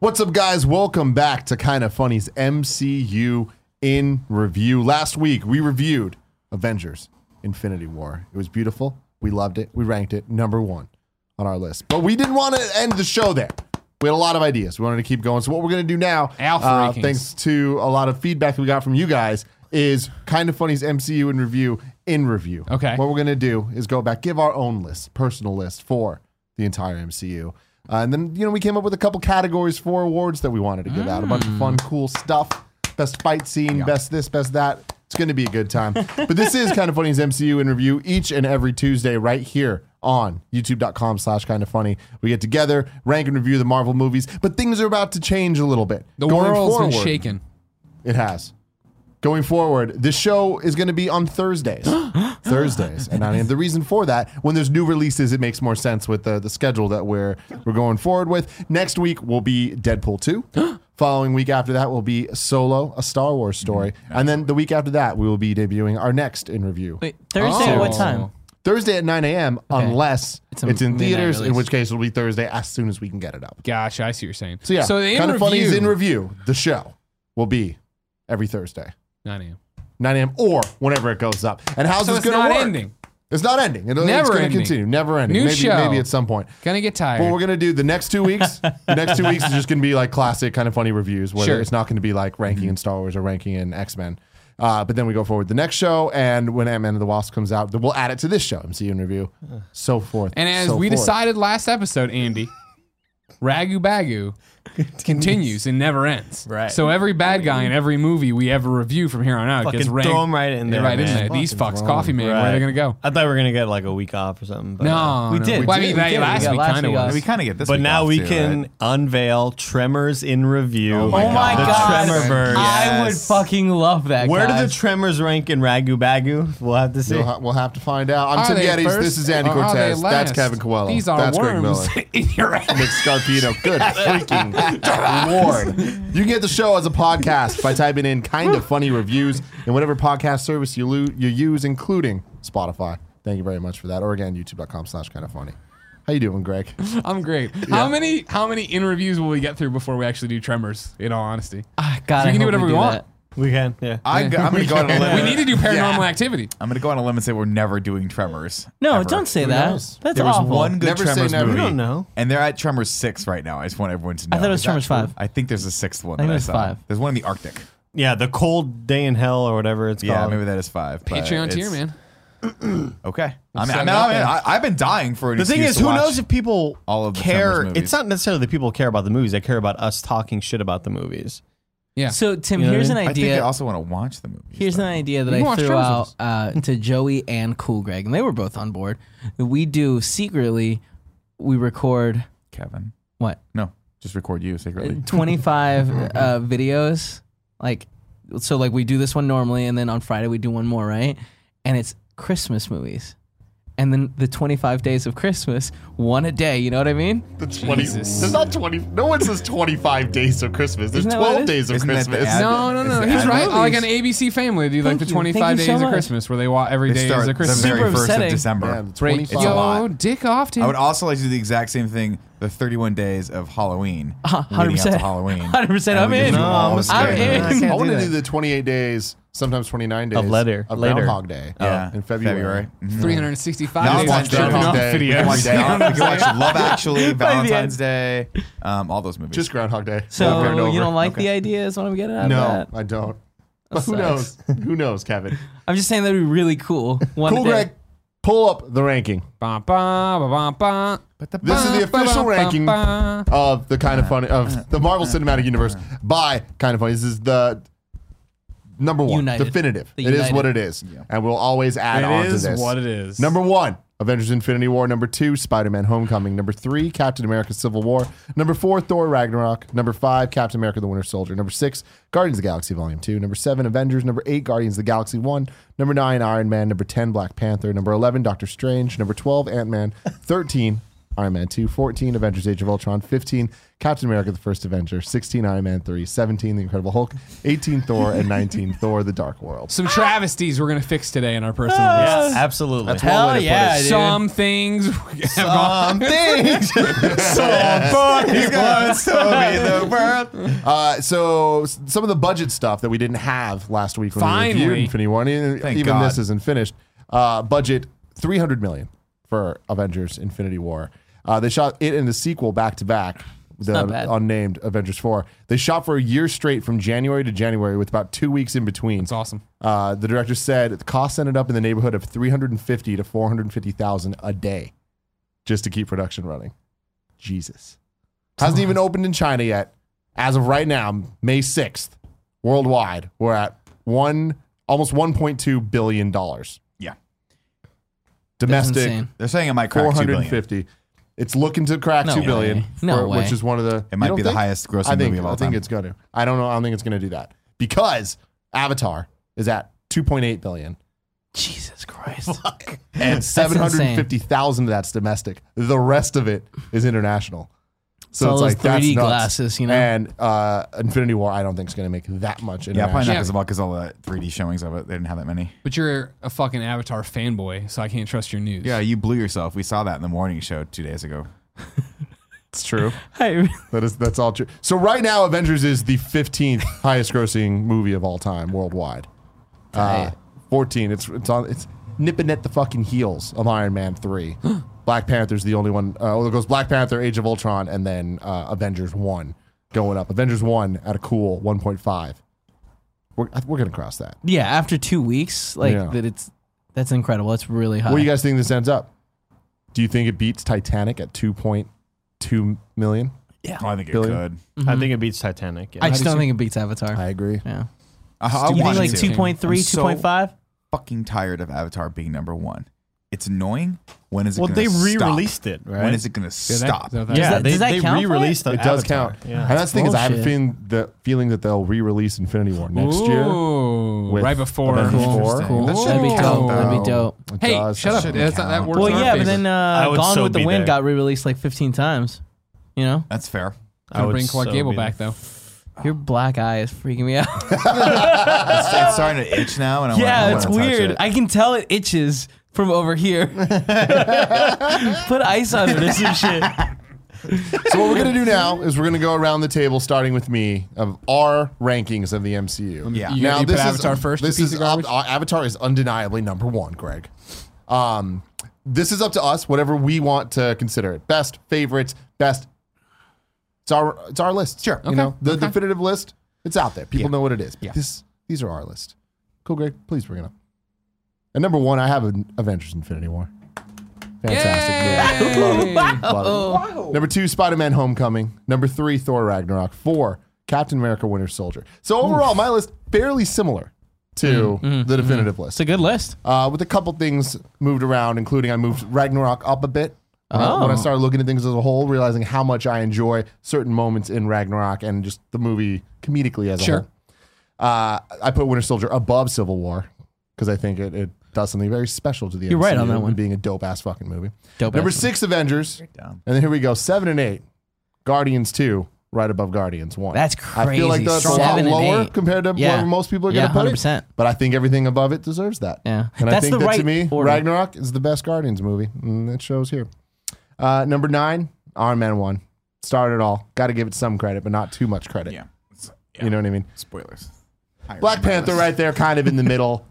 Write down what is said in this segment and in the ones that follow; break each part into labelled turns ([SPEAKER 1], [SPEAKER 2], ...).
[SPEAKER 1] What's up, guys? Welcome back to Kind of Funny's MCU in review. Last week, we reviewed Avengers Infinity War. It was beautiful. We loved it. We ranked it number one on our list. But we didn't want to end the show there. We had a lot of ideas. We wanted to keep going. So, what we're going to do now,
[SPEAKER 2] Alpha
[SPEAKER 1] uh,
[SPEAKER 2] rankings.
[SPEAKER 1] thanks to a lot of feedback we got from you guys, is Kind of Funny's MCU in review in review.
[SPEAKER 2] Okay.
[SPEAKER 1] What we're going to do is go back, give our own list, personal list for the entire MCU. Uh, and then, you know, we came up with a couple categories for awards that we wanted to give out. A bunch of fun, cool stuff. Best fight scene, best this, best that. It's going to be a good time. but this is Kind of Funny's MCU in review each and every Tuesday right here on youtube.com slash kind of funny. We get together, rank and review the Marvel movies, but things are about to change a little bit.
[SPEAKER 2] The
[SPEAKER 1] Going
[SPEAKER 2] world's been
[SPEAKER 1] forward-
[SPEAKER 2] shaken.
[SPEAKER 1] it has. Going forward, this show is going to be on Thursdays. Thursdays. And I mean, the reason for that, when there's new releases, it makes more sense with the, the schedule that we're, we're going forward with. Next week will be Deadpool 2. Following week after that will be Solo, a Star Wars story. And then the week after that, we will be debuting our next in review.
[SPEAKER 3] Wait, Thursday at what
[SPEAKER 2] Oh.
[SPEAKER 3] time?
[SPEAKER 1] Thursday at 9 a.m., unless it's,
[SPEAKER 3] a
[SPEAKER 1] in
[SPEAKER 3] midnight
[SPEAKER 1] theaters, in
[SPEAKER 3] release.
[SPEAKER 1] which case it'll be Thursday as soon as we can get it up.
[SPEAKER 2] Gosh, I see what you're saying.
[SPEAKER 1] So, yeah,
[SPEAKER 2] so the in
[SPEAKER 1] kind of
[SPEAKER 2] review,
[SPEAKER 1] funny is in review. The show will be every Thursday.
[SPEAKER 2] 9 a.m.
[SPEAKER 1] 9 a.m. or whenever it goes up. And how's
[SPEAKER 2] So
[SPEAKER 1] this
[SPEAKER 2] it's
[SPEAKER 1] going to
[SPEAKER 2] not
[SPEAKER 1] work?
[SPEAKER 2] ending.
[SPEAKER 1] It's not ending. It'll, it's
[SPEAKER 2] Never
[SPEAKER 1] going to
[SPEAKER 2] ending.
[SPEAKER 1] continue. Never ending.
[SPEAKER 2] New
[SPEAKER 1] maybe,
[SPEAKER 2] show.
[SPEAKER 1] maybe at some point.
[SPEAKER 2] Gonna get
[SPEAKER 1] But
[SPEAKER 2] tired.
[SPEAKER 1] we're going to do the next two weeks. the next two weeks is just going to be like classic kind of funny reviews where
[SPEAKER 2] Sure.
[SPEAKER 1] it's not going to be like ranking in Star Wars or ranking in X Men. Uh, but then we go forward the next show, and when Ant Man and the Wasp comes out, then we'll add it to this show, MCU in review, so forth.
[SPEAKER 2] and as
[SPEAKER 1] so
[SPEAKER 2] we
[SPEAKER 1] forth.
[SPEAKER 2] decided last episode, Andy, Ragu Bagu continues and never ends.
[SPEAKER 3] Right.
[SPEAKER 2] So every bad guy in every movie we ever review from here on out
[SPEAKER 3] Fucking
[SPEAKER 2] gets
[SPEAKER 3] throw
[SPEAKER 2] ranked
[SPEAKER 3] 'em right in there,
[SPEAKER 2] Right in
[SPEAKER 3] man.
[SPEAKER 2] there. These
[SPEAKER 1] Fucking
[SPEAKER 2] fucks,
[SPEAKER 1] throw 'em.
[SPEAKER 2] coffee man. Where are
[SPEAKER 3] Right.
[SPEAKER 2] they gonna go?
[SPEAKER 3] I thought we were gonna get like a week off or something. But
[SPEAKER 2] No,
[SPEAKER 3] we
[SPEAKER 2] no.
[SPEAKER 3] did.
[SPEAKER 2] Well, I mean,
[SPEAKER 3] We
[SPEAKER 2] that
[SPEAKER 3] did.
[SPEAKER 2] last
[SPEAKER 3] We got
[SPEAKER 2] week kinda
[SPEAKER 3] off.
[SPEAKER 2] was.
[SPEAKER 4] We kind of get this.
[SPEAKER 3] But
[SPEAKER 4] week
[SPEAKER 3] now
[SPEAKER 4] off
[SPEAKER 3] we
[SPEAKER 4] too,
[SPEAKER 3] can
[SPEAKER 4] right?
[SPEAKER 3] unveil Tremors in review. Oh
[SPEAKER 4] my God.
[SPEAKER 3] the
[SPEAKER 4] God.
[SPEAKER 3] Tremor Bird.
[SPEAKER 4] Yes.
[SPEAKER 3] Yes.
[SPEAKER 4] I
[SPEAKER 3] I
[SPEAKER 4] would
[SPEAKER 3] would
[SPEAKER 4] fucking
[SPEAKER 3] love that. Where do the
[SPEAKER 4] guys.
[SPEAKER 3] Tremors rank in Ragu Bagu? We'll have to see.
[SPEAKER 1] We'll, ha- we'll have to find out. I'm
[SPEAKER 2] Are
[SPEAKER 1] Tim
[SPEAKER 2] they
[SPEAKER 1] Geddes.
[SPEAKER 2] first
[SPEAKER 1] This is Andy
[SPEAKER 2] or are they
[SPEAKER 1] Cortez. That's
[SPEAKER 2] last?
[SPEAKER 1] Kevin Coelho.
[SPEAKER 2] These are
[SPEAKER 1] That's Greg
[SPEAKER 2] worms
[SPEAKER 1] Miller.
[SPEAKER 2] in your ass.
[SPEAKER 1] Nick Scarpino. Good freaking lord. You can get the show as a podcast by typing in kind of funny reviews in whatever podcast service you, lo- you use, including Spotify. Thank you very much for that. Or again, youtube.com slash kind of funny. How you doing, Greg?
[SPEAKER 2] I'm great. How many how many in reviews will we get through before we actually do Tremors? In all honesty,
[SPEAKER 4] Ah, God,
[SPEAKER 2] So we
[SPEAKER 4] I
[SPEAKER 2] can do
[SPEAKER 4] hope
[SPEAKER 2] whatever we want.
[SPEAKER 4] that.
[SPEAKER 3] We can. Yeah.
[SPEAKER 4] Yeah. I,
[SPEAKER 2] go- I'm
[SPEAKER 4] gonna go on a
[SPEAKER 2] we need to do Paranormal Activity.
[SPEAKER 4] I'm gonna go on a limb and say we're never doing Tremors.
[SPEAKER 3] No,
[SPEAKER 4] ever.
[SPEAKER 3] don't say
[SPEAKER 1] Who
[SPEAKER 3] that.
[SPEAKER 1] knows?
[SPEAKER 3] That's
[SPEAKER 4] There was
[SPEAKER 3] awful.
[SPEAKER 4] one good
[SPEAKER 1] Never say
[SPEAKER 4] Tremors
[SPEAKER 1] never.
[SPEAKER 4] movie.
[SPEAKER 3] You don't know.
[SPEAKER 4] And they're at Tremors six right now. I just want everyone to know.
[SPEAKER 3] thought it was
[SPEAKER 4] Is that
[SPEAKER 3] Tremors
[SPEAKER 4] true?
[SPEAKER 3] five.
[SPEAKER 4] I think there's a sixth one.
[SPEAKER 3] I think
[SPEAKER 4] that
[SPEAKER 3] it was
[SPEAKER 4] saw.
[SPEAKER 3] five.
[SPEAKER 4] There's one in the Arctic.
[SPEAKER 3] Yeah, the cold day in hell or whatever it's
[SPEAKER 4] Yeah,
[SPEAKER 3] called.
[SPEAKER 4] maybe that is five. but
[SPEAKER 2] Patreon tier,
[SPEAKER 4] it's-
[SPEAKER 2] man.
[SPEAKER 4] Okay, I mean,
[SPEAKER 2] set
[SPEAKER 4] I
[SPEAKER 2] it
[SPEAKER 4] mean,
[SPEAKER 2] up
[SPEAKER 4] I
[SPEAKER 2] there.
[SPEAKER 4] have been dying for an
[SPEAKER 3] The thing
[SPEAKER 4] excuse
[SPEAKER 3] is,
[SPEAKER 4] to
[SPEAKER 3] who
[SPEAKER 4] watch-
[SPEAKER 3] knows if people
[SPEAKER 4] all of the
[SPEAKER 3] care?
[SPEAKER 4] Tremors movies.
[SPEAKER 3] It's not necessarily that people care about the movies. They care about us talking shit about the movies.
[SPEAKER 2] Yeah.
[SPEAKER 5] So Tim,
[SPEAKER 3] You know what
[SPEAKER 5] here's
[SPEAKER 3] I
[SPEAKER 5] an
[SPEAKER 3] mean?
[SPEAKER 4] I think I
[SPEAKER 5] idea.
[SPEAKER 4] also want to watch the movie.
[SPEAKER 5] here's an idea that
[SPEAKER 2] You can
[SPEAKER 5] I
[SPEAKER 2] watch
[SPEAKER 5] threw
[SPEAKER 2] Tremors with
[SPEAKER 5] out
[SPEAKER 2] us.
[SPEAKER 5] uh, to Joey and Cool Greg, and they were both on board. We do secretly. We record
[SPEAKER 4] Kevin.
[SPEAKER 5] what
[SPEAKER 4] No, just record you secretly.
[SPEAKER 5] twenty five uh, videos, like so. Like we do this one normally, and then on Friday we do one more, right? And it's Christmas movies. And then the 25 days of Christmas, one a day, you know what I mean?
[SPEAKER 1] The 20, there's not 20. No one says 25 days of Christmas. There's
[SPEAKER 5] Isn't that what
[SPEAKER 1] 12
[SPEAKER 5] it is?
[SPEAKER 1] days of
[SPEAKER 4] Isn't that the
[SPEAKER 1] Christmas.
[SPEAKER 4] ad-
[SPEAKER 2] No, no,
[SPEAKER 4] It's
[SPEAKER 2] no.
[SPEAKER 4] the
[SPEAKER 2] He's
[SPEAKER 4] ad
[SPEAKER 2] right. Like an
[SPEAKER 4] movies.
[SPEAKER 2] ABC family, do like
[SPEAKER 5] Thank
[SPEAKER 2] the
[SPEAKER 5] you. Thank you
[SPEAKER 2] 25
[SPEAKER 5] so
[SPEAKER 2] days of
[SPEAKER 5] much.
[SPEAKER 2] Christmas where they watch every
[SPEAKER 4] They
[SPEAKER 2] day is
[SPEAKER 4] start
[SPEAKER 2] a Christmas.
[SPEAKER 4] the very
[SPEAKER 5] Super
[SPEAKER 4] first of
[SPEAKER 5] upsetting.
[SPEAKER 4] December.
[SPEAKER 1] Man, the
[SPEAKER 2] Break
[SPEAKER 1] 25.
[SPEAKER 4] a lot.
[SPEAKER 2] Yo, dick off, dude.
[SPEAKER 4] I would also like to do the exact same thing the 31 days of Halloween.
[SPEAKER 5] Uh,
[SPEAKER 4] leading up to
[SPEAKER 5] 100%.
[SPEAKER 4] Halloween.
[SPEAKER 5] 100%
[SPEAKER 4] And we
[SPEAKER 5] I'm
[SPEAKER 4] can
[SPEAKER 5] in.
[SPEAKER 4] do
[SPEAKER 5] No,
[SPEAKER 4] all
[SPEAKER 3] I'm
[SPEAKER 4] the
[SPEAKER 5] I'm
[SPEAKER 4] scary
[SPEAKER 5] in.
[SPEAKER 4] movies.
[SPEAKER 1] I want to
[SPEAKER 3] that.
[SPEAKER 1] do the 28 days, sometimes 29 days
[SPEAKER 3] Of later-
[SPEAKER 1] of
[SPEAKER 3] later.
[SPEAKER 1] Groundhog Day
[SPEAKER 4] Yeah,
[SPEAKER 1] in February.
[SPEAKER 4] Mhm.
[SPEAKER 2] 365
[SPEAKER 4] Now
[SPEAKER 2] days
[SPEAKER 4] watch
[SPEAKER 2] of
[SPEAKER 4] Groundhog
[SPEAKER 2] jerking off
[SPEAKER 1] Day.
[SPEAKER 2] videos.
[SPEAKER 4] We can watch- we can watch Love Actually,
[SPEAKER 5] By the
[SPEAKER 4] Valentine's Day, um, all those movies.
[SPEAKER 1] Just Groundhog Day.
[SPEAKER 5] So
[SPEAKER 1] Over and over.
[SPEAKER 5] you don't like the idea is what I'm getting at?
[SPEAKER 1] No, I don't. But who knows?
[SPEAKER 5] sucks.
[SPEAKER 1] Who knows, Kevin?
[SPEAKER 5] I'm just saying that'd be really cool. One
[SPEAKER 1] Cool,
[SPEAKER 5] day.
[SPEAKER 1] Greg. Pull up the ranking
[SPEAKER 2] Ba, ba, ba, ba, ba.
[SPEAKER 1] This is the
[SPEAKER 2] Ba, ba,
[SPEAKER 1] official
[SPEAKER 2] ba, ba,
[SPEAKER 1] ranking.
[SPEAKER 2] ba.
[SPEAKER 1] of the kind of funny of the Marvel Cinematic Universe by kind of funny. This is the number one,
[SPEAKER 5] United.
[SPEAKER 1] definitive.
[SPEAKER 5] The
[SPEAKER 1] It is
[SPEAKER 5] United.
[SPEAKER 1] what it is, and we'll always add on
[SPEAKER 2] It is
[SPEAKER 1] to this.
[SPEAKER 2] what it is.
[SPEAKER 1] Number one, Avengers Infinity War. Number two, Spider Man Homecoming. Number three, Captain America Civil War. Number four, Thor Ragnarok. Number five, Captain America the Winter Soldier. Number six, Guardians of the Galaxy Volume 2. Number seven, Avengers. Number eight, Guardians of the Galaxy 1. Number nine, Iron Man. Number 10, Black Panther. Number 11, Doctor Strange. Number 12, Ant Man. 13, Iron Man 2, 14, Avengers Age of Ultron, 15, Captain America the First Avenger, 16, Iron Man 3, 17, The Incredible Hulk, 18, Thor, and 19, Thor, The Dark World.
[SPEAKER 2] Some travesties we're gonna fix today in our personal list.
[SPEAKER 3] Yeah, absolutely. That's
[SPEAKER 5] Hell
[SPEAKER 4] Ah,
[SPEAKER 5] yeah, dude.
[SPEAKER 2] Some things have gone.
[SPEAKER 3] things.
[SPEAKER 4] Somebody once told me the world.
[SPEAKER 1] Uh, so, s- some of the budget stuff that we didn't have last week when we reviewed
[SPEAKER 2] Finally.
[SPEAKER 1] Infinity War, and even,
[SPEAKER 4] Thank
[SPEAKER 1] even
[SPEAKER 4] God.
[SPEAKER 1] this isn't finished. Uh, budget 300 million for Avengers Infinity War. Uh, they shot it and the sequel back to back. The
[SPEAKER 5] not bad.
[SPEAKER 1] unnamed Avengers 4. They shot for a year straight from January to January with about two weeks in between.
[SPEAKER 2] It's awesome.
[SPEAKER 1] Uh, the director said the costs ended up in the neighborhood of 350 to 450,000 a day just to keep production running. Jesus. Hasn't even opened in China yet. As of right now, May 6th, worldwide, we're at one almost 1.2 billion dollars.
[SPEAKER 4] Yeah.
[SPEAKER 1] Domestic
[SPEAKER 5] insane.
[SPEAKER 4] They're saying it might crack 2 billion.
[SPEAKER 1] 450. It's looking to crack
[SPEAKER 5] No
[SPEAKER 1] 2 billion,
[SPEAKER 5] way. No
[SPEAKER 1] for-
[SPEAKER 5] way.
[SPEAKER 1] which is one of the
[SPEAKER 4] It
[SPEAKER 1] You
[SPEAKER 4] might
[SPEAKER 1] don't
[SPEAKER 4] be the
[SPEAKER 1] think?
[SPEAKER 4] highest grossing
[SPEAKER 1] I think,
[SPEAKER 4] movie of all
[SPEAKER 1] I think
[SPEAKER 4] time.
[SPEAKER 1] it's going to. I don't know. I don't think it's going to do that because Avatar is at 2.8 billion
[SPEAKER 5] Jesus Christ.
[SPEAKER 1] and
[SPEAKER 5] insane.
[SPEAKER 1] 750,000 of that's domestic. The rest of it is international. So
[SPEAKER 5] all
[SPEAKER 1] it's,
[SPEAKER 5] those
[SPEAKER 1] like that's
[SPEAKER 5] 3D
[SPEAKER 1] nuts.
[SPEAKER 5] glasses, you know?
[SPEAKER 1] And uh, Infinity War, I don't think is going to make that much
[SPEAKER 4] Yeah,
[SPEAKER 1] international.
[SPEAKER 4] probably not
[SPEAKER 2] Yeah.
[SPEAKER 4] because of all because all the 3D showings of it. They didn't have that many.
[SPEAKER 2] But you're a fucking Avatar fanboy, so I can't trust your news.
[SPEAKER 4] Yeah, you blew yourself. We saw that in the morning show two days ago.
[SPEAKER 1] it's true.
[SPEAKER 5] I,
[SPEAKER 1] That is that's all true. So right now, Avengers is the 15th highest grossing movie of all time worldwide. Uh,
[SPEAKER 5] Right.
[SPEAKER 1] 14. It's it's on it's nipping at the fucking heels of Iron Man 3. Black Panther's the only one. Uh, well, it goes Black Panther, Age of Ultron, and then uh, Avengers 1 going up. Avengers 1 at a cool 1.5. We're, I- we're gonna cross that.
[SPEAKER 5] yeah, after two weeks, like
[SPEAKER 1] Yeah.
[SPEAKER 5] that it's that's incredible. That's really high.
[SPEAKER 1] Where do you guys think this ends up? Do you think it beats Titanic at 2.2 million?
[SPEAKER 4] Oh, I think it
[SPEAKER 1] Billion.
[SPEAKER 4] could.
[SPEAKER 3] I think it beats Titanic. Yeah.
[SPEAKER 5] Mm-hmm. I just don't think it beats Avatar.
[SPEAKER 1] I agree.
[SPEAKER 5] yeah.
[SPEAKER 4] I, I
[SPEAKER 5] You
[SPEAKER 4] want
[SPEAKER 5] think like
[SPEAKER 4] it to.
[SPEAKER 5] 2.3,
[SPEAKER 4] I'm so
[SPEAKER 5] 2.5?
[SPEAKER 4] fucking tired of Avatar being number one. It's annoying. When is it
[SPEAKER 3] well,
[SPEAKER 4] gonna
[SPEAKER 3] they re-released
[SPEAKER 4] stop?
[SPEAKER 3] it, right?
[SPEAKER 4] When is it going to
[SPEAKER 2] Is that-
[SPEAKER 4] stop?
[SPEAKER 2] is that-
[SPEAKER 3] yeah,
[SPEAKER 5] that-
[SPEAKER 3] they,
[SPEAKER 5] does that
[SPEAKER 3] they
[SPEAKER 5] count for
[SPEAKER 3] re-released
[SPEAKER 1] It
[SPEAKER 3] the
[SPEAKER 1] does
[SPEAKER 3] Avatar.
[SPEAKER 1] count.
[SPEAKER 3] Yeah.
[SPEAKER 1] And that's the thing is, I have a
[SPEAKER 5] bullshit.
[SPEAKER 1] feeling the feeling that they'll re-release Infinity War next year.
[SPEAKER 2] Ooh,
[SPEAKER 1] with
[SPEAKER 2] right before.
[SPEAKER 1] Avengers
[SPEAKER 4] Cool.
[SPEAKER 1] four.
[SPEAKER 4] Cool. That
[SPEAKER 5] That'd be
[SPEAKER 4] shouldn't
[SPEAKER 5] dope.
[SPEAKER 4] count,
[SPEAKER 5] That'd be
[SPEAKER 4] though.
[SPEAKER 5] dope.
[SPEAKER 1] It
[SPEAKER 2] Hey,
[SPEAKER 1] does.
[SPEAKER 2] shut
[SPEAKER 1] That
[SPEAKER 2] up.
[SPEAKER 1] shouldn't
[SPEAKER 2] That's not, that
[SPEAKER 4] count.
[SPEAKER 2] works.
[SPEAKER 5] Well,
[SPEAKER 2] in our
[SPEAKER 5] yeah, but
[SPEAKER 2] favor.
[SPEAKER 5] then
[SPEAKER 3] I
[SPEAKER 5] uh,
[SPEAKER 3] would
[SPEAKER 5] Gone
[SPEAKER 3] so
[SPEAKER 5] with the
[SPEAKER 3] be
[SPEAKER 5] Wind
[SPEAKER 3] there.
[SPEAKER 5] got re-released like 15 times. You know,
[SPEAKER 4] That's fair.
[SPEAKER 3] I
[SPEAKER 2] Gonna
[SPEAKER 3] would
[SPEAKER 2] bring Clark
[SPEAKER 3] so
[SPEAKER 2] Gable
[SPEAKER 3] be
[SPEAKER 2] back though.
[SPEAKER 5] your black eye is freaking me out.
[SPEAKER 4] It's, it's starting to itch now, and I
[SPEAKER 5] yeah,
[SPEAKER 4] wanna,
[SPEAKER 5] it's
[SPEAKER 4] I wanna touch
[SPEAKER 5] weird.
[SPEAKER 4] it.
[SPEAKER 5] I can tell it itches from over here. Put ice on it or some shit.
[SPEAKER 1] So what we're gonna do now is we're gonna go around the table, starting with me, of our rankings of the MCU.
[SPEAKER 4] Yeah.
[SPEAKER 2] You-
[SPEAKER 1] now
[SPEAKER 2] you put
[SPEAKER 1] this is
[SPEAKER 2] Avatar first,
[SPEAKER 1] This
[SPEAKER 2] you piece
[SPEAKER 1] is
[SPEAKER 2] of
[SPEAKER 1] up,
[SPEAKER 2] garbage?
[SPEAKER 1] uh, Avatar is undeniably number one, Greg. Um, this is up to us, whatever we want to consider it. Best favorites, best. It's our it's our list. Sure, you know the definitive list. It's out there. People know what it is. But This these are our list. Cool, Greg. Please bring it up. And number one, I have an Avengers: Infinity War. Fantastic. Yeah. Love it. Love it. Number two, Spider Man Homecoming. Number three, Thor Ragnarok. Four, Captain America Winter Soldier. So overall, my list fairly similar to the definitive list,
[SPEAKER 5] It's a good list.
[SPEAKER 1] uh, with a couple things moved around, including I moved Ragnarok up a bit. Uh,
[SPEAKER 5] Oh.
[SPEAKER 1] when I started looking at things as a whole, realizing how much I enjoy certain moments in Ragnarok and just the movie comedically as a
[SPEAKER 2] Sure.
[SPEAKER 1] whole. Uh, I put Winter Soldier above Civil War because I think it, it does something very special to the
[SPEAKER 5] You're right
[SPEAKER 1] MCU
[SPEAKER 5] on that
[SPEAKER 1] and
[SPEAKER 5] one.
[SPEAKER 1] being a dope ass fucking movie.
[SPEAKER 5] Dope
[SPEAKER 1] Number
[SPEAKER 5] ass
[SPEAKER 1] six, Avengers.
[SPEAKER 4] down.
[SPEAKER 1] And then here we go. Seven and eight. Guardians two, right above Guardians one.
[SPEAKER 5] That's
[SPEAKER 1] I feel like
[SPEAKER 5] crazy.
[SPEAKER 1] that's
[SPEAKER 5] Seven
[SPEAKER 1] a
[SPEAKER 5] and
[SPEAKER 1] lot lower
[SPEAKER 5] eight.
[SPEAKER 1] compared to
[SPEAKER 5] Yeah.
[SPEAKER 1] where most people are going
[SPEAKER 5] Yeah,
[SPEAKER 1] to put
[SPEAKER 5] 100%.
[SPEAKER 1] it. But I think everything above it deserves that.
[SPEAKER 5] Yeah.
[SPEAKER 1] And I
[SPEAKER 5] That's
[SPEAKER 1] think
[SPEAKER 5] the
[SPEAKER 1] that to
[SPEAKER 5] right
[SPEAKER 1] me,
[SPEAKER 5] order.
[SPEAKER 1] Ragnarok is the best Guardians movie. And it shows here. Uh, number nine, Iron Man one. Started it all. Got to give it some credit, but not too much credit.
[SPEAKER 4] Yeah. It's- yeah.
[SPEAKER 1] You know what I mean?
[SPEAKER 4] Spoilers. Higher
[SPEAKER 1] Black
[SPEAKER 4] than my
[SPEAKER 1] Panther
[SPEAKER 4] list.
[SPEAKER 1] right there, kind of in the middle.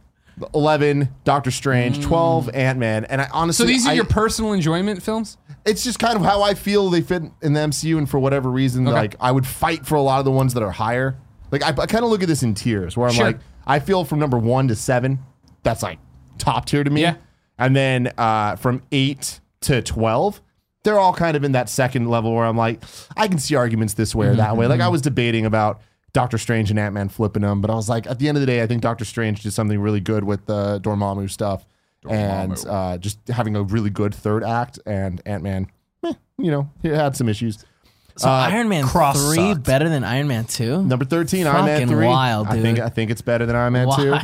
[SPEAKER 1] 11, Doctor Strange.
[SPEAKER 5] Mm.
[SPEAKER 1] 12, Ant Man. And I
[SPEAKER 2] So
[SPEAKER 1] honestly.
[SPEAKER 2] these are
[SPEAKER 1] I-
[SPEAKER 2] your personal enjoyment films?
[SPEAKER 1] it's just kind of how I feel they fit in the MCU, and for whatever reason, like I would fight for a lot of the ones that are higher. Like I, I kind of look at this in tiers, where I'm
[SPEAKER 2] Sure.
[SPEAKER 1] like, I feel from number one to seven, that's like top tier to me,
[SPEAKER 2] Yeah.
[SPEAKER 1] and then uh, from eight to twelve, they're all kind of in that second level where I'm like, I can see arguments this way or that way.
[SPEAKER 5] Mm-hmm.
[SPEAKER 1] Like I was debating about. Doctor Strange and Ant Man flipping them, but I was like, at the end of the day, I think Doctor Strange did something really good with the Dormammu stuff, and uh, just having a really good third act. And Ant Man, you know, it had some issues.
[SPEAKER 5] So Uh, Iron Man
[SPEAKER 3] Cross
[SPEAKER 5] three
[SPEAKER 3] sucked.
[SPEAKER 5] better than Iron Man two.
[SPEAKER 1] Number thirteen, Iron Man
[SPEAKER 5] Fucking
[SPEAKER 1] three.
[SPEAKER 5] wild,
[SPEAKER 1] I think
[SPEAKER 5] dude.
[SPEAKER 1] I think it's better than Iron Man
[SPEAKER 5] Why?
[SPEAKER 1] two.
[SPEAKER 2] My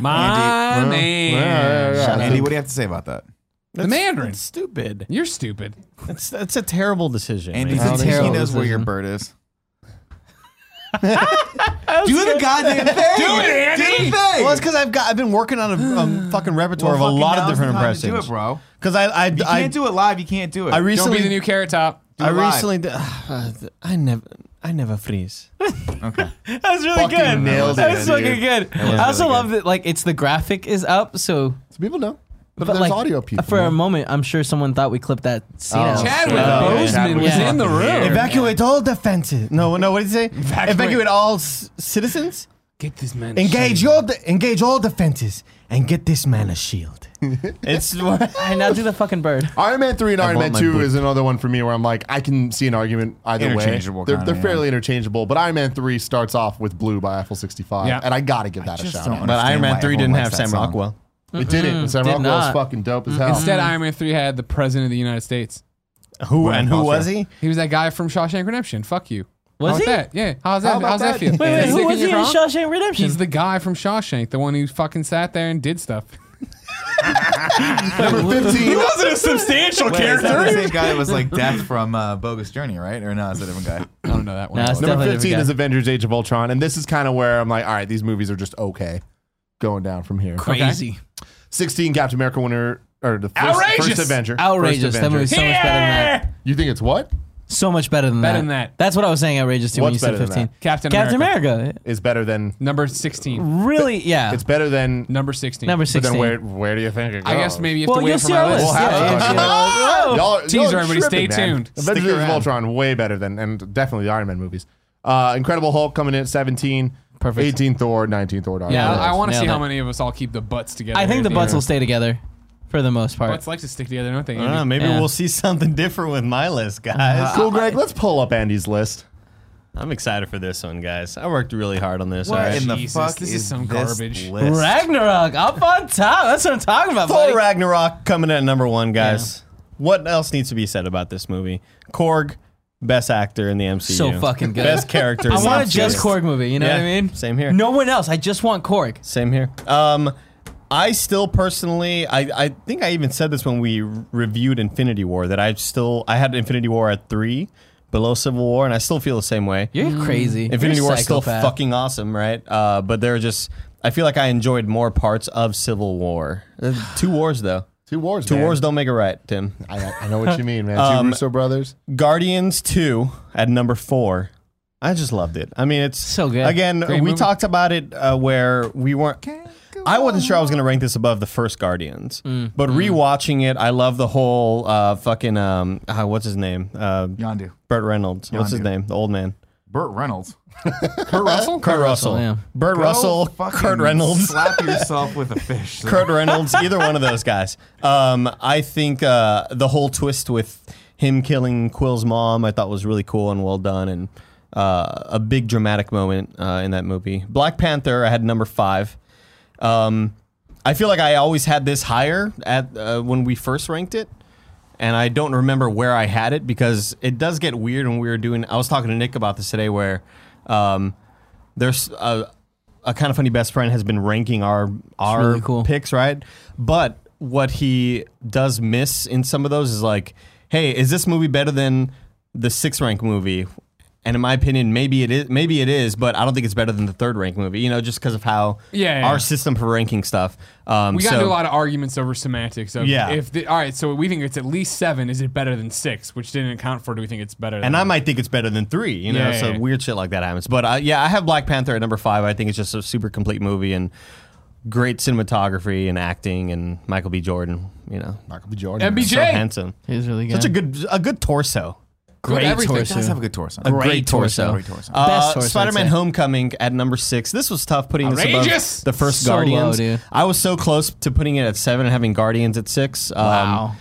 [SPEAKER 1] Well,
[SPEAKER 2] man.
[SPEAKER 1] yeah, yeah, yeah.
[SPEAKER 4] Andy, what do you have to say about that?
[SPEAKER 2] the Mandarin.
[SPEAKER 3] That's stupid.
[SPEAKER 2] You're stupid.
[SPEAKER 3] That's that's a terrible decision.
[SPEAKER 4] And he
[SPEAKER 3] man.
[SPEAKER 4] knows
[SPEAKER 5] terrible
[SPEAKER 4] where your
[SPEAKER 5] decision.
[SPEAKER 4] bird is. do the goddamn thing.
[SPEAKER 2] Do it, Andy!
[SPEAKER 4] Do the thing.
[SPEAKER 3] Well, it's because I've got I've been working on a um, fucking repertoire
[SPEAKER 4] Well,
[SPEAKER 3] of a
[SPEAKER 4] fucking
[SPEAKER 3] lot of
[SPEAKER 4] now's
[SPEAKER 3] different
[SPEAKER 4] the time to do
[SPEAKER 3] impressions.
[SPEAKER 4] it, bro.
[SPEAKER 3] Because I I
[SPEAKER 4] You
[SPEAKER 3] I,
[SPEAKER 4] can't do it live. You can't do it.
[SPEAKER 3] I
[SPEAKER 2] Don't
[SPEAKER 3] recently
[SPEAKER 2] be the new carrot top.
[SPEAKER 3] I
[SPEAKER 4] live.
[SPEAKER 3] recently did, uh, I never I never freeze.
[SPEAKER 4] okay.
[SPEAKER 5] That was really
[SPEAKER 1] Fucking
[SPEAKER 5] good.
[SPEAKER 1] nailed
[SPEAKER 5] that
[SPEAKER 1] it,
[SPEAKER 5] was
[SPEAKER 1] dude.
[SPEAKER 5] fucking good. I also
[SPEAKER 4] really
[SPEAKER 5] love that like it's the graphic is up, so
[SPEAKER 1] So people know. But,
[SPEAKER 5] but
[SPEAKER 1] there's
[SPEAKER 5] like uh,
[SPEAKER 1] audio people.
[SPEAKER 5] for a moment, I'm sure someone thought we clipped that scene.
[SPEAKER 1] Oh.
[SPEAKER 5] out.
[SPEAKER 2] Chadwick
[SPEAKER 3] yeah.
[SPEAKER 2] Boseman
[SPEAKER 1] Chadwick
[SPEAKER 2] was
[SPEAKER 5] Yeah.
[SPEAKER 2] in the room.
[SPEAKER 3] Evacuate all defenses. No, no. What did he say? Evacuate, all s- citizens.
[SPEAKER 2] Get this man.
[SPEAKER 3] Engage
[SPEAKER 2] ashamed.
[SPEAKER 3] your de- engage all defenses and get this man a shield. it's
[SPEAKER 5] I now do the fucking bird.
[SPEAKER 1] Iron Man 3 and Iron
[SPEAKER 3] want
[SPEAKER 1] Man
[SPEAKER 3] my
[SPEAKER 1] 2
[SPEAKER 3] boot.
[SPEAKER 1] is another one for me where I'm like, I can see an argument either way.
[SPEAKER 4] Interchangeable
[SPEAKER 1] They're,
[SPEAKER 4] kinda,
[SPEAKER 1] they're
[SPEAKER 4] yeah.
[SPEAKER 1] fairly interchangeable, but Iron Man 3 starts off with Blue by Eiffel 65,
[SPEAKER 2] Yeah.
[SPEAKER 1] and I gotta give that a
[SPEAKER 4] just
[SPEAKER 1] shout
[SPEAKER 4] don't
[SPEAKER 1] out.
[SPEAKER 3] but
[SPEAKER 4] under-
[SPEAKER 3] Iron
[SPEAKER 4] understand
[SPEAKER 3] Man
[SPEAKER 4] why
[SPEAKER 3] three
[SPEAKER 4] everyone
[SPEAKER 3] didn't have
[SPEAKER 4] likes
[SPEAKER 3] Sam
[SPEAKER 4] that song.
[SPEAKER 3] Rockwell.
[SPEAKER 1] It didn't. Sam
[SPEAKER 5] did
[SPEAKER 1] Rockwell is
[SPEAKER 5] not.
[SPEAKER 1] fucking dope as hell.
[SPEAKER 2] Instead, Iron Man 3 had the President of the United States.
[SPEAKER 3] Who and who
[SPEAKER 4] Foster.
[SPEAKER 3] was he?
[SPEAKER 2] He was that guy from Shawshank Redemption. Fuck you.
[SPEAKER 5] Was
[SPEAKER 2] How's
[SPEAKER 5] he?
[SPEAKER 2] that? Yeah. How's that?
[SPEAKER 1] How about
[SPEAKER 2] How's that,
[SPEAKER 1] that?
[SPEAKER 2] feel?
[SPEAKER 1] Wait,
[SPEAKER 5] Wait,
[SPEAKER 2] Is
[SPEAKER 5] who
[SPEAKER 2] it
[SPEAKER 5] was he in
[SPEAKER 2] wrong?
[SPEAKER 5] Shawshank Redemption?
[SPEAKER 2] He's the guy from Shawshank, the one who fucking sat there and did stuff.
[SPEAKER 1] Number 15.
[SPEAKER 2] wasn't a substantial
[SPEAKER 4] Wait, is that the same guy that was like death from uh, Bogus Journey, right? Or no, it's a different guy.
[SPEAKER 2] I don't
[SPEAKER 3] Oh,
[SPEAKER 2] know that one.
[SPEAKER 5] No, it's
[SPEAKER 1] Number
[SPEAKER 5] Definitely
[SPEAKER 1] 15
[SPEAKER 5] different
[SPEAKER 1] is
[SPEAKER 5] guy.
[SPEAKER 1] Avengers Age of Ultron, and this is kind of where I'm like, all right, these movies are just okay going down from here.
[SPEAKER 5] crazy,
[SPEAKER 1] 16, Captain America winner, or the first,
[SPEAKER 2] Outrageous!
[SPEAKER 1] first Avenger.
[SPEAKER 5] outrageous.
[SPEAKER 1] First
[SPEAKER 5] That
[SPEAKER 1] Avenger.
[SPEAKER 5] movie's so much better than that.
[SPEAKER 1] You think it's what?
[SPEAKER 5] So much better than
[SPEAKER 2] Better
[SPEAKER 5] that.
[SPEAKER 2] than that.
[SPEAKER 5] That's what I was saying. Outrageous too. when
[SPEAKER 1] What's
[SPEAKER 5] you said
[SPEAKER 1] better than
[SPEAKER 5] fifteen.
[SPEAKER 1] that?
[SPEAKER 2] Captain
[SPEAKER 5] Captain
[SPEAKER 2] America.
[SPEAKER 5] America.
[SPEAKER 1] Is better than.
[SPEAKER 2] Number 16.
[SPEAKER 5] Really? Yeah.
[SPEAKER 1] It's better than.
[SPEAKER 2] Number 16.
[SPEAKER 5] Number
[SPEAKER 1] But
[SPEAKER 5] sixteen.
[SPEAKER 1] then where, where do you think it goes?
[SPEAKER 2] I guess maybe you have
[SPEAKER 5] well,
[SPEAKER 2] to wait
[SPEAKER 5] you'll
[SPEAKER 2] for
[SPEAKER 5] see
[SPEAKER 2] my
[SPEAKER 5] our
[SPEAKER 2] list.
[SPEAKER 5] list.
[SPEAKER 1] Oh. We'll have
[SPEAKER 5] Yeah,
[SPEAKER 1] to
[SPEAKER 5] yeah,
[SPEAKER 1] talk
[SPEAKER 5] yeah.
[SPEAKER 1] Y'all, y'all
[SPEAKER 2] Teaser,
[SPEAKER 1] are
[SPEAKER 2] everybody, stay
[SPEAKER 1] tripping, man.
[SPEAKER 2] tuned.
[SPEAKER 1] Avengers
[SPEAKER 3] Stick
[SPEAKER 1] Age of
[SPEAKER 3] around.
[SPEAKER 1] Ultron, way better than, and definitely the Iron Man movies. Uh, Incredible Hulk coming in at 17.
[SPEAKER 5] Perfect.
[SPEAKER 1] 18 Thor, 19 Thor. Dark
[SPEAKER 5] Yeah,
[SPEAKER 1] World.
[SPEAKER 2] I, want to
[SPEAKER 5] Nailed
[SPEAKER 2] see how
[SPEAKER 5] it.
[SPEAKER 2] many of us all keep the butts together.
[SPEAKER 5] I think the
[SPEAKER 2] here.
[SPEAKER 5] butts will stay together, for the most part.
[SPEAKER 2] Butts like to stick together, don't they?
[SPEAKER 3] I don't know. Maybe
[SPEAKER 5] Yeah.
[SPEAKER 3] we'll see something different with my list, guys.
[SPEAKER 1] cool, Greg. Let's pull up Andy's list.
[SPEAKER 3] I'm excited for this one, guys. I worked really hard on this.
[SPEAKER 2] What
[SPEAKER 3] all right?
[SPEAKER 4] In the
[SPEAKER 2] Jesus,
[SPEAKER 4] fuck
[SPEAKER 2] this is
[SPEAKER 4] is
[SPEAKER 2] some
[SPEAKER 4] this
[SPEAKER 2] garbage.
[SPEAKER 4] list?
[SPEAKER 5] Ragnarok up on top. That's what I'm talking about.
[SPEAKER 3] Thor
[SPEAKER 5] buddy.
[SPEAKER 3] Ragnarok coming in at number one, guys. What else needs to be said about this movie? Korg, best actor in the MCU.
[SPEAKER 5] So fucking good.
[SPEAKER 3] Best character.
[SPEAKER 5] I
[SPEAKER 3] in the
[SPEAKER 5] want a
[SPEAKER 3] MCU.
[SPEAKER 5] just Korg movie. You know what I
[SPEAKER 3] Yeah,
[SPEAKER 5] mean?
[SPEAKER 3] Same here.
[SPEAKER 5] No one else. I just want Korg.
[SPEAKER 3] Same here. Um, I still personally, I, I think I even said this when we r- reviewed Infinity War that I still I had Infinity War at three, below Civil War, and I still feel the same way.
[SPEAKER 5] You're
[SPEAKER 2] Mm.
[SPEAKER 5] crazy.
[SPEAKER 3] Infinity
[SPEAKER 5] You're a
[SPEAKER 3] War is still
[SPEAKER 5] psychopath.
[SPEAKER 3] fucking awesome, right? Uh, but there are just I feel like I enjoyed more parts of Civil War. Uh, Two wars though.
[SPEAKER 1] Two wars.
[SPEAKER 3] Two
[SPEAKER 1] man.
[SPEAKER 3] wars don't make it right, Tim.
[SPEAKER 1] I, I know what you mean, man. Two Russo brothers.
[SPEAKER 3] Guardians 2 at number 4. I just loved it. I mean, it's
[SPEAKER 5] So good.
[SPEAKER 3] Again,
[SPEAKER 2] Great
[SPEAKER 3] we
[SPEAKER 2] movie.
[SPEAKER 3] talked about it uh, where we weren't. I wasn't sure I was going to rank this above the first Guardians, but rewatching it, I love the whole uh, fucking um, ah, what's his name? Uh,
[SPEAKER 4] Yondu.
[SPEAKER 3] Burt Reynolds. What's his
[SPEAKER 4] Yondu.
[SPEAKER 3] name? The old man.
[SPEAKER 4] Burt Reynolds.
[SPEAKER 3] Kurt Russell. Kurt Russell.
[SPEAKER 5] Russell, yeah.
[SPEAKER 3] Burt
[SPEAKER 4] Go
[SPEAKER 3] Russell.
[SPEAKER 4] fucking
[SPEAKER 3] Kurt Reynolds.
[SPEAKER 4] Slap yourself with a fish.
[SPEAKER 3] Kurt Reynolds, either one of those guys. Um, I think uh, the whole twist with him killing Quill's mom, I thought was really cool and well done, and uh, a big dramatic moment uh, in that movie. Black Panther, I had number five. Um, I feel like I always had this higher at uh, when we first ranked it. And I don't remember where I had it because it does get weird when we were doing. I was talking to Nick about this today, where um, there's a, a kind of funny best friend has been ranking our our
[SPEAKER 5] really cool.
[SPEAKER 3] picks, right? But what he does miss in some of those is like, hey, is this movie better than the sixth rank movie? And in my opinion, maybe it is. Maybe it is, but I don't think it's better than the third rank movie. You know, just because of how
[SPEAKER 2] Yeah, yeah.
[SPEAKER 3] our system for ranking stuff. Um,
[SPEAKER 2] We got
[SPEAKER 3] so-
[SPEAKER 2] into a lot of arguments over semantics. Of
[SPEAKER 3] Yeah.
[SPEAKER 2] If the, all right, so we think it's at least seven. Is it better than six? Which didn't account for. Do we think it's better?
[SPEAKER 3] And
[SPEAKER 2] than
[SPEAKER 3] I might think it's better than three, you know.
[SPEAKER 2] Yeah, yeah,
[SPEAKER 3] so
[SPEAKER 2] yeah.
[SPEAKER 3] weird shit like that happens. But uh, yeah, I have Black Panther at number five. I think it's just a super complete movie and great cinematography and acting and Michael B. Jordan. You know,
[SPEAKER 1] Michael B. Jordan.
[SPEAKER 2] MBJ.
[SPEAKER 3] so handsome,
[SPEAKER 5] He's really good.
[SPEAKER 3] such a good a good torso.
[SPEAKER 2] Good
[SPEAKER 5] great
[SPEAKER 2] everything.
[SPEAKER 5] torso.
[SPEAKER 4] He does have a good torso.
[SPEAKER 3] A great, torso.
[SPEAKER 4] Great torso.
[SPEAKER 3] Uh,
[SPEAKER 5] Best torso, I'd
[SPEAKER 3] Spider-Man:
[SPEAKER 5] say.
[SPEAKER 3] Homecoming at number six. This was tough putting this
[SPEAKER 2] Outrageous!
[SPEAKER 3] above the first
[SPEAKER 5] So low,
[SPEAKER 3] Guardians.
[SPEAKER 5] dude.
[SPEAKER 3] I was so close to putting it at seven and having Guardians at six. Um,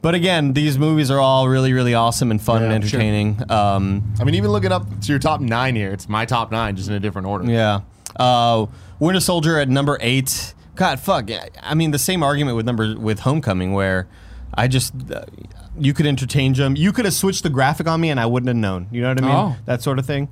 [SPEAKER 3] But again, these movies are all really, really awesome and fun and
[SPEAKER 1] Yeah, sure.
[SPEAKER 3] entertaining. Um,
[SPEAKER 1] I mean, even looking up to your top nine here, it's my top nine, just in a different order.
[SPEAKER 3] Yeah. Uh, Winter Soldier at number eight. God, fuck. I- I mean, the same argument with number with Homecoming, where I just uh, you could interchange them. You could have switched the graphic on me, and I wouldn't have known. You know what I mean?
[SPEAKER 2] Oh.
[SPEAKER 3] That sort of thing.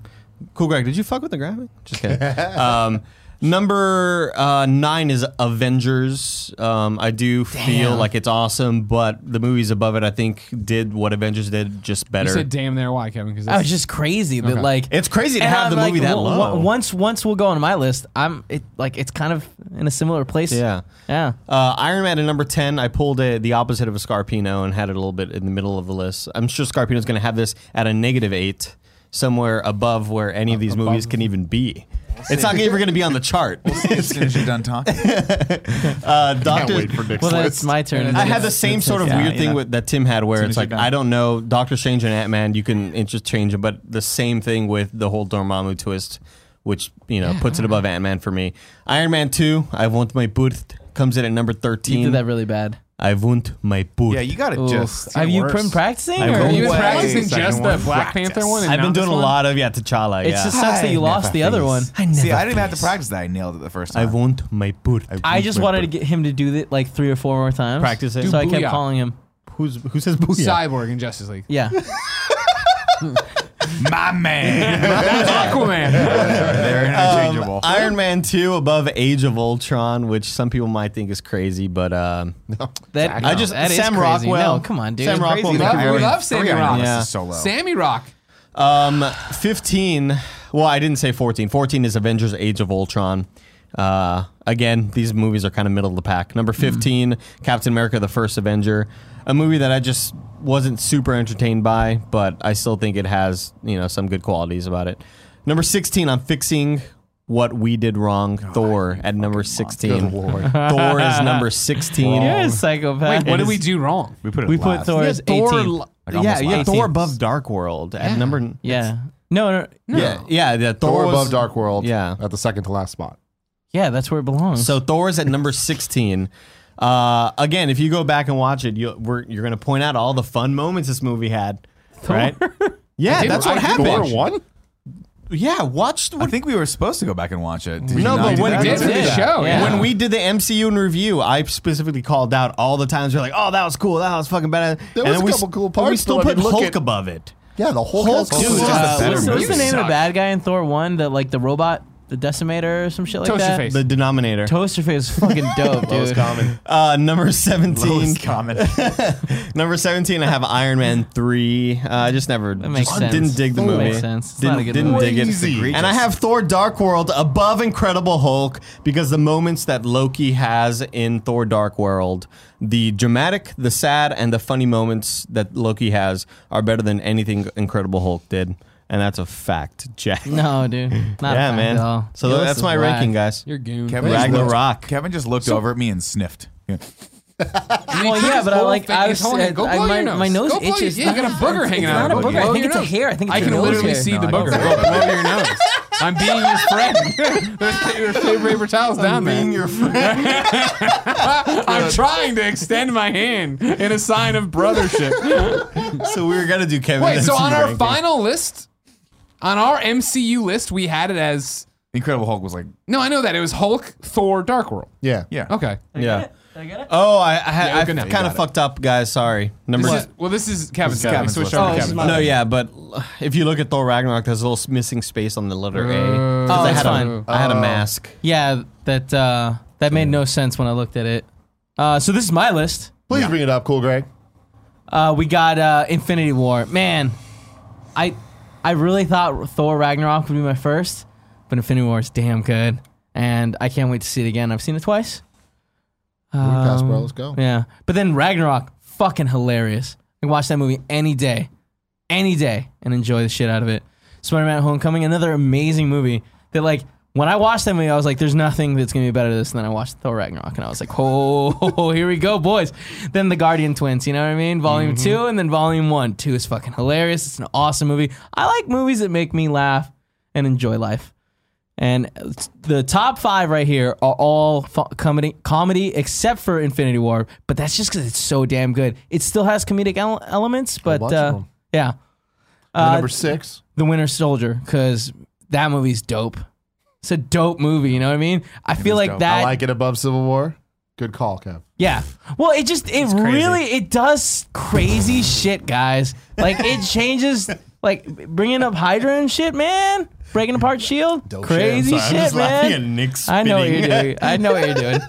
[SPEAKER 3] Cool, Greg. Did you fuck with the graphic? Just kidding. um, Number uh, nine is Avengers. Um, I do feel like it's awesome, but the movies above it, I think, did what Avengers did just
[SPEAKER 2] You
[SPEAKER 3] better.
[SPEAKER 2] said damn there, why, Kevin? Because
[SPEAKER 5] I was Oh, just crazy that
[SPEAKER 2] Okay.
[SPEAKER 5] like
[SPEAKER 3] It's crazy to
[SPEAKER 5] and
[SPEAKER 3] have
[SPEAKER 5] I'm
[SPEAKER 3] the
[SPEAKER 5] like,
[SPEAKER 3] movie that
[SPEAKER 5] w-
[SPEAKER 3] low.
[SPEAKER 5] w- Once once we'll go on my list, I'm it like it's kind of in a similar place.
[SPEAKER 3] yeah.
[SPEAKER 5] Yeah.
[SPEAKER 3] Uh, Iron Man at number 10, I pulled a, the opposite of a Scarpino and had it a little bit in the middle of the list. I'm sure Scarpino's going to have this at a negative 8, somewhere above where any of these movies can even be. It's not ever going to be on the chart.
[SPEAKER 4] as soon as you're done talking.
[SPEAKER 3] Uh,
[SPEAKER 1] Can't
[SPEAKER 3] Doctor,
[SPEAKER 1] wait for Nick's
[SPEAKER 5] Well,
[SPEAKER 1] list.
[SPEAKER 5] that's my turn.
[SPEAKER 3] I had the same sort of
[SPEAKER 4] Yeah,
[SPEAKER 3] weird thing
[SPEAKER 4] yeah.
[SPEAKER 3] with, that Tim had where
[SPEAKER 4] Soon
[SPEAKER 3] it's
[SPEAKER 4] as you're
[SPEAKER 3] like,
[SPEAKER 4] done.
[SPEAKER 3] I don't know, Doctor Strange and Ant Man, you can interchange them, but the same thing with the whole Dormammu twist, which, you know, puts it above Ant Man for me. Iron Man 2, I want my booth, comes in at number 13.
[SPEAKER 5] You did that really bad.
[SPEAKER 3] I want my booth.
[SPEAKER 4] Yeah, you got to
[SPEAKER 5] Oof.
[SPEAKER 4] just.
[SPEAKER 5] have you
[SPEAKER 4] worse.
[SPEAKER 5] been practicing?
[SPEAKER 3] I
[SPEAKER 5] or-
[SPEAKER 3] will.
[SPEAKER 2] Are you
[SPEAKER 4] Way.
[SPEAKER 2] practicing just
[SPEAKER 4] Second
[SPEAKER 2] the
[SPEAKER 4] one.
[SPEAKER 2] Black
[SPEAKER 4] Practice.
[SPEAKER 2] Panther one? And
[SPEAKER 3] I've
[SPEAKER 2] not
[SPEAKER 3] been doing
[SPEAKER 2] this
[SPEAKER 3] a
[SPEAKER 2] one?
[SPEAKER 3] lot of yeah T'Challa.
[SPEAKER 5] It
[SPEAKER 3] yeah.
[SPEAKER 5] just sucks that you lost the other one.
[SPEAKER 3] I
[SPEAKER 4] See, I didn't have to practice that. I nailed it the first time.
[SPEAKER 3] I want my boot.
[SPEAKER 5] I just wanted to get him to do it like three or four more times.
[SPEAKER 3] Practice it.
[SPEAKER 5] So I kept
[SPEAKER 2] Booyah.
[SPEAKER 5] calling him.
[SPEAKER 3] Who's who says booyah?
[SPEAKER 2] Cyborg in Justice League.
[SPEAKER 5] Yeah.
[SPEAKER 4] My man.
[SPEAKER 2] Aquaman.
[SPEAKER 4] They're Um, interchangeable.
[SPEAKER 3] um, Iron Man two above Age of Ultron, which some people might think is crazy, but um,
[SPEAKER 5] That,
[SPEAKER 3] I just
[SPEAKER 5] that is
[SPEAKER 3] Sam
[SPEAKER 5] crazy.
[SPEAKER 3] Rockwell.
[SPEAKER 5] No, come on, dude.
[SPEAKER 3] Sam Rockwell.
[SPEAKER 4] Crazy.
[SPEAKER 3] made
[SPEAKER 2] Love-
[SPEAKER 3] it
[SPEAKER 2] we
[SPEAKER 3] work.
[SPEAKER 2] love Sammy
[SPEAKER 4] Three on
[SPEAKER 2] Rock.
[SPEAKER 4] this
[SPEAKER 3] Yeah.
[SPEAKER 4] is so low.
[SPEAKER 2] Sammy Rock.
[SPEAKER 3] Um, 15. Well, I didn't say 14. 14 is Avengers Age of Ultron. Uh, again, these movies are kind of middle of the pack. Number
[SPEAKER 5] Mm.
[SPEAKER 3] 15, Captain America the First Avenger, a movie that I just wasn't super entertained by, but I still think it has, you know, some good qualities about it. Number 16, I'm fixing what we did wrong, Thor at number 16. Thor is number 16.
[SPEAKER 5] You're a psychopath.
[SPEAKER 2] What
[SPEAKER 3] It
[SPEAKER 2] did we
[SPEAKER 3] is-
[SPEAKER 2] do wrong?
[SPEAKER 4] we put it
[SPEAKER 5] we
[SPEAKER 4] last.
[SPEAKER 5] put Thor as 18.
[SPEAKER 4] almost
[SPEAKER 3] yeah, yeah,
[SPEAKER 4] last.
[SPEAKER 3] Thor above Dark World at number.
[SPEAKER 5] Yeah. No, no, no.
[SPEAKER 3] Yeah, yeah, yeah, Thor,
[SPEAKER 1] Thor
[SPEAKER 3] was-
[SPEAKER 1] above Dark World.
[SPEAKER 3] yeah.
[SPEAKER 1] at the second to last spot.
[SPEAKER 5] Yeah, that's where it belongs.
[SPEAKER 3] So Thor's at number 16. Uh, again, if you go back and watch it, you, we're, you're going to point out all the fun moments this movie had. Right? Yeah,
[SPEAKER 2] did-
[SPEAKER 3] that's what
[SPEAKER 2] I did
[SPEAKER 3] happened.
[SPEAKER 1] Thor one.
[SPEAKER 3] Yeah, watch.
[SPEAKER 4] I
[SPEAKER 3] What,
[SPEAKER 4] think we were supposed to go back and watch it. Did you
[SPEAKER 3] no,
[SPEAKER 4] not
[SPEAKER 3] but
[SPEAKER 4] do
[SPEAKER 3] when
[SPEAKER 4] that?
[SPEAKER 2] We did
[SPEAKER 3] we
[SPEAKER 2] for the show, yeah.
[SPEAKER 3] when we did the MCU in review, I specifically called out all the times we're like, "Oh, that was cool. That was fucking badass."
[SPEAKER 1] There was
[SPEAKER 3] and then
[SPEAKER 1] a
[SPEAKER 3] we,
[SPEAKER 1] couple
[SPEAKER 3] s-
[SPEAKER 1] cool
[SPEAKER 3] but We
[SPEAKER 1] parts,
[SPEAKER 3] still
[SPEAKER 1] but I
[SPEAKER 3] put
[SPEAKER 1] didn't look
[SPEAKER 3] Hulk
[SPEAKER 1] at-
[SPEAKER 3] above it.
[SPEAKER 1] Yeah, the whole
[SPEAKER 3] Hulk
[SPEAKER 1] cast
[SPEAKER 3] two
[SPEAKER 1] was
[SPEAKER 3] was
[SPEAKER 1] just-
[SPEAKER 3] just a
[SPEAKER 5] uh,
[SPEAKER 3] better
[SPEAKER 5] what's, what's
[SPEAKER 2] movie.
[SPEAKER 5] the name of the
[SPEAKER 2] Sucked.
[SPEAKER 5] bad guy in Thor 1? The like the robot, the decimator or some shit like
[SPEAKER 2] Toaster
[SPEAKER 5] that?
[SPEAKER 2] Face.
[SPEAKER 3] The denominator.
[SPEAKER 5] Toaster Face is fucking dope, dude.
[SPEAKER 3] Uh, number seventeen.
[SPEAKER 4] Lowest comment.
[SPEAKER 3] Number 17, I have Iron Man 3. Uh, I just never
[SPEAKER 5] makes
[SPEAKER 3] just
[SPEAKER 5] sense.
[SPEAKER 3] didn't dig the
[SPEAKER 5] That
[SPEAKER 3] movie.
[SPEAKER 5] makes sense. It's
[SPEAKER 3] Didn't,
[SPEAKER 5] not a good
[SPEAKER 3] didn't
[SPEAKER 5] movie.
[SPEAKER 3] dig it.
[SPEAKER 1] Crazy.
[SPEAKER 3] And I have Thor Dark World above Incredible Hulk because the moments that Loki has in Thor Dark World, the dramatic, the sad, and the funny moments that Loki has are better than anything Incredible Hulk did. And that's a fact, Jack.
[SPEAKER 5] No, dude. Not
[SPEAKER 3] yeah,
[SPEAKER 5] bad
[SPEAKER 3] man.
[SPEAKER 5] At all.
[SPEAKER 3] So
[SPEAKER 5] Your list
[SPEAKER 3] that's
[SPEAKER 5] is
[SPEAKER 3] my
[SPEAKER 5] whack.
[SPEAKER 3] ranking, guys.
[SPEAKER 2] You're goon.
[SPEAKER 4] Kevin just looked-
[SPEAKER 3] Ragnarok.
[SPEAKER 4] Kevin just looked over at me and sniffed. Yeah.
[SPEAKER 5] Well, yeah, but I like I was
[SPEAKER 2] holding.
[SPEAKER 5] I- my, my nose
[SPEAKER 2] Go blow your-
[SPEAKER 5] itches.
[SPEAKER 2] Yeah, you got a booger hanging
[SPEAKER 5] it's
[SPEAKER 2] out.
[SPEAKER 5] Not
[SPEAKER 2] of
[SPEAKER 5] a
[SPEAKER 2] it.
[SPEAKER 5] booger.
[SPEAKER 2] Blow
[SPEAKER 5] I think
[SPEAKER 2] your
[SPEAKER 5] it's a
[SPEAKER 2] nose.
[SPEAKER 5] hair. I think it's
[SPEAKER 2] I
[SPEAKER 5] a
[SPEAKER 2] can
[SPEAKER 5] nose
[SPEAKER 2] literally
[SPEAKER 5] hair.
[SPEAKER 2] see
[SPEAKER 4] No,
[SPEAKER 2] the
[SPEAKER 4] I don't
[SPEAKER 2] booger.
[SPEAKER 4] think
[SPEAKER 2] Go blow your nose. I'm being your friend. There's your shave paper towels down there.
[SPEAKER 3] your friend.
[SPEAKER 2] I'm trying to extend my hand in a sign of brothership.
[SPEAKER 3] so we were going to do Kevin.
[SPEAKER 2] Wait, so
[SPEAKER 3] Dempsey's
[SPEAKER 2] on our
[SPEAKER 3] ranking.
[SPEAKER 2] final list, on our MCU list, we had it as
[SPEAKER 4] Incredible Hulk was like,
[SPEAKER 2] no, I know that it was Hulk, Thor, Dark World.
[SPEAKER 1] Yeah,
[SPEAKER 4] yeah.
[SPEAKER 2] Okay.
[SPEAKER 3] Yeah.
[SPEAKER 5] I got it.
[SPEAKER 3] Oh, I, I, had-
[SPEAKER 2] Yeah,
[SPEAKER 3] I
[SPEAKER 2] good enough.
[SPEAKER 3] kind
[SPEAKER 4] You
[SPEAKER 3] of
[SPEAKER 4] got it.
[SPEAKER 3] fucked up, guys. Sorry. Number
[SPEAKER 2] This is, well, this is Kevin's.
[SPEAKER 4] This
[SPEAKER 2] list.
[SPEAKER 4] is
[SPEAKER 2] We
[SPEAKER 4] Kevin's
[SPEAKER 2] switched
[SPEAKER 4] list.
[SPEAKER 2] over
[SPEAKER 4] Oh,
[SPEAKER 2] to
[SPEAKER 4] this
[SPEAKER 2] Kevin's.
[SPEAKER 4] is
[SPEAKER 3] No, yeah, but l- if you look at Thor Ragnarok, there's a little missing space on the letter A. 'Cause
[SPEAKER 2] Oh,
[SPEAKER 3] I
[SPEAKER 5] Uh, that's
[SPEAKER 3] had a-
[SPEAKER 5] fine.
[SPEAKER 3] I had a mask.
[SPEAKER 5] Yeah, that uh, that made no sense when I looked at it. Uh, so this is my list.
[SPEAKER 1] please bring it up, cool Greg.
[SPEAKER 5] Uh, we got uh, Infinity War. Man, I I really thought Thor Ragnarok would be my first, but Infinity War is damn good, and I can't wait to see it again. I've seen it twice.
[SPEAKER 1] Moving past,
[SPEAKER 5] Um,
[SPEAKER 1] bro. Let's go.
[SPEAKER 5] Yeah, but then Ragnarok, fucking hilarious. I can watch that movie any day, any day, and enjoy the shit out of it. Spider-Man: Homecoming, another amazing movie. That like when I watched that movie, I was like, "There's nothing that's gonna be better than this." And then I watched Thor Ragnarok, and I was like, "Oh, here we go, boys!" Then the Guardian Twins, you know what I mean? Volume two, and then Volume one. Two is fucking hilarious. It's an awesome movie. I like movies that make me laugh and enjoy life. And the top five right here are all fu- comedy, comedy except for Infinity War. But that's just because it's so damn good. It still has comedic ele- elements, but
[SPEAKER 1] bunch
[SPEAKER 5] uh,
[SPEAKER 1] of 'em.
[SPEAKER 5] yeah,
[SPEAKER 1] And
[SPEAKER 5] uh,
[SPEAKER 1] number six.
[SPEAKER 5] The Winter Soldier because that movie's dope. It's a dope movie. You know what I mean? I feel
[SPEAKER 4] is
[SPEAKER 5] like
[SPEAKER 4] dope.
[SPEAKER 5] that.
[SPEAKER 1] I like it above Civil War. Good call, Kev.
[SPEAKER 5] yeah. Well, it just it
[SPEAKER 3] crazy.
[SPEAKER 5] really it does crazy shit, guys. Like it changes. Like b- bringing up Hydra and shit, man. Breaking apart Shield.
[SPEAKER 1] Dope shit.
[SPEAKER 5] E Crazy
[SPEAKER 3] Sorry, Oh, I'm
[SPEAKER 5] shit,
[SPEAKER 3] just laughing at
[SPEAKER 5] man.
[SPEAKER 3] Nick
[SPEAKER 5] I know what you're
[SPEAKER 3] spitting.
[SPEAKER 5] doing. I know what you're doing.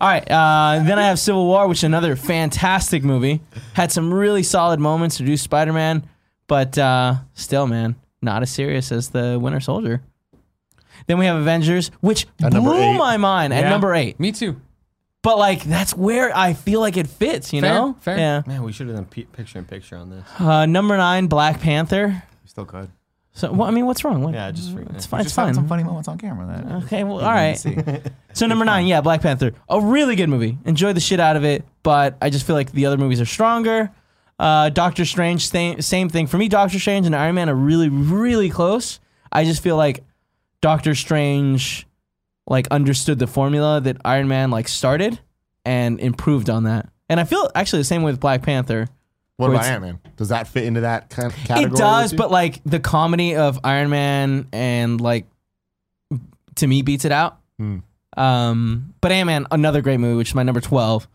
[SPEAKER 5] All right, uh, then I have Civil War, which is another fantastic movie. Had some really solid moments to do Spider-Man, but uh, still, man, not as serious as the Winter Soldier. Then we have Avengers, which
[SPEAKER 1] At number
[SPEAKER 5] blew
[SPEAKER 1] eight.
[SPEAKER 5] my mind at
[SPEAKER 2] Yeah.
[SPEAKER 5] number eight.
[SPEAKER 2] Me too.
[SPEAKER 5] But like, that's where I feel like it fits, you
[SPEAKER 2] Fair,
[SPEAKER 5] know?
[SPEAKER 2] fair.
[SPEAKER 5] Yeah.
[SPEAKER 3] Man, we should have done p- picture in picture on this.
[SPEAKER 5] Uh, number nine, Black Panther.
[SPEAKER 4] Still good.
[SPEAKER 5] So, well, I mean, what's wrong? What,
[SPEAKER 3] Yeah, just freaking-
[SPEAKER 5] it's
[SPEAKER 3] we
[SPEAKER 5] fine. It's
[SPEAKER 4] Just found
[SPEAKER 5] fine.
[SPEAKER 4] some funny moments on camera. That
[SPEAKER 5] Okay, well, all
[SPEAKER 4] you
[SPEAKER 5] right.
[SPEAKER 4] didn't see.
[SPEAKER 5] So number nine, yeah, Black Panther, a really good movie. Enjoyed the shit out of it, but I just feel like the other movies are stronger. Uh, Doctor Strange, same, same thing for me. Doctor Strange and Iron Man are really, really close. I just feel like Doctor Strange, like understood the formula that Iron Man like started and improved on that. And I feel actually the same way with Black Panther.
[SPEAKER 1] What about
[SPEAKER 5] Wait.
[SPEAKER 1] Ant Man? Does that fit into that kind of category?
[SPEAKER 5] It does,
[SPEAKER 1] with you?
[SPEAKER 5] but like the comedy of Iron Man and like to me beats it out.
[SPEAKER 1] Hmm.
[SPEAKER 5] Um, but Ant Man, another great movie, which is my number twelve.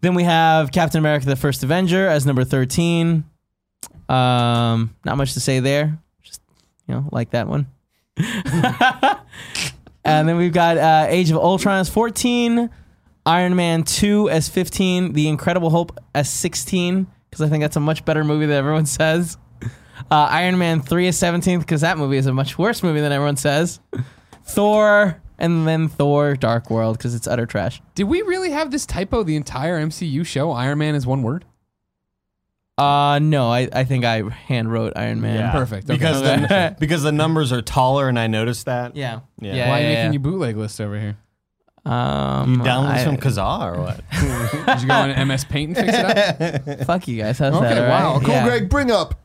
[SPEAKER 5] Then we have Captain America: The First Avenger as number thirteen. Um, not much to say there. Just you know, like that one. and then we've got uh, Age of Ultron as fourteen. Iron Man 2 as 15, The Incredible Hulk as 16, because I think that's a much better movie than everyone says. Uh, Iron Man 3 is 17, because that movie is a much worse movie than everyone says. Thor, and then Thor Dark World, because it's utter trash.
[SPEAKER 2] Did we really have this typo the entire MCU show? Iron Man is one word?
[SPEAKER 5] Uh, no, I, I think I hand wrote Iron Man.
[SPEAKER 3] Yeah.
[SPEAKER 2] Perfect, okay.
[SPEAKER 3] Because the, because the numbers are taller, and I noticed that.
[SPEAKER 5] Yeah.
[SPEAKER 3] Yeah.
[SPEAKER 2] Why are you
[SPEAKER 5] yeah,
[SPEAKER 2] making
[SPEAKER 5] yeah.
[SPEAKER 2] you bootleg list over here?
[SPEAKER 5] Um,
[SPEAKER 3] Download
[SPEAKER 5] I-
[SPEAKER 3] some Kazaa or what?
[SPEAKER 2] Did you go on MS Paint and fix it up?
[SPEAKER 5] Fuck you guys. How's
[SPEAKER 2] Okay,
[SPEAKER 5] that? all right?
[SPEAKER 2] wow,
[SPEAKER 1] Cool,
[SPEAKER 5] Yeah.
[SPEAKER 1] Greg, bring up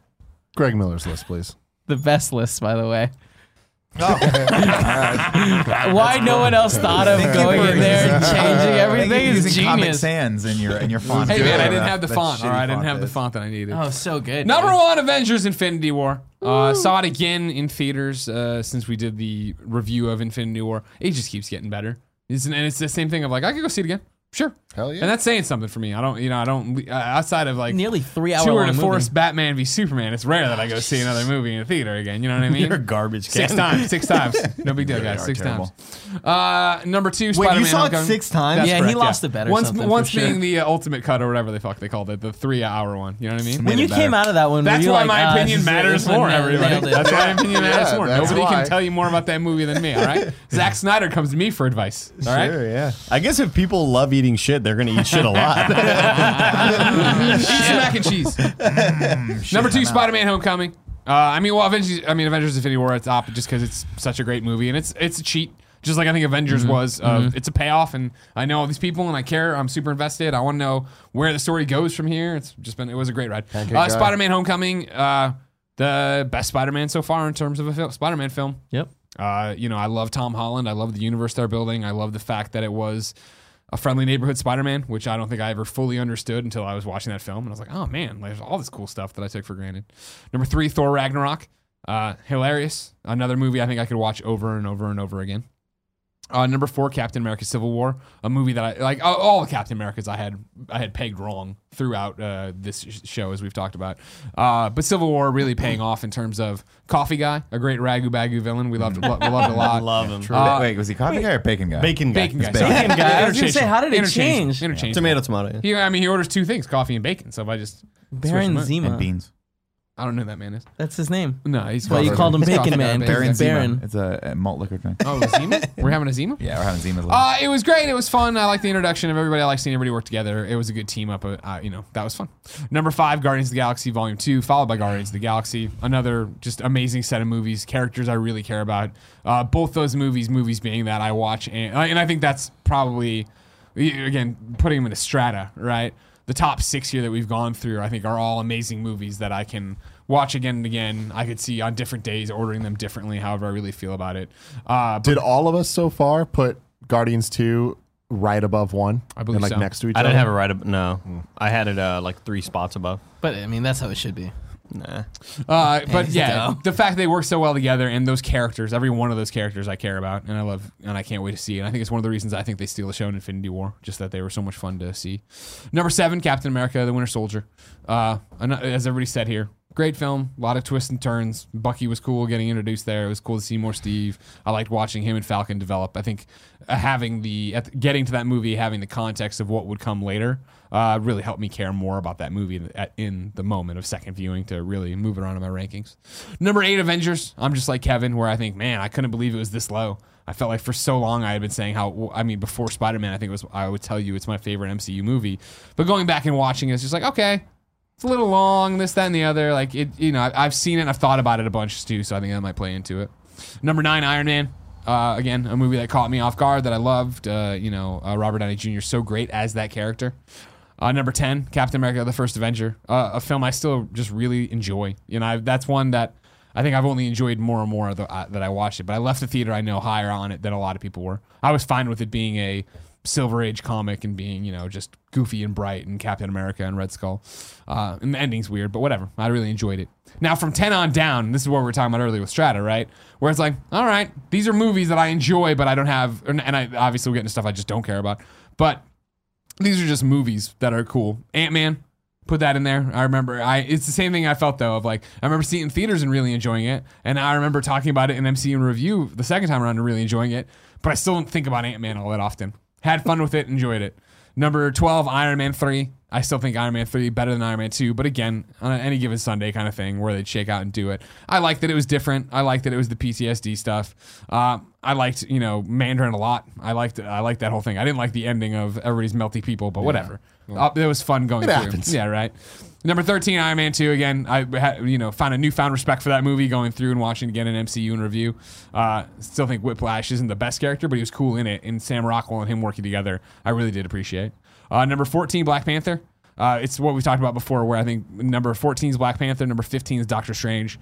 [SPEAKER 1] Greg Miller's list, please.
[SPEAKER 5] The best list, by the way. Why no one else thought of
[SPEAKER 4] Thank you
[SPEAKER 5] going
[SPEAKER 4] for
[SPEAKER 5] in there and
[SPEAKER 4] using-
[SPEAKER 5] changing
[SPEAKER 4] Thank you
[SPEAKER 5] everything
[SPEAKER 4] for
[SPEAKER 5] is
[SPEAKER 4] using Comic
[SPEAKER 5] genius.
[SPEAKER 4] Sans in your in your font.
[SPEAKER 2] Hey,
[SPEAKER 4] too.
[SPEAKER 2] man, I didn't
[SPEAKER 4] That-
[SPEAKER 2] have the
[SPEAKER 4] that
[SPEAKER 2] font. All
[SPEAKER 4] shitty
[SPEAKER 2] right, I didn't have the
[SPEAKER 4] is.
[SPEAKER 2] font that I needed.
[SPEAKER 5] Oh, so good.
[SPEAKER 2] Number
[SPEAKER 5] dude.
[SPEAKER 2] one, Avengers: Infinity War. Uh, saw it again in theaters uh, since we did the review of Infinity War. It just keeps getting better. It's, and it's the same thing of like I could go see it again. Sure,
[SPEAKER 1] Hell yeah.
[SPEAKER 2] and that's saying something for me. I don't, you know, I don't uh, outside of like
[SPEAKER 5] Nearly three hour
[SPEAKER 2] tour
[SPEAKER 5] long
[SPEAKER 2] to
[SPEAKER 5] movie.
[SPEAKER 2] force Batman v Superman. It's rare that I go see another movie in a theater again. You know what I mean?
[SPEAKER 3] You're a garbage can.
[SPEAKER 2] six times, six times. No big deal, guys.
[SPEAKER 4] are
[SPEAKER 2] Six
[SPEAKER 4] terrible.
[SPEAKER 2] times. Uh, number two,
[SPEAKER 3] Wait,
[SPEAKER 2] Spider-Man:
[SPEAKER 3] you saw it
[SPEAKER 2] Homecoming.
[SPEAKER 3] six times?
[SPEAKER 5] yeah, he
[SPEAKER 2] correct,
[SPEAKER 5] lost the bet or
[SPEAKER 2] Once,
[SPEAKER 5] something. for
[SPEAKER 2] once
[SPEAKER 5] sure.
[SPEAKER 2] being the uh, ultimate cut or whatever the fuck they called it, the three-hour one. You know what I mean?
[SPEAKER 5] when
[SPEAKER 4] Made
[SPEAKER 5] you
[SPEAKER 4] it better.
[SPEAKER 5] came out of that one, were
[SPEAKER 2] That's
[SPEAKER 5] you
[SPEAKER 2] why
[SPEAKER 5] like,
[SPEAKER 2] my
[SPEAKER 5] ah,
[SPEAKER 2] opinion
[SPEAKER 5] this is it,
[SPEAKER 2] matters
[SPEAKER 5] this one
[SPEAKER 2] more,
[SPEAKER 5] nailed
[SPEAKER 2] everybody.
[SPEAKER 5] it.
[SPEAKER 2] That's why my opinion matters more.
[SPEAKER 1] that's
[SPEAKER 2] Nobody
[SPEAKER 1] why.
[SPEAKER 2] can tell you more about that movie than me, all right? Zack Snyder comes to me for advice, all right?
[SPEAKER 3] Sure, yeah. I guess if people love eating shit, they're gonna eat shit a lot.
[SPEAKER 2] Eat some mac and cheese. Number two, Spider Man Homecoming. Uh, I mean, well, Avengers, I mean, Avengers Infinity War at top just because it's such a great movie and it's it's a cheat. Just like I think Avengers was, uh, it's a payoff, and I know all these people, and I care. I'm super invested. I want to know where the story goes from here. It's just been, it was a great ride. Uh,
[SPEAKER 1] guy.
[SPEAKER 2] Spider-Man: Homecoming, uh, the best Spider-Man so far in terms of a fil- Spider-Man film.
[SPEAKER 5] Yep.
[SPEAKER 2] Uh, you know, I love Tom Holland. I love the universe they're building. I love the fact that it was a friendly neighborhood Spider-Man, which I don't think I ever fully understood until I was watching that film, and I was like, oh man, there's all this cool stuff that I took for granted. Number three, Thor Ragnarok, uh, hilarious. Another movie I think I could watch over and over and over again. Uh, number four, Captain America: Civil War, a movie that I like. All, all of Captain Americas I had I had pegged wrong throughout uh, this sh- show, as we've talked about. Uh, but Civil War really paying off in terms of Coffee Guy, a great ragu bagu villain. We loved, lo- we loved a lot.
[SPEAKER 3] love him.
[SPEAKER 2] Uh,
[SPEAKER 4] wait, was he coffee guy or bacon guy?
[SPEAKER 3] Bacon guy.
[SPEAKER 2] Bacon guy.
[SPEAKER 4] Bacon
[SPEAKER 2] sorry.
[SPEAKER 5] guy. I was gonna
[SPEAKER 2] Interchange-
[SPEAKER 5] say, how did it
[SPEAKER 2] interchange-
[SPEAKER 5] change?
[SPEAKER 2] Interchange.
[SPEAKER 3] Tomato, tomato.
[SPEAKER 2] He, I mean, he orders two things: coffee and bacon. So if I just,
[SPEAKER 5] Baron
[SPEAKER 2] Switch him
[SPEAKER 4] and
[SPEAKER 5] Zemo.
[SPEAKER 4] beans.
[SPEAKER 2] I don't know who that man is.
[SPEAKER 5] That's his name.
[SPEAKER 2] No, he's.
[SPEAKER 5] Well, you called him
[SPEAKER 2] He's
[SPEAKER 5] Bacon
[SPEAKER 2] coffee
[SPEAKER 5] Man,
[SPEAKER 2] guy,
[SPEAKER 5] Baron
[SPEAKER 2] Bacon
[SPEAKER 5] Zemo. Baron.
[SPEAKER 4] It's a, a malt liquor drink.
[SPEAKER 2] guy. Oh, Zima. We're having a Zima.
[SPEAKER 4] Yeah, we're having Zima's. later.
[SPEAKER 2] Uh, it was great. It was fun. I like the introduction of everybody. I like seeing everybody work together. It was a good team up. Uh, uh, you know, that was fun. Number five, Guardians of the Galaxy Volume Two, followed by Guardians of the Galaxy. Another just amazing set of movies, characters I really care about. Uh, both those movies, movies being that I watch, and, uh, and I think that's probably again putting them in a strata, right? The top six here that we've gone through, I think, are all amazing movies that I can watch again and again. I could see on different days, ordering them differently, however I really feel about it. Uh, but
[SPEAKER 1] Did all of us so far put Guardians 2 right above one?
[SPEAKER 2] I believe
[SPEAKER 1] and like
[SPEAKER 2] so.
[SPEAKER 1] next to each
[SPEAKER 3] I
[SPEAKER 1] other?
[SPEAKER 3] didn't have it right. Ab- no, I had it uh, like three spots above.
[SPEAKER 5] But I mean, that's how it should be.
[SPEAKER 3] Nah.
[SPEAKER 2] Uh, but
[SPEAKER 5] Hands
[SPEAKER 2] yeah,
[SPEAKER 5] down.
[SPEAKER 2] the fact they work so well together and those characters, every one of those characters I care about and I love and I can't wait to see. And I think it's one of the reasons I think they steal the show in Infinity War, just that they were so much fun to see. Number seven, Captain America, the Winter Soldier. Uh, an- uh, as everybody said here, Great film, a lot of twists and turns. Bucky was cool getting introduced there. It was cool to see more Steve. I liked watching him and Falcon develop. I think uh, having the at the- getting to that movie, having the context of what would come later, uh, really helped me care more about that movie in- at, in the moment of second viewing to really move it around in my rankings. Number eight, Avengers. I'm just like Kevin, where I think, man, I couldn't believe it was this low. I felt like for so long I had been saying how I mean before Spider Man I think it was I would tell you it's my favorite MCU movie, but going back and watching it, it's just like okay, it's a little long, this, that, and the other. Like it, you know, I- I've seen it, and I've thought about it a bunch too, so I think that might play into it. Number nine, Iron Man. Uh, again, a movie that caught me off guard that I loved. Uh, you know, uh, Robert Downey Jr. so great as that character. Uh, number ten, Captain America: The First Avenger, uh, a film I still just really enjoy. You know, i that's one that I think I've only enjoyed more and more the, uh, that I watched it. But I left the theater I know higher on it than a lot of people were. I was fine with it being a Silver Age comic and being, you know, just goofy and bright and Captain America and Red Skull. Uh, and the ending's weird, but whatever. I really enjoyed it. Now, from 10 on down, this is what we were talking about earlier with Strata, right? Where it's like, all right, these are movies that I enjoy, but I don't have, and and I obviously we'll get into stuff I just don't care about. But these are just movies that are cool. Ant Man, put that in there. I remember I it's the same thing I felt though of like I remember seeing it in theaters and really enjoying it. And I remember talking about it in MCU and review the second time around and really enjoying it. But I still don't think about Ant Man all that often. Had fun with it, enjoyed it. Number twelve, Iron Man three. I still think Iron Man three better than Iron Man two, but again, on any given Sunday kind of thing where they'd shake out and do it. I liked that it was different. I liked that it was the PTSD stuff. Uh, I liked you know Mandarin a lot. I liked I liked that whole thing. I didn't like the ending of everybody's melty people, but whatever. Uh, it was fun going
[SPEAKER 1] It
[SPEAKER 2] through.
[SPEAKER 1] happens.
[SPEAKER 2] Yeah, right. Number thirteen, Iron Man two. Again, I had, you know found a newfound respect for that movie going through and watching it again in MCU and review. Uh, still think Whiplash isn't the best character, but he was cool in it. And Sam Rockwell and him working together, I really did appreciate. Uh, number fourteen, Black Panther. Uh, it's what we talked about before, where I think number fourteen is Black Panther, number fifteen is Doctor Strange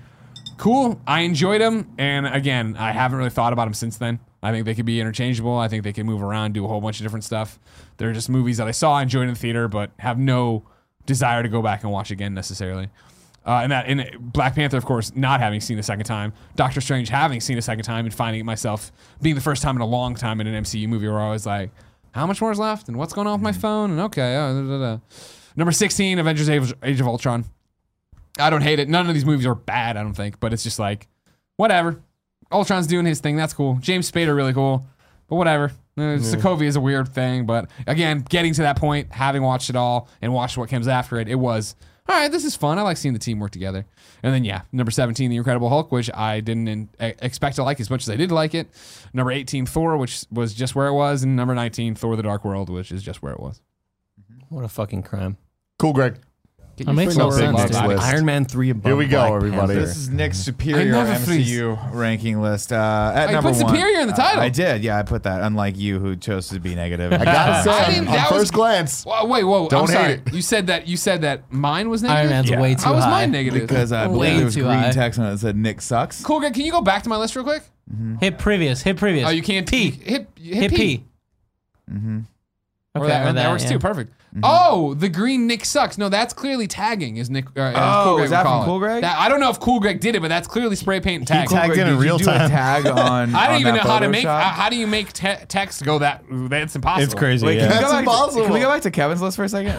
[SPEAKER 2] cool. I enjoyed them, and again, I haven't really thought about them since then. I think they could be interchangeable. I think they can move around, do a whole bunch of different stuff. They're just movies that I saw, enjoyed in the theater, but have no desire to go back and watch again necessarily. Uh, and that, and Black Panther, of course, not having seen a second time, Doctor Strange having seen a second time, and finding it myself being the first time in a long time in an MCU movie where I was like, how much more is left, and what's going on with my phone, and okay, uh, da, da, da. number sixteen, Avengers: Age of- Age of Ultron. I don't hate it. None of these movies are bad, I don't think, but it's just like, whatever. Ultron's doing his thing. That's cool. James Spader, really cool, but whatever. Uh, Sokovia is a weird thing, but again, getting to that point, having watched it all and watched what comes after it, it was, all right, this is fun. I like seeing the team work together. And then, yeah, number 17, The Incredible Hulk, which I didn't in, e- expect to like as much as I did like it. Number 18, Thor, which was just where it was. And number 19, Thor, The Dark World, which is just where it was.
[SPEAKER 3] What a fucking crime.
[SPEAKER 1] Cool, Greg.
[SPEAKER 5] It makes no
[SPEAKER 1] freaking
[SPEAKER 5] sense.
[SPEAKER 1] next
[SPEAKER 5] dude.
[SPEAKER 1] list.
[SPEAKER 3] Iron Man 3 above
[SPEAKER 1] Here we go,
[SPEAKER 3] Black
[SPEAKER 1] everybody.
[SPEAKER 3] Panther.
[SPEAKER 4] This is Nick's superior
[SPEAKER 2] I never
[SPEAKER 4] MCU ranking list. Uh,
[SPEAKER 2] Oh,
[SPEAKER 4] at
[SPEAKER 2] you
[SPEAKER 4] number
[SPEAKER 2] put
[SPEAKER 4] one,
[SPEAKER 2] superior in the
[SPEAKER 4] Uh,
[SPEAKER 2] title.
[SPEAKER 4] I did. Yeah, I put that. Unlike you, who chose to be negative. Uh,
[SPEAKER 1] I gotta
[SPEAKER 2] I
[SPEAKER 1] say,
[SPEAKER 2] didn't-
[SPEAKER 1] on
[SPEAKER 2] that was-
[SPEAKER 1] first glance,
[SPEAKER 2] Whoa, wait, whoa! I'm
[SPEAKER 1] Don't hate
[SPEAKER 2] sorry.
[SPEAKER 1] it.
[SPEAKER 2] You said that. You said that mine was negative.
[SPEAKER 5] Iron Man's
[SPEAKER 4] Yeah.
[SPEAKER 5] way too
[SPEAKER 2] How was
[SPEAKER 5] high.
[SPEAKER 2] mine negative?
[SPEAKER 4] because I
[SPEAKER 5] Way
[SPEAKER 4] believe there was
[SPEAKER 5] too
[SPEAKER 4] green
[SPEAKER 5] high.
[SPEAKER 4] text on it that said Nick sucks.
[SPEAKER 2] Cool, Greg. Can you go back to my list real quick?
[SPEAKER 5] Hit previous. Hit previous.
[SPEAKER 2] Oh, you can't you-
[SPEAKER 5] P.
[SPEAKER 2] Hit hit,
[SPEAKER 5] Hit P.
[SPEAKER 2] P.
[SPEAKER 5] Mm-hmm.
[SPEAKER 2] or
[SPEAKER 5] Okay,
[SPEAKER 2] that,
[SPEAKER 5] or
[SPEAKER 2] that, works
[SPEAKER 5] yeah.
[SPEAKER 2] too. Perfect. Oh, the green Nick sucks. No, that's clearly tagging. Is Nick? Or, uh,
[SPEAKER 4] Oh,
[SPEAKER 2] cool Greg
[SPEAKER 4] is that
[SPEAKER 2] would
[SPEAKER 4] from
[SPEAKER 2] call it.
[SPEAKER 4] Cool Greg?
[SPEAKER 2] That- I don't know if Cool Greg did it, but that's clearly spray paint and tagging.
[SPEAKER 3] tagged in
[SPEAKER 4] did
[SPEAKER 3] in real
[SPEAKER 4] you do
[SPEAKER 3] time.
[SPEAKER 4] A tag on.
[SPEAKER 2] I don't
[SPEAKER 4] on
[SPEAKER 2] even know
[SPEAKER 4] that
[SPEAKER 2] how to make.
[SPEAKER 4] Photoshop?
[SPEAKER 2] Uh, how do you make te- text go that? That's impossible.
[SPEAKER 3] It's crazy.
[SPEAKER 4] Wait,
[SPEAKER 3] yeah.
[SPEAKER 4] can, we go
[SPEAKER 1] That's
[SPEAKER 4] back to, can
[SPEAKER 1] impossible.
[SPEAKER 4] we go back to Kevin's list for a second?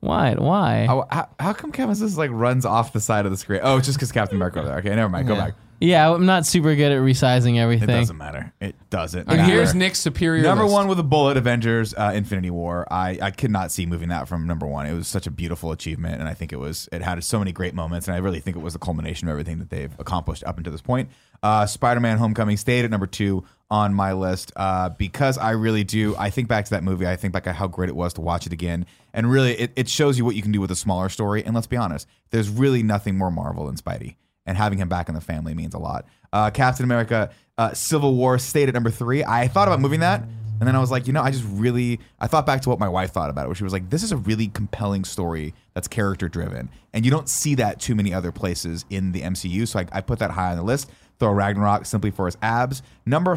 [SPEAKER 5] Why? Why?
[SPEAKER 4] how, Oh, how, how come Kevin's list like runs off the side of the screen? Oh, it's just because Captain America over there. Okay, never mind. Go back.
[SPEAKER 5] Yeah, I'm not super good at resizing
[SPEAKER 4] It
[SPEAKER 5] everything.
[SPEAKER 4] doesn't matter. It doesn't.
[SPEAKER 2] And here's
[SPEAKER 4] matter.
[SPEAKER 2] Nick's superior.
[SPEAKER 4] Number
[SPEAKER 2] list.
[SPEAKER 4] one with a bullet, Avengers: uh, Infinity War. I I could not see moving that from number one. It was such a beautiful achievement, and I think it was it had so many great moments, and I really think it was the culmination of everything that they've accomplished up until this point. Uh, Spider-Man: Homecoming stayed at number two on my list uh, because I really do. I think back to that movie. I think back at how great it was to watch it again, and really it, it shows you what you can do with a smaller story. And let's be honest, there's really nothing more Marvel than Spidey and having him back in the family means a lot. Uh, Captain America: uh, Civil War stayed at number three. I thought about moving that, and then I was like, you know, I just really I thought back to what my wife thought about it, where she was like, this is a really compelling story that's character driven, and you don't see that too many other places in the MCU. So I, I put that high on the list. Thor Ragnarok simply for his abs. Number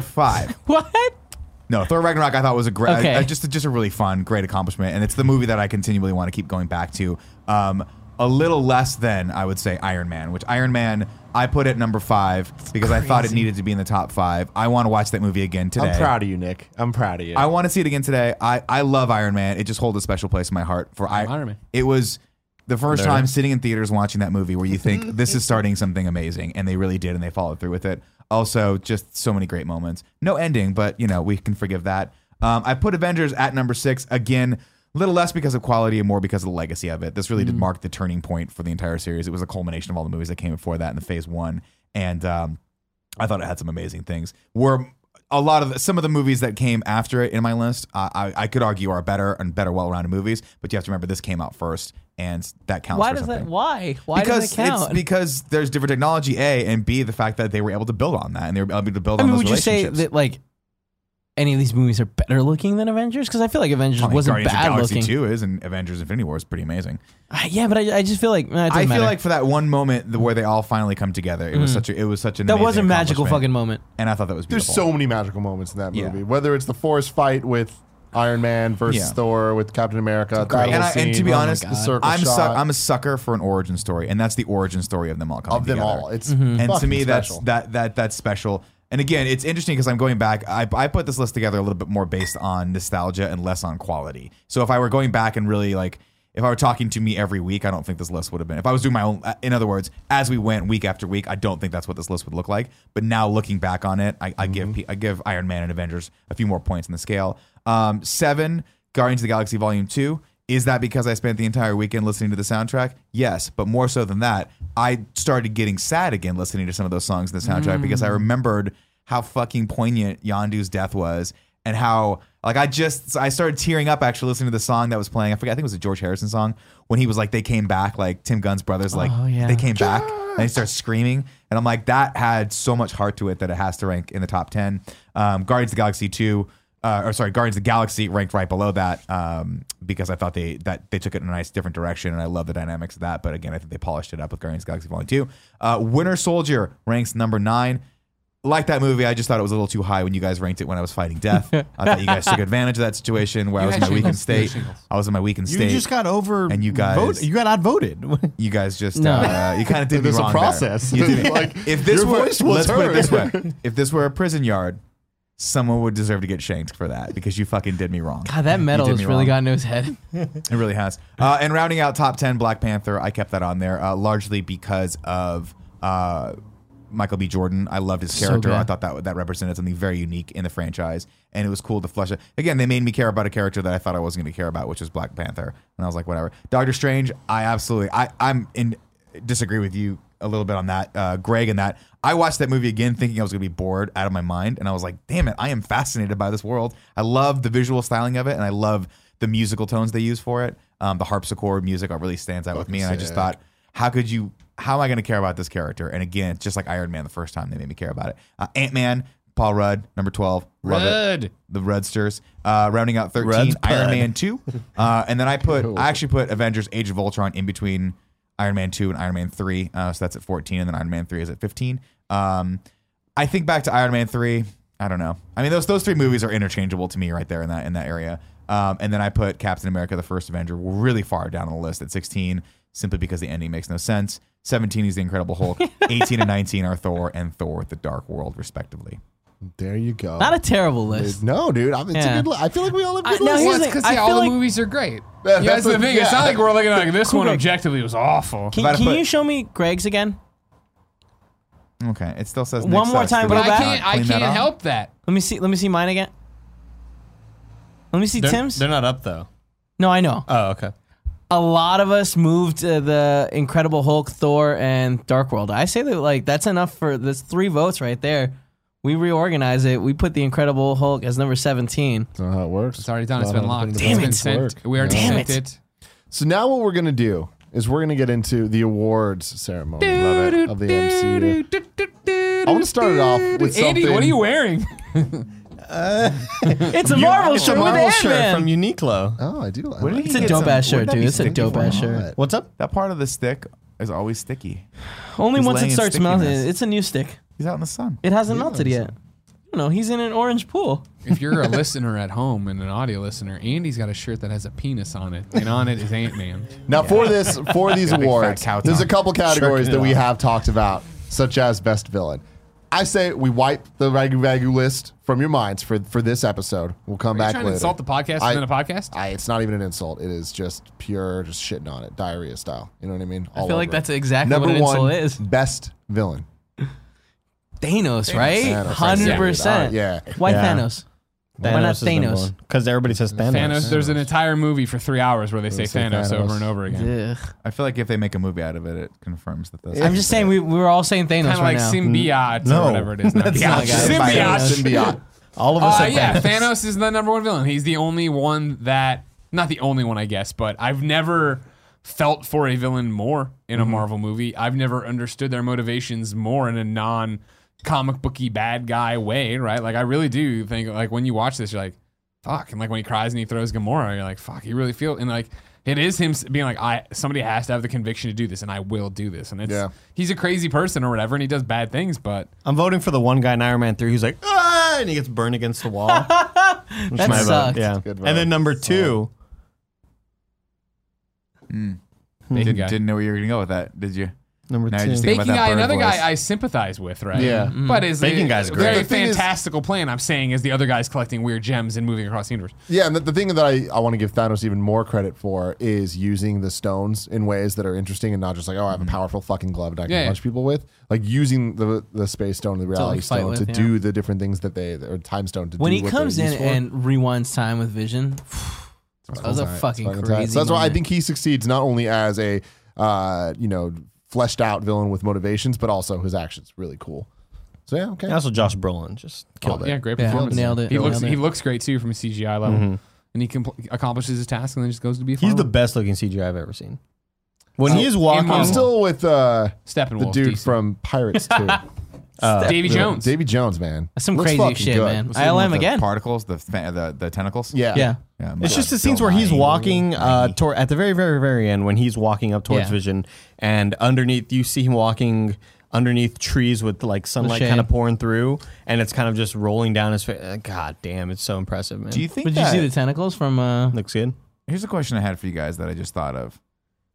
[SPEAKER 4] five.
[SPEAKER 5] What?
[SPEAKER 4] No, Thor Ragnarok I thought was a great,
[SPEAKER 5] Okay.
[SPEAKER 4] uh, just just a really fun, great accomplishment, and it's the movie that I continually want to keep going back to. Um, a little less than I would say Iron Man, which Iron Man I put at number five because I thought it needed to be in the top five. I want to watch that movie again today.
[SPEAKER 1] I'm proud of you, Nick. I'm proud of you.
[SPEAKER 4] I want to see it again today. I, I love Iron Man. It just holds a special place in my heart for I,
[SPEAKER 2] Iron Man.
[SPEAKER 4] It was the first
[SPEAKER 3] There it
[SPEAKER 4] time
[SPEAKER 3] is.
[SPEAKER 4] sitting in theaters watching that movie where you think this is starting something amazing, and they really did, and they followed through with it. Also, just so many great moments. No ending, but you know we can forgive that. Um, I put Avengers at number six again. a Little less because of quality and more because of the legacy of it. This really did mark the turning point for the entire series. It was a culmination of all the movies that came before that in the phase one. And um, I thought it had some amazing things. Were a lot of the, some of the movies that came after it in my list, uh, I, I could argue are better and better, well-rounded movies. But you have to remember this came out first, and that counts.
[SPEAKER 5] Why
[SPEAKER 4] for
[SPEAKER 5] does
[SPEAKER 4] something.
[SPEAKER 5] that? Why? Why
[SPEAKER 4] because
[SPEAKER 5] does it count?
[SPEAKER 4] it's because there's different technology. A and B, the fact that they were able to build on that, and they were able to build
[SPEAKER 5] I
[SPEAKER 4] on
[SPEAKER 5] mean,
[SPEAKER 4] those
[SPEAKER 5] would you say
[SPEAKER 4] relationships.
[SPEAKER 5] that like any of these movies are better looking than Avengers? Because I feel like Avengers
[SPEAKER 4] I mean,
[SPEAKER 5] wasn't
[SPEAKER 4] Guardians
[SPEAKER 5] bad
[SPEAKER 4] of the Galaxy
[SPEAKER 5] looking.
[SPEAKER 4] Two is, and Avengers: Infinity War is pretty amazing.
[SPEAKER 5] Uh, yeah, but I, I just feel like eh, it doesn't
[SPEAKER 4] I feel
[SPEAKER 5] matter. Mm.
[SPEAKER 4] like for that one moment the, where they all finally come together, it was such a it was such an
[SPEAKER 5] that was a
[SPEAKER 4] amazing
[SPEAKER 5] magical fucking moment.
[SPEAKER 4] accomplishment, and I thought that was
[SPEAKER 1] There's
[SPEAKER 4] beautiful.
[SPEAKER 1] so many magical moments in that
[SPEAKER 4] Yeah.
[SPEAKER 1] movie. Whether it's the forest fight with Iron Man versus
[SPEAKER 4] Yeah.
[SPEAKER 1] Thor with Captain America, that whole
[SPEAKER 4] and, I, and to be
[SPEAKER 1] scene, Oh
[SPEAKER 4] honest,
[SPEAKER 1] the circle
[SPEAKER 4] Oh I'm
[SPEAKER 1] shot
[SPEAKER 4] suck I'm a sucker for an origin story, and that's the origin story of them all coming
[SPEAKER 1] of them
[SPEAKER 4] together. Mm-hmm.
[SPEAKER 1] all. It's
[SPEAKER 4] and to
[SPEAKER 1] fucking
[SPEAKER 4] me
[SPEAKER 1] special.
[SPEAKER 4] that's that that that's special and again it's interesting because i'm going back I, I put this list together a little bit more based on nostalgia and less on quality so if i were going back and really like if i were talking to me every week i don't think this list would have been if i was doing my own uh, in other words as we went week after week i don't think that's what this list would look like but now looking back on it i, I
[SPEAKER 1] Mm-hmm.
[SPEAKER 4] give pe- i give iron man and avengers a few more points in the scale um, seven guardians of the galaxy volume two is that because I spent the entire weekend listening to the soundtrack? Yes, but more so than that, I started getting sad again listening to some of those songs in the soundtrack because
[SPEAKER 5] Mm.
[SPEAKER 4] I remembered how fucking poignant Yondu's death was and how like I just I started tearing up actually listening to the song that was playing. I forget I think it was a George Harrison song when he was like they came back like Tim Gunn's brothers like
[SPEAKER 5] Oh, yeah.
[SPEAKER 4] they came back and he starts screaming and I'm like that had so much heart to it that it has to rank in the top 10. Um, Guardians of the Galaxy 2 uh, or sorry, Guardians of the Galaxy ranked right below that um, because I thought they that they took it in a nice different direction, and I love the dynamics of that. But again, I think they polished it up with Guardians of the Galaxy Volume Two. Uh, Winter Soldier ranks number nine. Like that movie, I just thought it was a little too high when you guys ranked it when I was fighting death. I thought you guys took advantage of that situation where I was in my weakened state. I was in my weakened
[SPEAKER 6] You
[SPEAKER 4] state.
[SPEAKER 6] just got over
[SPEAKER 4] And you guys-
[SPEAKER 6] vote- you got outvoted.
[SPEAKER 4] you guys just
[SPEAKER 5] No.
[SPEAKER 4] uh, you kind of did me
[SPEAKER 1] There's a
[SPEAKER 4] wrong
[SPEAKER 1] process.
[SPEAKER 4] There. You did-
[SPEAKER 1] Like,
[SPEAKER 4] if this
[SPEAKER 1] your
[SPEAKER 4] were
[SPEAKER 1] voice was
[SPEAKER 4] let's put it this way,
[SPEAKER 1] heard.
[SPEAKER 4] if this were a prison yard, someone would deserve to get shanked for that because you fucking did me wrong.
[SPEAKER 5] God, that medal
[SPEAKER 4] did
[SPEAKER 5] has
[SPEAKER 4] me
[SPEAKER 5] really gotten
[SPEAKER 4] wrong.
[SPEAKER 5] to his head.
[SPEAKER 4] It really has. Uh, and rounding out top 10, Black Panther, I kept that on there uh, largely because of uh, Michael B. Jordan. I loved his
[SPEAKER 5] So
[SPEAKER 4] character.
[SPEAKER 5] good.
[SPEAKER 4] I thought that that represented something very unique in the franchise. And it was cool to flesh it. Again, they made me care about a character that I thought I wasn't going to care about, which was Black Panther. And I was like, whatever. Doctor Strange, I absolutely, I, I'm in disagree with you a little bit on that, uh, Greg, and that. I watched that movie again thinking I was going to be bored out of my mind. And I was like, damn it, I am fascinated by this world. I love the visual styling of it. And I love the musical tones they use for it. Um, the harpsichord music really stands out with me. And I just thought, how could you, how am I going to care about this character? And again, it's just like Iron Man the first time they made me care about it. Uh, Ant Man, Paul Rudd, number 12. Love it
[SPEAKER 2] Rudd.
[SPEAKER 4] the Redsters, uh, rounding out 13,
[SPEAKER 3] Red's
[SPEAKER 4] Iron
[SPEAKER 3] Pud.
[SPEAKER 4] Man 2. Uh, and then I put, I actually put Avengers Age of Ultron in between Iron Man 2 and Iron Man 3. Uh, so that's at 14, and then Iron Man 3 is at 15. Um, I think back to Iron Man 3. I don't know. I mean, those those three movies are interchangeable to me right there in that in that area. Um, and then I put Captain America: The First Avenger really far down on the list at 16, simply because the ending makes no sense. 17 is the Incredible Hulk. 18 and 19 are Thor and Thor: The Dark World, respectively.
[SPEAKER 1] There you go.
[SPEAKER 5] Not a terrible list.
[SPEAKER 1] Dude, no, dude. I mean, it's
[SPEAKER 5] Yeah.
[SPEAKER 1] a good. Li- I feel like we all have
[SPEAKER 5] I-
[SPEAKER 1] good
[SPEAKER 5] no,
[SPEAKER 1] lists.
[SPEAKER 5] here's
[SPEAKER 2] Well,
[SPEAKER 5] the
[SPEAKER 2] it's
[SPEAKER 5] thing.
[SPEAKER 2] because
[SPEAKER 5] I
[SPEAKER 2] all
[SPEAKER 5] feel
[SPEAKER 2] the
[SPEAKER 5] like-
[SPEAKER 2] movies are great.
[SPEAKER 1] Yeah,
[SPEAKER 2] Yeah, that's,
[SPEAKER 1] that's
[SPEAKER 2] the
[SPEAKER 1] what-
[SPEAKER 2] thing. It's
[SPEAKER 1] yeah.
[SPEAKER 2] not like we're looking at like this one
[SPEAKER 5] Kubrick.
[SPEAKER 2] objectively was awful.
[SPEAKER 5] Can,
[SPEAKER 4] But I
[SPEAKER 5] can
[SPEAKER 4] put-
[SPEAKER 5] you show me Greg's again?
[SPEAKER 4] Okay, it still says
[SPEAKER 5] One
[SPEAKER 4] Nick
[SPEAKER 5] more
[SPEAKER 4] sucks.
[SPEAKER 5] time,
[SPEAKER 2] but
[SPEAKER 4] Did
[SPEAKER 5] go
[SPEAKER 2] I
[SPEAKER 4] we
[SPEAKER 5] back.
[SPEAKER 4] not
[SPEAKER 2] can't. I
[SPEAKER 4] clean that
[SPEAKER 2] can't
[SPEAKER 4] up?
[SPEAKER 2] help that.
[SPEAKER 5] Let me see. Let me see mine again. Let me see
[SPEAKER 3] They're,
[SPEAKER 5] Tim's.
[SPEAKER 3] they're not up though.
[SPEAKER 5] no, I know.
[SPEAKER 3] Oh, okay.
[SPEAKER 5] a lot of us moved to the Incredible Hulk, Thor, and Dark World. I say that like that's enough for that's three votes right there. We reorganize it. We put the Incredible Hulk as number seventeen.
[SPEAKER 1] That's not how it works.
[SPEAKER 2] It's already done. It's
[SPEAKER 1] Not
[SPEAKER 2] been
[SPEAKER 1] how
[SPEAKER 2] locked.
[SPEAKER 1] things
[SPEAKER 2] it's
[SPEAKER 1] work.
[SPEAKER 2] been sent. We already
[SPEAKER 5] Damn
[SPEAKER 2] sent
[SPEAKER 5] it.
[SPEAKER 2] it.
[SPEAKER 1] So now what we're gonna do is we're gonna get into the awards ceremony of the MCU. I want to start it off with something.
[SPEAKER 2] Andy, what are you wearing?
[SPEAKER 5] It's a Marvel
[SPEAKER 3] It's
[SPEAKER 5] shirt.
[SPEAKER 3] a
[SPEAKER 5] with
[SPEAKER 3] Marvel shirt
[SPEAKER 5] Ant-Man.
[SPEAKER 3] from Uniqlo.
[SPEAKER 1] Oh, I do. Like
[SPEAKER 4] Where did
[SPEAKER 1] it.
[SPEAKER 4] he
[SPEAKER 5] it's a
[SPEAKER 4] get
[SPEAKER 5] dope
[SPEAKER 4] some-
[SPEAKER 5] ass
[SPEAKER 4] where
[SPEAKER 5] shirt,
[SPEAKER 4] did that
[SPEAKER 5] dude.
[SPEAKER 4] be
[SPEAKER 5] It's a
[SPEAKER 4] sticky
[SPEAKER 5] dope
[SPEAKER 4] from?
[SPEAKER 5] ass
[SPEAKER 1] Why
[SPEAKER 5] shirt.
[SPEAKER 1] not?
[SPEAKER 3] What's up?
[SPEAKER 4] That part of the stick is always sticky.
[SPEAKER 5] Only
[SPEAKER 4] He's
[SPEAKER 5] once it
[SPEAKER 4] laying
[SPEAKER 5] starts melting,
[SPEAKER 4] stickiness.
[SPEAKER 5] it's a new stick.
[SPEAKER 4] He's out in the sun.
[SPEAKER 5] It hasn't melted yet. No, he's in an orange pool.
[SPEAKER 2] If you're a listener at home and an audio listener, Andy's got a shirt that has a penis on it, and on it is Ant Man.
[SPEAKER 1] Now for this for these
[SPEAKER 4] Got a big fat
[SPEAKER 1] awards,
[SPEAKER 4] cow
[SPEAKER 1] there's a
[SPEAKER 4] tongue.
[SPEAKER 1] couple categories
[SPEAKER 3] Jerking
[SPEAKER 1] that
[SPEAKER 3] it
[SPEAKER 1] we
[SPEAKER 3] off.
[SPEAKER 1] have talked about, such as best villain. I say we wipe the ragu vagu list from your minds for for this episode. We'll come
[SPEAKER 2] Are you
[SPEAKER 1] back
[SPEAKER 2] trying
[SPEAKER 1] later.
[SPEAKER 2] to insult the podcast
[SPEAKER 1] I-
[SPEAKER 2] and then a podcast?
[SPEAKER 1] I, it's not even an insult. It is just pure, just shitting on it, diarrhea style. You know what I mean?
[SPEAKER 5] I feel like that's exactly
[SPEAKER 1] number
[SPEAKER 5] what an
[SPEAKER 1] one
[SPEAKER 5] insult is.
[SPEAKER 1] best villain.
[SPEAKER 5] Thanos, right?
[SPEAKER 1] Thanos,
[SPEAKER 5] Hundred
[SPEAKER 1] that's
[SPEAKER 5] percent.
[SPEAKER 1] it. Alright, yeah.
[SPEAKER 5] Why
[SPEAKER 3] Yeah.
[SPEAKER 5] Thanos? Why not Thanos?
[SPEAKER 3] Because everybody says Thanos.
[SPEAKER 2] Thanos. There's an entire movie for three hours where they say
[SPEAKER 3] say
[SPEAKER 2] Thanos,
[SPEAKER 3] Thanos.
[SPEAKER 2] over and over again.
[SPEAKER 5] Ugh.
[SPEAKER 4] I feel like if they make a movie out of it, it confirms that that's.
[SPEAKER 5] I'm just saying we, we were all saying Thanos
[SPEAKER 2] Kind of
[SPEAKER 5] right
[SPEAKER 2] like
[SPEAKER 5] now.
[SPEAKER 2] symbiote
[SPEAKER 3] No.
[SPEAKER 2] or whatever it is. now.
[SPEAKER 3] That's not
[SPEAKER 2] Symbiote.
[SPEAKER 1] Symbiote.
[SPEAKER 2] Symbiote.
[SPEAKER 1] Symbiote.
[SPEAKER 3] All of us.
[SPEAKER 2] Uh,
[SPEAKER 3] said
[SPEAKER 2] yeah,
[SPEAKER 3] Thanos.
[SPEAKER 2] Thanos is the number one villain. He's the only one that, not the only one, I guess, but I've never felt for a villain more in a Marvel movie. I've never understood their motivations more in a non comic booky bad guy way, right? Like, I really do think, like, when you watch this, you're like, fuck. And, like, when he cries and he throws Gamora, you're like, fuck, you really feel, and, like, it is him s- being like, I somebody has to have the conviction to do this, and I will do this. And it's
[SPEAKER 1] Yeah.
[SPEAKER 2] he's a crazy person or whatever, and he does bad things, but
[SPEAKER 3] I'm voting for the one guy in Iron Man 3 who's like, ah, and he gets burned against the wall. That's
[SPEAKER 5] That
[SPEAKER 3] my
[SPEAKER 5] sucked.
[SPEAKER 3] vote. Yeah.
[SPEAKER 1] Good vote.
[SPEAKER 3] And then number two,
[SPEAKER 2] bacon
[SPEAKER 4] Didn't,
[SPEAKER 2] guy.
[SPEAKER 4] didn't know where you were gonna go with that, did you?
[SPEAKER 3] number
[SPEAKER 4] Now I
[SPEAKER 3] two.
[SPEAKER 4] just think-
[SPEAKER 2] Baking
[SPEAKER 4] about that
[SPEAKER 2] guy,
[SPEAKER 4] bird
[SPEAKER 2] another
[SPEAKER 4] voice.
[SPEAKER 2] guy I sympathize with, right? Mm-hmm.
[SPEAKER 1] Yeah.
[SPEAKER 2] But is
[SPEAKER 3] Baking
[SPEAKER 2] it-
[SPEAKER 3] guy's
[SPEAKER 2] it's a very
[SPEAKER 1] great. The thing is-
[SPEAKER 2] fantastical plan. I'm saying is the other guy's collecting weird gems and moving across the universe.
[SPEAKER 1] Yeah, and the, the thing that I, I want to give Thanos even more credit for is using the stones in ways that are interesting and not just like, oh, I
[SPEAKER 5] Mm-hmm.
[SPEAKER 1] have a powerful fucking glove that I can
[SPEAKER 2] Yeah, yeah.
[SPEAKER 1] punch people with. Like using the the space stone, the reality
[SPEAKER 5] like, fight
[SPEAKER 1] stone
[SPEAKER 5] with,
[SPEAKER 1] to
[SPEAKER 5] yeah.
[SPEAKER 1] do the different things that they, or time stone to
[SPEAKER 5] When
[SPEAKER 1] do
[SPEAKER 5] he
[SPEAKER 1] what
[SPEAKER 5] comes
[SPEAKER 1] they're
[SPEAKER 5] in
[SPEAKER 1] used for.
[SPEAKER 5] and rewinds time with Vision, that was a
[SPEAKER 1] It's
[SPEAKER 5] fucking
[SPEAKER 1] fucking
[SPEAKER 5] crazy.
[SPEAKER 1] tight. So that's why I
[SPEAKER 5] moment.
[SPEAKER 1] think he succeeds not only as a, uh, you know, fleshed out villain with motivations, but also his actions really cool. So yeah, okay.
[SPEAKER 3] And also Josh Brolin just killed it.
[SPEAKER 2] Yeah, great
[SPEAKER 5] Yeah,
[SPEAKER 2] performance.
[SPEAKER 5] nailed it,
[SPEAKER 2] He looks
[SPEAKER 5] nailed it.
[SPEAKER 2] he looks great too from a CGI level, and he compl- accomplishes his task and then just goes to be. A
[SPEAKER 3] He's
[SPEAKER 2] farmer.
[SPEAKER 3] the best looking CGI I've ever seen. When he is
[SPEAKER 2] in
[SPEAKER 3] walking,
[SPEAKER 2] Marvel.
[SPEAKER 1] I'm still with uh, the
[SPEAKER 2] Steppenwolf,
[SPEAKER 1] dude
[SPEAKER 2] DC.
[SPEAKER 1] from Pirates too.
[SPEAKER 3] uh,
[SPEAKER 2] Davy Jones.
[SPEAKER 1] Davy Jones, man.
[SPEAKER 5] That's some
[SPEAKER 1] Looks
[SPEAKER 5] crazy
[SPEAKER 1] fucking
[SPEAKER 5] shit,
[SPEAKER 1] good.
[SPEAKER 5] man.
[SPEAKER 4] Was it the
[SPEAKER 5] ILM
[SPEAKER 4] one with the
[SPEAKER 5] again.
[SPEAKER 4] Particles, the fa- the, the tentacles.
[SPEAKER 1] Yeah.
[SPEAKER 5] Yeah.
[SPEAKER 4] Yeah,
[SPEAKER 3] It's just the
[SPEAKER 4] God,
[SPEAKER 3] scenes
[SPEAKER 4] Bill
[SPEAKER 3] where he's
[SPEAKER 4] Nye.
[SPEAKER 3] walking uh, toward at the very, very, very end when he's walking up towards
[SPEAKER 5] Yeah.
[SPEAKER 3] Vision, and underneath you see him walking underneath trees with like sunlight kind
[SPEAKER 5] shade.
[SPEAKER 3] of pouring through, and it's kind of just rolling down his face. Uh, God damn, it's so impressive, man.
[SPEAKER 4] Do you think?
[SPEAKER 5] But did you
[SPEAKER 4] that,
[SPEAKER 5] see the tentacles from? Uh,
[SPEAKER 3] Looks good.
[SPEAKER 4] Here's a question I had for you guys that I just thought of.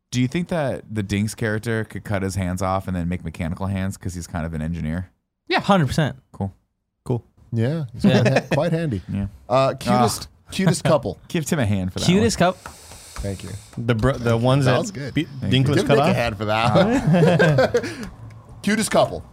[SPEAKER 4] Do you think that the Dinks character could cut his hands off and then make mechanical hands because he's kind of an engineer?
[SPEAKER 5] hundred percent.
[SPEAKER 1] Yeah, he's quite, ha- quite handy.
[SPEAKER 4] Yeah.
[SPEAKER 1] Uh, cutest,
[SPEAKER 5] Ah.
[SPEAKER 1] cutest couple.
[SPEAKER 4] Give Tim a hand for that.
[SPEAKER 5] Cutest cup.
[SPEAKER 1] Thank you.
[SPEAKER 3] The br- the ones
[SPEAKER 1] That
[SPEAKER 3] that,
[SPEAKER 1] was good.
[SPEAKER 3] Be-
[SPEAKER 4] Thank
[SPEAKER 3] Dink
[SPEAKER 4] you.
[SPEAKER 3] was
[SPEAKER 1] Give
[SPEAKER 3] cut
[SPEAKER 1] Nick a
[SPEAKER 3] off.
[SPEAKER 1] hand for that. cutest couple.
[SPEAKER 4] One.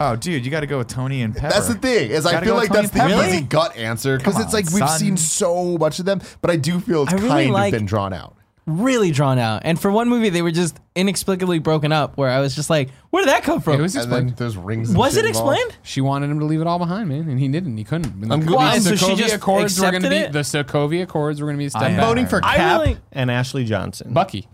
[SPEAKER 4] Oh, dude, you got to go with Tony and Pepper.
[SPEAKER 1] That's the thing is I
[SPEAKER 4] Gotta
[SPEAKER 1] feel
[SPEAKER 4] go
[SPEAKER 1] like
[SPEAKER 4] Tony
[SPEAKER 1] that's the
[SPEAKER 4] Pepper.
[SPEAKER 1] easy
[SPEAKER 4] Really?
[SPEAKER 1] gut answer because
[SPEAKER 4] Come
[SPEAKER 1] it's
[SPEAKER 4] on,
[SPEAKER 1] like we've
[SPEAKER 4] son.
[SPEAKER 1] seen so much of them, but I do feel it's
[SPEAKER 5] I really
[SPEAKER 1] kind
[SPEAKER 5] like-
[SPEAKER 1] of been drawn out.
[SPEAKER 5] Really drawn out. And for one movie, they were just inexplicably broken up. Where I was just like, where did that come from?
[SPEAKER 2] It was
[SPEAKER 1] And
[SPEAKER 2] explained.
[SPEAKER 1] then there's rings. and
[SPEAKER 5] was
[SPEAKER 1] shit
[SPEAKER 5] it
[SPEAKER 1] involved.
[SPEAKER 5] explained?
[SPEAKER 2] She wanted him to leave it all behind, man, and he didn't. He couldn't. And
[SPEAKER 3] I'm
[SPEAKER 2] the
[SPEAKER 3] good. Why?
[SPEAKER 2] The
[SPEAKER 5] So she
[SPEAKER 2] Sokovia
[SPEAKER 5] just
[SPEAKER 2] Accords were going to
[SPEAKER 5] accepted
[SPEAKER 2] be
[SPEAKER 5] it?
[SPEAKER 2] the Sokovia Accords were going to be a step
[SPEAKER 4] I
[SPEAKER 3] I'm
[SPEAKER 4] am.
[SPEAKER 2] back.
[SPEAKER 3] voting for
[SPEAKER 5] I
[SPEAKER 3] Cap
[SPEAKER 5] really-
[SPEAKER 3] and Ashley Johnson.
[SPEAKER 2] Bucky.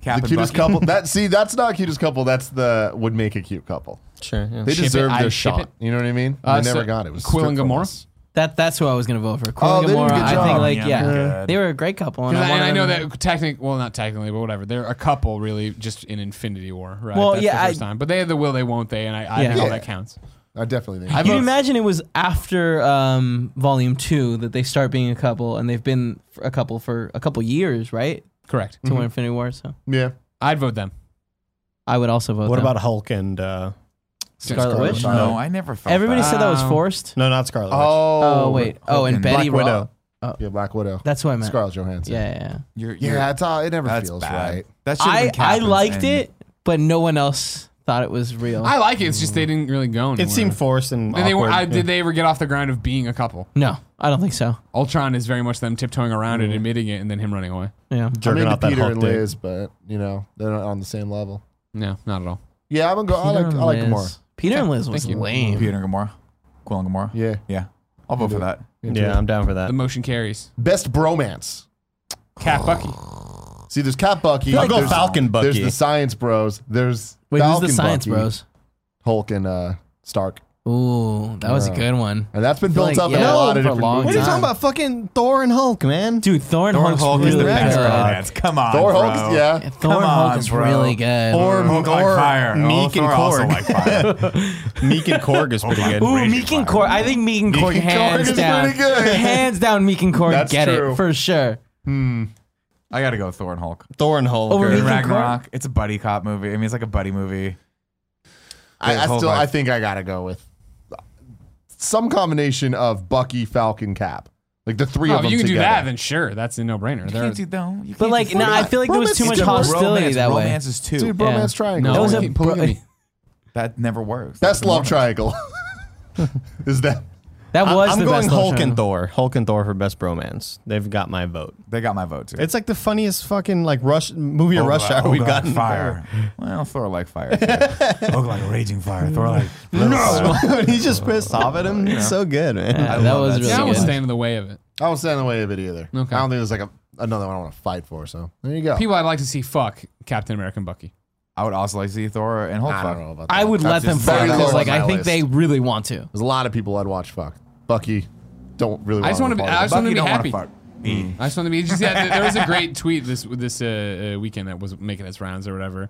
[SPEAKER 4] Cap
[SPEAKER 1] The
[SPEAKER 4] and
[SPEAKER 1] cutest
[SPEAKER 4] Bucky.
[SPEAKER 1] couple. That see, that's not cutest couple. That's the would make a cute couple.
[SPEAKER 3] sure. yeah.
[SPEAKER 1] They
[SPEAKER 2] Ship it,
[SPEAKER 1] deserve
[SPEAKER 2] I'd
[SPEAKER 1] their
[SPEAKER 2] ship
[SPEAKER 1] shot.
[SPEAKER 2] it.
[SPEAKER 1] You know what I mean?
[SPEAKER 2] Uh,
[SPEAKER 1] they never
[SPEAKER 2] so
[SPEAKER 1] got it. It was
[SPEAKER 2] Quill and
[SPEAKER 1] stripped from
[SPEAKER 2] Gamora?
[SPEAKER 1] us.
[SPEAKER 5] That that's who I was gonna vote for. Quill
[SPEAKER 1] Oh,
[SPEAKER 5] and
[SPEAKER 1] they did a
[SPEAKER 5] Gamora.
[SPEAKER 1] good
[SPEAKER 5] I think
[SPEAKER 1] job.
[SPEAKER 5] like yeah,
[SPEAKER 4] Yeah.
[SPEAKER 5] they were a great couple.
[SPEAKER 2] And I, and I
[SPEAKER 5] wanted
[SPEAKER 2] know
[SPEAKER 5] them-
[SPEAKER 2] that technically, well, not technically, but whatever. They're a couple, really, just in Infinity War, right?
[SPEAKER 5] Well,
[SPEAKER 2] That's
[SPEAKER 5] yeah,
[SPEAKER 2] the first
[SPEAKER 5] I-
[SPEAKER 2] time. But they had the will, they won't they, and I, I
[SPEAKER 5] Yeah.
[SPEAKER 2] think all
[SPEAKER 1] Yeah.
[SPEAKER 2] that counts.
[SPEAKER 1] I definitely think.
[SPEAKER 2] I
[SPEAKER 5] Can you
[SPEAKER 2] vote-
[SPEAKER 5] imagine it was after um, Volume Two that they start being a couple, and they've been f- a couple for a couple years, right?
[SPEAKER 2] Correct.
[SPEAKER 5] To when Infinity War. So
[SPEAKER 1] yeah.
[SPEAKER 2] Mm-hmm. I'd vote them.
[SPEAKER 5] I would also vote.
[SPEAKER 3] What
[SPEAKER 5] them.
[SPEAKER 3] about Hulk and uh,
[SPEAKER 5] Scarlet,
[SPEAKER 1] Scarlet
[SPEAKER 5] Witch?
[SPEAKER 1] Witch.
[SPEAKER 4] No, I never felt
[SPEAKER 5] Everybody
[SPEAKER 4] that.
[SPEAKER 5] said that was
[SPEAKER 2] Um,
[SPEAKER 5] forced.
[SPEAKER 3] no, not Scarlet Witch.
[SPEAKER 1] Oh.
[SPEAKER 5] Oh wait. Oh, and
[SPEAKER 4] Hulk and
[SPEAKER 5] Betty
[SPEAKER 3] Black
[SPEAKER 5] Ross.
[SPEAKER 3] Widow.
[SPEAKER 1] Yeah, Black Widow.
[SPEAKER 5] That's what I meant.
[SPEAKER 1] Scarlett Johansson.
[SPEAKER 5] Yeah, yeah. yeah.
[SPEAKER 4] You're,
[SPEAKER 1] Yeah,
[SPEAKER 4] you're,
[SPEAKER 1] it's all, it never
[SPEAKER 4] that's
[SPEAKER 1] feels
[SPEAKER 4] bad.
[SPEAKER 1] right.
[SPEAKER 4] That should've
[SPEAKER 5] I
[SPEAKER 4] been Cap
[SPEAKER 5] I
[SPEAKER 4] and-
[SPEAKER 5] liked
[SPEAKER 4] and-
[SPEAKER 5] it, but no one else thought it was real.
[SPEAKER 2] I like it. It's just they didn't really go anywhere.
[SPEAKER 3] it seemed forced and,
[SPEAKER 2] And they were,
[SPEAKER 3] awkward.
[SPEAKER 2] I,
[SPEAKER 3] Yeah.
[SPEAKER 2] Did they ever get off the ground of being a couple?
[SPEAKER 5] no, I don't think so.
[SPEAKER 2] Ultron is very much them tiptoeing around it, admitting it, and then him running away.
[SPEAKER 5] Yeah.
[SPEAKER 1] I'm
[SPEAKER 3] jerking
[SPEAKER 1] into
[SPEAKER 3] off that
[SPEAKER 1] Peter
[SPEAKER 3] Hulk
[SPEAKER 1] and
[SPEAKER 3] dick.
[SPEAKER 1] Liz, but you know they're not on the same level.
[SPEAKER 2] No, not at all.
[SPEAKER 1] Yeah, I'm gonna go. I like I like
[SPEAKER 5] Peter and Liz.
[SPEAKER 1] Gamora.
[SPEAKER 5] Peter and Liz was
[SPEAKER 2] Thank you.
[SPEAKER 5] lame.
[SPEAKER 4] Peter and Gamora. Quill and Gamora.
[SPEAKER 1] Yeah,
[SPEAKER 4] Yeah. I'll vote for that.
[SPEAKER 3] Yeah, I'm down for that.
[SPEAKER 2] The motion carries.
[SPEAKER 1] best bromance.
[SPEAKER 2] Cat Bucky.
[SPEAKER 1] See, there's Cat Bucky.
[SPEAKER 3] I'll go
[SPEAKER 1] there's,
[SPEAKER 3] Falcon
[SPEAKER 1] there's
[SPEAKER 3] Bucky.
[SPEAKER 1] the Science Bros. There's
[SPEAKER 5] Wait, who's
[SPEAKER 1] Falcon
[SPEAKER 5] the science
[SPEAKER 1] Bucky,
[SPEAKER 5] bros?
[SPEAKER 1] Hulk and uh, Stark,
[SPEAKER 5] Ooh, that was a
[SPEAKER 1] Yeah.
[SPEAKER 5] good one.
[SPEAKER 1] and that's been
[SPEAKER 5] feel
[SPEAKER 1] built
[SPEAKER 5] like-
[SPEAKER 1] up in
[SPEAKER 5] yeah,
[SPEAKER 1] a lot of
[SPEAKER 5] for a
[SPEAKER 1] different
[SPEAKER 5] long
[SPEAKER 1] movies.
[SPEAKER 5] time.
[SPEAKER 3] about? Fucking Thor and Hulk, man.
[SPEAKER 5] Dude, Thor and
[SPEAKER 4] Thor
[SPEAKER 5] Hulk's
[SPEAKER 4] Hulk
[SPEAKER 5] really
[SPEAKER 4] is the best
[SPEAKER 5] good.
[SPEAKER 4] romance. Come on.
[SPEAKER 1] Thor
[SPEAKER 4] bro.
[SPEAKER 1] Hulk's yeah.
[SPEAKER 5] Thor
[SPEAKER 4] Come
[SPEAKER 5] and Hulk
[SPEAKER 4] on,
[SPEAKER 5] is
[SPEAKER 4] bro.
[SPEAKER 5] really good.
[SPEAKER 3] Or,
[SPEAKER 4] Hulk like
[SPEAKER 3] or
[SPEAKER 4] fire.
[SPEAKER 3] Meek
[SPEAKER 4] oh,
[SPEAKER 3] and
[SPEAKER 4] Thor also
[SPEAKER 3] Korg.
[SPEAKER 4] like fire.
[SPEAKER 3] Meek and Korg is pretty good.
[SPEAKER 5] Ooh, Meek and Korg. I think Meek and Korg
[SPEAKER 1] and Korg
[SPEAKER 5] hands
[SPEAKER 1] is
[SPEAKER 5] down.
[SPEAKER 1] pretty good.
[SPEAKER 5] Hands down, Meek and Korg
[SPEAKER 1] That's
[SPEAKER 5] get
[SPEAKER 1] true.
[SPEAKER 5] it for sure.
[SPEAKER 4] I gotta go with Thor and Hulk.
[SPEAKER 3] Thor and Hulk.
[SPEAKER 5] Over
[SPEAKER 3] are-
[SPEAKER 5] Meek and Korg?
[SPEAKER 4] Ragnarok. It's a buddy cop movie. I mean, it's like a buddy movie.
[SPEAKER 1] I,
[SPEAKER 4] Wait,
[SPEAKER 1] I
[SPEAKER 4] hold
[SPEAKER 1] still,
[SPEAKER 4] on.
[SPEAKER 1] I think I gotta go with some combination of Bucky, Falcon, Cap, like the three of
[SPEAKER 2] Oh, if
[SPEAKER 1] them.
[SPEAKER 2] you can do
[SPEAKER 1] together.
[SPEAKER 2] that, then sure, that's a no-brainer.
[SPEAKER 4] You
[SPEAKER 2] There-
[SPEAKER 4] can't do though. You
[SPEAKER 5] But
[SPEAKER 4] can't
[SPEAKER 5] like,
[SPEAKER 4] do
[SPEAKER 5] no,
[SPEAKER 4] that.
[SPEAKER 5] I feel like there was too
[SPEAKER 1] Romance
[SPEAKER 5] much
[SPEAKER 1] is different.
[SPEAKER 5] hostility
[SPEAKER 4] romance,
[SPEAKER 5] that way.
[SPEAKER 4] romance is two.
[SPEAKER 1] dude, romance
[SPEAKER 5] Yeah.
[SPEAKER 1] triangle.
[SPEAKER 5] That was a
[SPEAKER 2] Fucking polygamy.
[SPEAKER 5] bro-
[SPEAKER 4] that never works.
[SPEAKER 1] Best love triangle. is that?
[SPEAKER 5] That was
[SPEAKER 3] I'm
[SPEAKER 5] the
[SPEAKER 3] going
[SPEAKER 5] best
[SPEAKER 3] Hulk
[SPEAKER 5] option.
[SPEAKER 3] and Thor. Hulk and Thor for best bromance. They've got my vote.
[SPEAKER 4] They got my vote too.
[SPEAKER 3] It's like the funniest fucking like rush movie
[SPEAKER 4] Oh,
[SPEAKER 3] rush
[SPEAKER 4] God,
[SPEAKER 3] hour
[SPEAKER 4] oh,
[SPEAKER 3] we've
[SPEAKER 4] God,
[SPEAKER 3] gotten.
[SPEAKER 4] fire. Well, Thor like fire. too. Thor like raging fire. Thor like no.
[SPEAKER 3] He's just pissed off at him. It's so good, man.
[SPEAKER 5] Yeah,
[SPEAKER 4] I
[SPEAKER 5] that
[SPEAKER 4] love
[SPEAKER 5] was
[SPEAKER 4] that
[SPEAKER 5] really
[SPEAKER 2] yeah, I
[SPEAKER 5] good.
[SPEAKER 2] was staying in the way of it.
[SPEAKER 1] I don't stand in the way of it either.
[SPEAKER 2] Okay.
[SPEAKER 1] I don't think there's like a, another one I want to fight for. So there you go.
[SPEAKER 2] People I'd like to see fuck Captain America and Bucky.
[SPEAKER 4] I would also like to see Thor and Hulk
[SPEAKER 1] I don't
[SPEAKER 4] fuck.
[SPEAKER 1] know about that.
[SPEAKER 5] I would
[SPEAKER 4] That's
[SPEAKER 5] let them
[SPEAKER 4] just
[SPEAKER 5] fight
[SPEAKER 1] very
[SPEAKER 5] because
[SPEAKER 1] low
[SPEAKER 5] like
[SPEAKER 1] on my
[SPEAKER 5] I think
[SPEAKER 1] list.
[SPEAKER 5] they really want to.
[SPEAKER 1] There's a lot of people I'd watch. Fuck Bucky. Don't really.
[SPEAKER 2] I just
[SPEAKER 1] want
[SPEAKER 2] wanna
[SPEAKER 1] to
[SPEAKER 2] be-
[SPEAKER 1] follow
[SPEAKER 2] I
[SPEAKER 1] that.
[SPEAKER 2] just- wanna
[SPEAKER 4] Bucky
[SPEAKER 2] be
[SPEAKER 4] don't
[SPEAKER 2] happy.
[SPEAKER 4] wanna Mm. fuck me.
[SPEAKER 2] I just wanted to be. Just, yeah, there was a great tweet this this uh, uh, weekend that was making its rounds or whatever,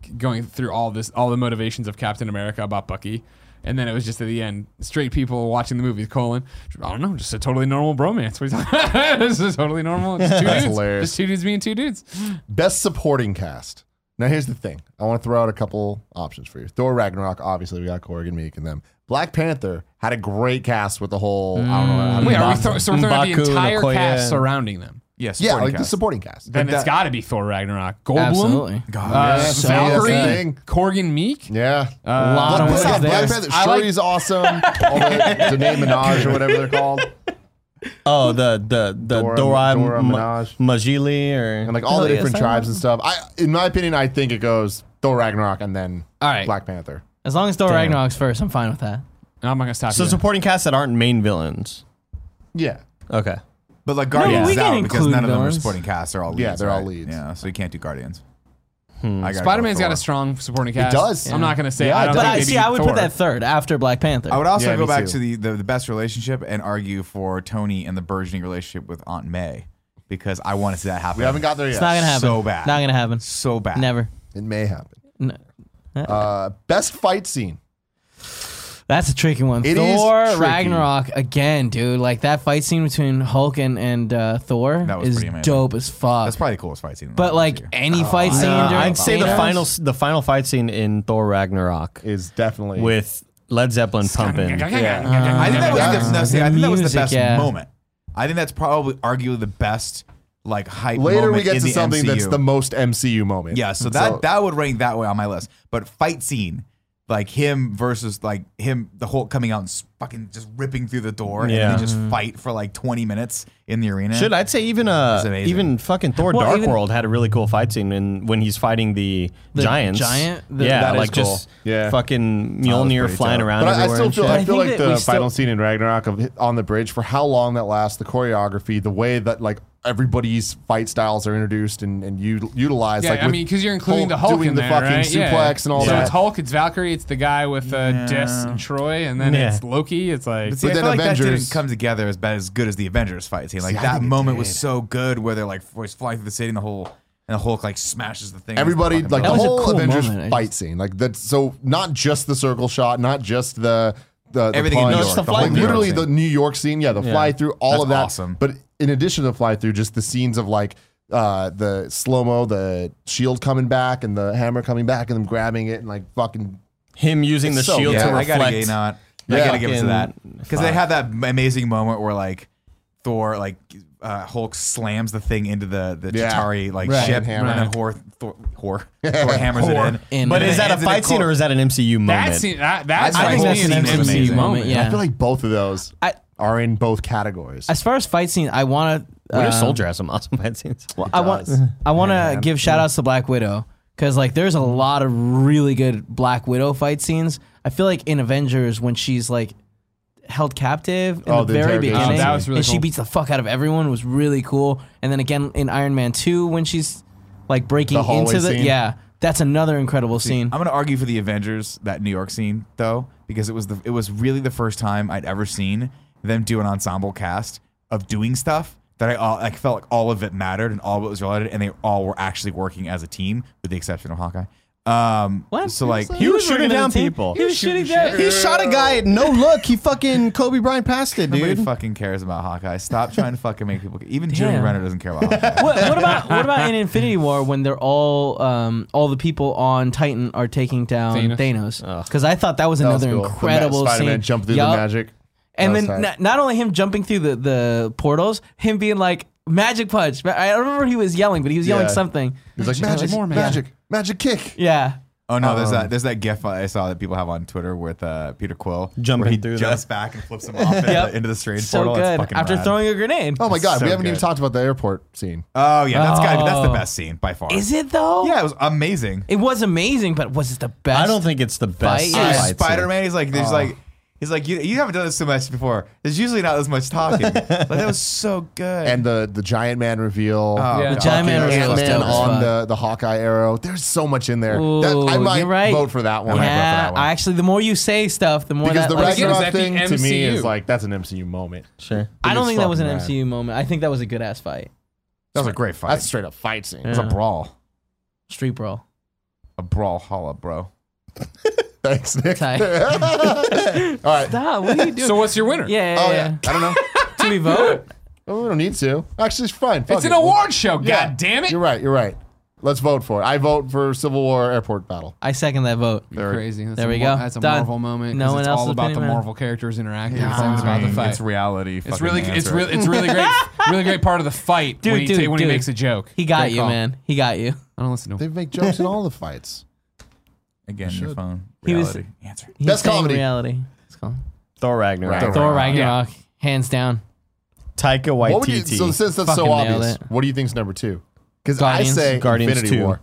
[SPEAKER 2] g- going through all this all the motivations of Captain America about Bucky, and then it was just at the end, straight people watching the movie colon. I don't know, just a totally normal bromance. What are you talking about? this is totally normal. Just two
[SPEAKER 1] That's
[SPEAKER 2] dudes.
[SPEAKER 1] hilarious.
[SPEAKER 2] Just two dudes being two dudes.
[SPEAKER 1] Best supporting cast. Now here's the thing. I want to throw out a couple options for you. Thor Ragnarok. Obviously, we got Korg and Meek and them. Black Panther had a great cast with the whole. I don't know. how to-
[SPEAKER 2] Wait, are we throw, so we're throwing out
[SPEAKER 3] M'Baku,
[SPEAKER 2] the entire
[SPEAKER 3] Okoye.
[SPEAKER 2] cast surrounding them?
[SPEAKER 4] Yeah,
[SPEAKER 1] yeah,
[SPEAKER 4] supporting
[SPEAKER 1] like the
[SPEAKER 4] cast.
[SPEAKER 1] supporting cast.
[SPEAKER 2] Then
[SPEAKER 1] Like
[SPEAKER 2] it's
[SPEAKER 1] that-
[SPEAKER 2] got to be Thor Ragnarok, Goldblum,
[SPEAKER 5] Absolutely.
[SPEAKER 4] God.
[SPEAKER 1] Yeah,
[SPEAKER 2] uh,
[SPEAKER 1] so that's the
[SPEAKER 2] Valkyrie,
[SPEAKER 1] thing.
[SPEAKER 2] Corgan Meek.
[SPEAKER 1] Yeah.
[SPEAKER 2] Uh,
[SPEAKER 5] Lot of
[SPEAKER 1] Black,
[SPEAKER 5] women
[SPEAKER 1] Panther,
[SPEAKER 5] there.
[SPEAKER 1] Black Panther.
[SPEAKER 2] I like-
[SPEAKER 1] Shuri's awesome. All the Danae Minaj or whatever they're called.
[SPEAKER 3] Oh, the the the
[SPEAKER 1] Dora-
[SPEAKER 3] Dora,
[SPEAKER 1] Dora
[SPEAKER 3] Ma-
[SPEAKER 1] Minaj.
[SPEAKER 3] Majili or
[SPEAKER 1] And like all the
[SPEAKER 5] Hell yes,
[SPEAKER 1] different
[SPEAKER 5] I
[SPEAKER 1] tribes and stuff. I, in my opinion, I think it goes Thor Ragnarok and then
[SPEAKER 2] All right.
[SPEAKER 1] Black Panther.
[SPEAKER 5] As long as Thor Ragnarok's first, I'm fine with that.
[SPEAKER 2] No, I'm not gonna stop
[SPEAKER 3] so
[SPEAKER 2] you. there.
[SPEAKER 3] supporting cast that aren't main villains.
[SPEAKER 1] Yeah.
[SPEAKER 3] Okay.
[SPEAKER 4] But like
[SPEAKER 5] but
[SPEAKER 4] Guardians
[SPEAKER 5] we
[SPEAKER 4] is
[SPEAKER 5] can
[SPEAKER 4] out because
[SPEAKER 5] include
[SPEAKER 4] none of them are
[SPEAKER 5] villains.
[SPEAKER 4] supporting cast. They're all leads.
[SPEAKER 1] Yeah, they're all
[SPEAKER 4] right?
[SPEAKER 1] leads.
[SPEAKER 4] Yeah, so you can't do Guardians. I gotta go
[SPEAKER 2] Spider Man's
[SPEAKER 4] with
[SPEAKER 2] got a
[SPEAKER 4] Thor.
[SPEAKER 2] strong supporting cast.
[SPEAKER 1] does.
[SPEAKER 2] I'm not gonna say.
[SPEAKER 1] Yeah,
[SPEAKER 2] I
[SPEAKER 1] it
[SPEAKER 2] don't
[SPEAKER 1] does.
[SPEAKER 5] But
[SPEAKER 2] think
[SPEAKER 5] I
[SPEAKER 2] they
[SPEAKER 5] see,
[SPEAKER 2] beat
[SPEAKER 5] I would
[SPEAKER 2] Thor.
[SPEAKER 5] put that third after Black Panther.
[SPEAKER 4] I would also
[SPEAKER 1] Yeah,
[SPEAKER 4] go
[SPEAKER 1] me
[SPEAKER 4] back
[SPEAKER 1] too.
[SPEAKER 4] to the, the the best relationship and argue for Tony and the burgeoning relationship with Aunt May because I want to see that happen.
[SPEAKER 1] We haven't got there yet.
[SPEAKER 5] it's not gonna happen.
[SPEAKER 4] So bad.
[SPEAKER 5] Not gonna happen.
[SPEAKER 4] so bad.
[SPEAKER 5] Never.
[SPEAKER 1] it may happen.
[SPEAKER 5] No.
[SPEAKER 1] Uh, best fight scene.
[SPEAKER 5] That's a tricky one.
[SPEAKER 1] It is
[SPEAKER 5] Thor
[SPEAKER 1] tricky.
[SPEAKER 5] Ragnarok again, dude. Like that fight scene between Hulk and and uh, Thor
[SPEAKER 4] That was
[SPEAKER 5] is
[SPEAKER 4] pretty amazing.
[SPEAKER 5] dope as fuck.
[SPEAKER 4] That's probably the coolest fight scene. in the
[SPEAKER 5] but
[SPEAKER 4] whole
[SPEAKER 5] like
[SPEAKER 4] MCU.
[SPEAKER 5] any fight scene,
[SPEAKER 3] Uh,
[SPEAKER 5] during
[SPEAKER 3] I'd say the
[SPEAKER 5] Thanos-
[SPEAKER 3] final s- the final fight scene in Thor Ragnarok
[SPEAKER 1] Is definitely
[SPEAKER 3] with Led Zeppelin pumping.
[SPEAKER 4] I think that was
[SPEAKER 1] that's-
[SPEAKER 4] the, no, see, I
[SPEAKER 5] the
[SPEAKER 4] think that was the
[SPEAKER 5] music,
[SPEAKER 4] best
[SPEAKER 5] yeah.
[SPEAKER 4] moment. I think that's probably arguably the best like hype.
[SPEAKER 1] Later,
[SPEAKER 4] moment
[SPEAKER 1] we get
[SPEAKER 4] in
[SPEAKER 1] to
[SPEAKER 4] the
[SPEAKER 1] something that's
[SPEAKER 4] MCU.
[SPEAKER 1] the most MCU moment.
[SPEAKER 4] Yeah, so that that would rank that way on my list. But fight scene, like him versus like him, the Hulk coming out and s- fucking just ripping through the door,
[SPEAKER 3] Yeah.
[SPEAKER 4] and they just
[SPEAKER 5] Mm-hmm.
[SPEAKER 4] fight for like twenty minutes in the arena.
[SPEAKER 3] Should I'd say even uh
[SPEAKER 4] It's amazing.
[SPEAKER 3] even fucking Thor
[SPEAKER 5] Well,
[SPEAKER 3] Dark
[SPEAKER 5] even-
[SPEAKER 3] World had a really cool fight scene in when he's fighting the,
[SPEAKER 5] The
[SPEAKER 3] giants.
[SPEAKER 5] giant? The-
[SPEAKER 3] yeah,
[SPEAKER 5] That
[SPEAKER 1] is
[SPEAKER 3] like just
[SPEAKER 1] cool. Yeah.
[SPEAKER 3] fucking
[SPEAKER 4] was
[SPEAKER 3] Mjolnir
[SPEAKER 4] pretty
[SPEAKER 3] flying
[SPEAKER 4] dope.
[SPEAKER 3] around
[SPEAKER 1] But I, I
[SPEAKER 3] everywhere.
[SPEAKER 1] still
[SPEAKER 3] and
[SPEAKER 1] feel
[SPEAKER 3] shit.
[SPEAKER 5] But
[SPEAKER 1] I
[SPEAKER 5] I
[SPEAKER 1] feel
[SPEAKER 5] think
[SPEAKER 1] like
[SPEAKER 5] that we
[SPEAKER 1] the
[SPEAKER 5] still-
[SPEAKER 1] final scene in Ragnarok of on the bridge for how long that lasts, the choreography, the way that like everybody's fight styles are introduced and and u- utilized.
[SPEAKER 2] Yeah,
[SPEAKER 1] like
[SPEAKER 2] I
[SPEAKER 1] with
[SPEAKER 2] mean, because you're including the Hulk
[SPEAKER 1] doing
[SPEAKER 2] in
[SPEAKER 1] the
[SPEAKER 2] there,
[SPEAKER 1] fucking
[SPEAKER 2] right?
[SPEAKER 1] suplex
[SPEAKER 2] Yeah.
[SPEAKER 1] and all
[SPEAKER 2] So
[SPEAKER 1] that.
[SPEAKER 2] it's Hulk, it's Valkyrie, it's the guy with uh, Jess and Troy, and then
[SPEAKER 3] Yeah.
[SPEAKER 2] it's Loki. It's like
[SPEAKER 4] But see,
[SPEAKER 1] But
[SPEAKER 4] I
[SPEAKER 1] then
[SPEAKER 4] feel like that
[SPEAKER 1] Avengers-
[SPEAKER 4] didn't come together as bad as good as the Avengers fight scene. Like
[SPEAKER 1] I
[SPEAKER 4] that
[SPEAKER 1] think it
[SPEAKER 4] moment was
[SPEAKER 1] did.
[SPEAKER 4] so good where they're like f- he's flying through the city and the whole and the Hulk like smashes the thing.
[SPEAKER 1] Everybody like the
[SPEAKER 5] That was a
[SPEAKER 1] whole
[SPEAKER 5] cool
[SPEAKER 1] Avengers
[SPEAKER 5] moment. I
[SPEAKER 1] fight
[SPEAKER 5] just-
[SPEAKER 1] scene, like that's so not just the circle shot, not just the the, the
[SPEAKER 4] Everything in
[SPEAKER 1] punch.
[SPEAKER 4] New
[SPEAKER 3] No, it's York, the the whole
[SPEAKER 1] like
[SPEAKER 3] fly-through
[SPEAKER 1] literally
[SPEAKER 4] scene.
[SPEAKER 1] the New York scene, yeah, the fly through, all
[SPEAKER 4] That's
[SPEAKER 1] of that.
[SPEAKER 4] awesome.
[SPEAKER 1] But in addition to the fly through, just the scenes of like uh, the slow mo, the shield coming back and the hammer coming back and them grabbing it and like fucking
[SPEAKER 3] him using the
[SPEAKER 1] It's so-
[SPEAKER 3] shield
[SPEAKER 4] yeah,
[SPEAKER 3] to
[SPEAKER 4] I
[SPEAKER 3] reflect.
[SPEAKER 4] gotta give not. I
[SPEAKER 1] Yeah.
[SPEAKER 4] gotta give it to that
[SPEAKER 3] Fucking
[SPEAKER 4] because they had that m- amazing moment where like Thor like uh, Hulk slams the thing into the the
[SPEAKER 1] Yeah.
[SPEAKER 4] Chitauri like
[SPEAKER 1] Right.
[SPEAKER 4] ship
[SPEAKER 1] Hammer.
[SPEAKER 4] and then Thor Thor, Thor, Thor hammers it in.
[SPEAKER 5] In.
[SPEAKER 3] but
[SPEAKER 5] And
[SPEAKER 3] is
[SPEAKER 4] then
[SPEAKER 3] that a
[SPEAKER 4] ends in a
[SPEAKER 3] fight scene
[SPEAKER 4] cold-
[SPEAKER 3] or is that an MCU moment?
[SPEAKER 2] that scene. That, that's
[SPEAKER 4] I
[SPEAKER 2] I
[SPEAKER 4] think
[SPEAKER 2] think
[SPEAKER 4] that's
[SPEAKER 2] an
[SPEAKER 4] an
[SPEAKER 2] MCU moment.
[SPEAKER 4] amazing
[SPEAKER 5] moment, yeah.
[SPEAKER 1] I feel like both of those
[SPEAKER 5] I-
[SPEAKER 1] are in both categories.
[SPEAKER 5] As far as fight scene, I um, want to.
[SPEAKER 3] Winter Soldier has some awesome fight scenes.
[SPEAKER 5] I want.
[SPEAKER 1] does.
[SPEAKER 5] I want to give shout outs to Black Widow because like there's a lot of really good Black Widow fight scenes. I feel like in Avengers when she's like held captive in
[SPEAKER 1] Oh, the
[SPEAKER 5] the, very
[SPEAKER 1] interrogation
[SPEAKER 5] beginning,
[SPEAKER 2] scene. That was really
[SPEAKER 5] and she
[SPEAKER 2] cool.
[SPEAKER 5] beats the fuck out of everyone was really cool. And then again in Iron Man Two when she's like breaking
[SPEAKER 1] The hallway
[SPEAKER 5] into the
[SPEAKER 1] scene.
[SPEAKER 5] yeah, that's another incredible scene.
[SPEAKER 4] I'm gonna argue for the Avengers that New York scene though, because it was the it was really the first time I'd ever seen them do an ensemble cast of doing stuff that I all I felt like all of it mattered and all of it was related, and they all were actually working as a team, with the exception of Hawkeye. Um,
[SPEAKER 5] What?
[SPEAKER 4] So like,
[SPEAKER 5] He
[SPEAKER 3] He was
[SPEAKER 5] was
[SPEAKER 3] shooting
[SPEAKER 5] running
[SPEAKER 3] down
[SPEAKER 5] the team.
[SPEAKER 3] people.
[SPEAKER 5] He was shooting down.
[SPEAKER 3] He shot a guy. No look. He fucking Kobe Bryant passed it,
[SPEAKER 4] nobody
[SPEAKER 3] dude.
[SPEAKER 4] fucking cares about Hawkeye. Stop trying to fucking make people. Even Jeremy
[SPEAKER 5] Damn.
[SPEAKER 4] Renner doesn't care about Hawkeye.
[SPEAKER 5] what, what about what about in Infinity War when they're all um, all the people on Titan are taking down
[SPEAKER 2] Thanos.
[SPEAKER 5] Thanos? Because I thought that was another incredible
[SPEAKER 1] Spider Man
[SPEAKER 5] scene.
[SPEAKER 1] jumped through
[SPEAKER 5] Yup.
[SPEAKER 1] the magic.
[SPEAKER 5] and
[SPEAKER 1] That
[SPEAKER 5] then
[SPEAKER 1] was tight.
[SPEAKER 5] n- not only him jumping through the, the portals, him being like magic punch. Ma- I remember he was yelling, but he was yelling
[SPEAKER 1] Yeah.
[SPEAKER 5] something.
[SPEAKER 1] He's like
[SPEAKER 2] Magic,
[SPEAKER 1] magic,
[SPEAKER 2] more magic."
[SPEAKER 1] magic, magic kick.
[SPEAKER 5] Yeah,
[SPEAKER 4] Oh no, there's
[SPEAKER 5] Um,
[SPEAKER 4] that there's that GIF I saw that people have on Twitter with uh, Peter Quill
[SPEAKER 3] Jumping
[SPEAKER 4] where he
[SPEAKER 3] through
[SPEAKER 4] jumps back and flips him off into
[SPEAKER 5] Yep.
[SPEAKER 4] the- into the strange
[SPEAKER 5] so
[SPEAKER 4] portal. It's
[SPEAKER 5] good.
[SPEAKER 4] fucking
[SPEAKER 5] After
[SPEAKER 4] rad.
[SPEAKER 5] throwing a grenade.
[SPEAKER 1] Oh my god,
[SPEAKER 4] So
[SPEAKER 1] we haven't even
[SPEAKER 4] good.
[SPEAKER 1] talked about the airport scene.
[SPEAKER 4] Oh yeah, that's gotta be that's the
[SPEAKER 5] Oh.
[SPEAKER 4] best scene by far.
[SPEAKER 5] Is it though?
[SPEAKER 4] Yeah, it was amazing.
[SPEAKER 5] It was amazing, but was it the best?
[SPEAKER 3] I don't think it's the best.
[SPEAKER 5] Fight. Yeah.
[SPEAKER 3] fight scene.
[SPEAKER 4] Spider Man. He's like,
[SPEAKER 5] Oh.
[SPEAKER 4] there's like, he's like, you, you haven't done this so much before. There's usually not as much talking. like that was so good.
[SPEAKER 1] And the the giant man reveal.
[SPEAKER 4] Oh,
[SPEAKER 2] Yeah.
[SPEAKER 5] the giant man
[SPEAKER 4] Fucking
[SPEAKER 1] Ant
[SPEAKER 5] reveal was
[SPEAKER 1] Man
[SPEAKER 5] dope as
[SPEAKER 1] on
[SPEAKER 5] fuck.
[SPEAKER 1] the, the Hawkeye arrow. There's so much in there. That- I
[SPEAKER 5] Ooh,
[SPEAKER 1] might
[SPEAKER 5] you're right.
[SPEAKER 1] vote for that one.
[SPEAKER 5] Yeah,
[SPEAKER 4] one.
[SPEAKER 5] I actually, the more you say stuff, the more
[SPEAKER 1] Because
[SPEAKER 5] that,
[SPEAKER 1] the
[SPEAKER 5] like,
[SPEAKER 2] again, is
[SPEAKER 1] Ragnarok
[SPEAKER 2] that the
[SPEAKER 1] thing to me
[SPEAKER 2] MCU?
[SPEAKER 1] is like that's an MCU moment.
[SPEAKER 3] Sure.
[SPEAKER 5] I don't
[SPEAKER 1] it's
[SPEAKER 5] think that was an
[SPEAKER 1] fucking rad.
[SPEAKER 5] MCU moment. I think that was a good ass fight.
[SPEAKER 4] that was a great fight.
[SPEAKER 1] That's straight up fight scene.
[SPEAKER 4] it was a brawl,
[SPEAKER 5] Street brawl.
[SPEAKER 4] a brawl, holla, bro.
[SPEAKER 1] Thanks, Nick.
[SPEAKER 5] Ty.
[SPEAKER 1] All right.
[SPEAKER 5] Stop. Ah, What are you doing?
[SPEAKER 2] So what's your winner?
[SPEAKER 5] yeah, yeah,
[SPEAKER 1] Oh
[SPEAKER 5] yeah.
[SPEAKER 1] yeah. I don't know.
[SPEAKER 5] Do we vote?
[SPEAKER 1] Oh, we don't need to. Actually, it's fine. Fuck
[SPEAKER 2] It's an
[SPEAKER 1] it.
[SPEAKER 2] award show.
[SPEAKER 1] Yeah.
[SPEAKER 2] God damn it!
[SPEAKER 1] You're right. You're right. Let's vote for it. I vote for Civil War airport battle.
[SPEAKER 5] I second that vote.
[SPEAKER 2] You're crazy. That's
[SPEAKER 5] There
[SPEAKER 2] a
[SPEAKER 5] we
[SPEAKER 2] mar-
[SPEAKER 5] go.
[SPEAKER 2] That's a
[SPEAKER 5] Done.
[SPEAKER 2] Marvel moment.
[SPEAKER 5] No
[SPEAKER 2] 'cause
[SPEAKER 5] one
[SPEAKER 2] it's
[SPEAKER 5] else
[SPEAKER 2] all
[SPEAKER 5] is
[SPEAKER 2] about the
[SPEAKER 5] opiniong.
[SPEAKER 2] Marvel characters interacting. It's all about the fight.
[SPEAKER 4] It's reality.
[SPEAKER 2] It's really, it's really, it's really great. Really great part of the fight
[SPEAKER 5] Dude,
[SPEAKER 2] when, he, ta-
[SPEAKER 5] dude,
[SPEAKER 2] when
[SPEAKER 5] dude.
[SPEAKER 2] he makes a joke.
[SPEAKER 5] He got
[SPEAKER 2] Great
[SPEAKER 5] you,
[SPEAKER 2] call.
[SPEAKER 5] man. He got you.
[SPEAKER 2] I don't listen to
[SPEAKER 1] They
[SPEAKER 2] him.
[SPEAKER 1] make jokes in all the fights.
[SPEAKER 4] again your phone.
[SPEAKER 5] He was-
[SPEAKER 4] Reality answer.
[SPEAKER 5] He's
[SPEAKER 1] Best
[SPEAKER 5] saying
[SPEAKER 1] comedy.
[SPEAKER 5] Reality. It's called
[SPEAKER 3] Thor Ragnarok.
[SPEAKER 4] Ragnarok.
[SPEAKER 5] Thor
[SPEAKER 4] Ragnarok.
[SPEAKER 5] Ragnarok, hands down.
[SPEAKER 3] Taika
[SPEAKER 1] What would you,
[SPEAKER 3] Waititi.
[SPEAKER 1] so since that's so
[SPEAKER 5] Fucking nailed
[SPEAKER 1] obvious,
[SPEAKER 5] it.
[SPEAKER 1] what do you think's number two? Because I
[SPEAKER 5] Guardians.
[SPEAKER 1] say
[SPEAKER 3] Guardians
[SPEAKER 1] Infinity
[SPEAKER 3] 2.
[SPEAKER 1] War.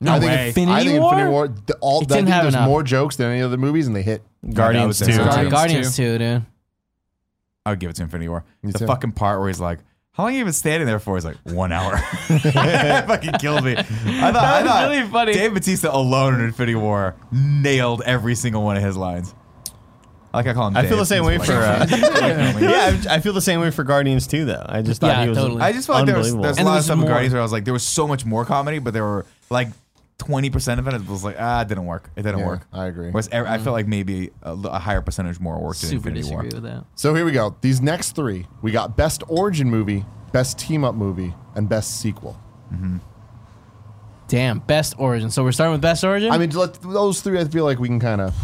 [SPEAKER 2] No
[SPEAKER 1] I think
[SPEAKER 2] way.
[SPEAKER 5] Infinity
[SPEAKER 1] I think
[SPEAKER 5] War?
[SPEAKER 1] Infinity War. The, all, I
[SPEAKER 5] It
[SPEAKER 1] think
[SPEAKER 5] didn't have
[SPEAKER 1] there's
[SPEAKER 5] enough.
[SPEAKER 1] more jokes than any other movies, and they hit.
[SPEAKER 3] Guardians
[SPEAKER 4] Yeah, that was
[SPEAKER 3] 2.
[SPEAKER 4] it.
[SPEAKER 5] Uh,
[SPEAKER 2] Guardians
[SPEAKER 5] Guardians too, dude.
[SPEAKER 4] I would give it to Infinity War.
[SPEAKER 1] Me
[SPEAKER 4] the
[SPEAKER 1] too.
[SPEAKER 4] fucking part where he's like, "How long you been standing there for?" He's like, "One hour." fucking killed me. I thought, I
[SPEAKER 5] was
[SPEAKER 4] thought
[SPEAKER 5] really funny.
[SPEAKER 4] Dave Batista alone in Infinity War nailed every single one of his lines. I like I call him.
[SPEAKER 3] I
[SPEAKER 4] Dave.
[SPEAKER 3] feel the same way
[SPEAKER 4] He's
[SPEAKER 3] for.
[SPEAKER 4] like-
[SPEAKER 3] Uh, yeah, I I feel the same way for Guardians too, though. I just thought
[SPEAKER 5] Yeah,
[SPEAKER 3] he was.
[SPEAKER 5] totally.
[SPEAKER 4] I just felt like there was,
[SPEAKER 3] Unbelievable.
[SPEAKER 4] there's a
[SPEAKER 5] And
[SPEAKER 4] lot of
[SPEAKER 5] there's
[SPEAKER 4] stuff in
[SPEAKER 5] more.
[SPEAKER 4] Guardians where I was like, there was so much more comedy, but there were like 20 percent of it was like, ah, it didn't work. It didn't
[SPEAKER 1] Yeah,
[SPEAKER 4] work.
[SPEAKER 1] I agree.
[SPEAKER 4] Whereas every, I felt like maybe a, l- a higher percentage more worked in
[SPEAKER 5] Mm. Super
[SPEAKER 4] Infinity War.
[SPEAKER 5] disagree with that.
[SPEAKER 1] So here we go. These next three, we got best origin movie, best team up movie, and best sequel.
[SPEAKER 5] Damn, best origin. So we're starting with best origin.
[SPEAKER 1] I mean, let, those three, I feel like we can kind of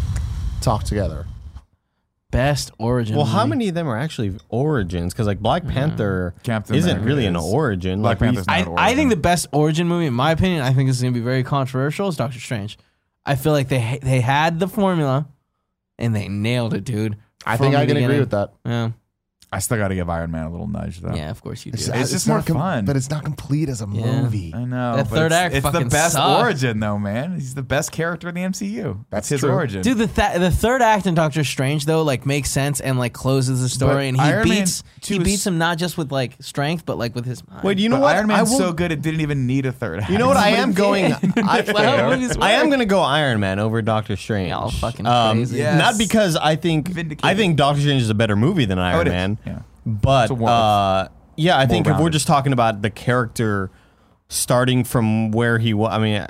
[SPEAKER 1] talk together.
[SPEAKER 5] best origin.
[SPEAKER 3] Well, how
[SPEAKER 5] movie.
[SPEAKER 3] many of them are actually origins? Because like Black Panther
[SPEAKER 4] Captain
[SPEAKER 3] isn't
[SPEAKER 4] America
[SPEAKER 3] really an
[SPEAKER 4] is.
[SPEAKER 3] origin. like,
[SPEAKER 4] Black
[SPEAKER 3] we-
[SPEAKER 4] Panther's not
[SPEAKER 5] I,
[SPEAKER 4] an
[SPEAKER 5] I
[SPEAKER 4] origin.
[SPEAKER 5] think the best origin movie, in my opinion, I think this is going to be very controversial. Is Doctor Strange? I feel like they ha- they had the formula, and they nailed it, dude.
[SPEAKER 1] I think I can agree with that.
[SPEAKER 5] Yeah,
[SPEAKER 4] I still got to give Iron Man a little nudge though.
[SPEAKER 5] yeah, of course you do.
[SPEAKER 4] It's just more
[SPEAKER 1] not com-
[SPEAKER 4] fun.
[SPEAKER 1] but it's not complete as a
[SPEAKER 5] Yeah.
[SPEAKER 1] movie.
[SPEAKER 4] I know.
[SPEAKER 5] That
[SPEAKER 4] but
[SPEAKER 5] third
[SPEAKER 4] it's,
[SPEAKER 5] act
[SPEAKER 4] It's the
[SPEAKER 5] fucking
[SPEAKER 4] best
[SPEAKER 5] sucked.
[SPEAKER 4] origin, though, man. He's the best character in the MCU.
[SPEAKER 1] That's
[SPEAKER 4] That's his
[SPEAKER 1] true.
[SPEAKER 4] origin.
[SPEAKER 5] Dude, the th- the third act in Doctor Strange though like makes sense and like closes the story,
[SPEAKER 4] But
[SPEAKER 5] and he
[SPEAKER 4] Iron Man
[SPEAKER 5] beats
[SPEAKER 4] two
[SPEAKER 5] he
[SPEAKER 4] is-
[SPEAKER 5] beats him not just with like strength, but like with his mind.
[SPEAKER 3] Wait, you know
[SPEAKER 4] But
[SPEAKER 3] what?
[SPEAKER 4] Iron Man's
[SPEAKER 3] I will-
[SPEAKER 4] so good it didn't even need a third act.
[SPEAKER 3] You know what? I am going.
[SPEAKER 5] how
[SPEAKER 3] I,
[SPEAKER 5] movies
[SPEAKER 3] I am
[SPEAKER 5] work.
[SPEAKER 3] going to go Iron Man over Doctor Strange. Um,
[SPEAKER 5] Y'all fucking crazy.
[SPEAKER 4] Yes.
[SPEAKER 3] Not because I think I
[SPEAKER 4] Vindicated. Oh,
[SPEAKER 3] think Doctor Strange is a better movie than Iron
[SPEAKER 4] it is.
[SPEAKER 3] Man.
[SPEAKER 4] Yeah.
[SPEAKER 3] But
[SPEAKER 4] a one-off.
[SPEAKER 3] uh, yeah, I think if we're
[SPEAKER 4] rounded.
[SPEAKER 3] just talking about the character starting from where he was, I mean, I,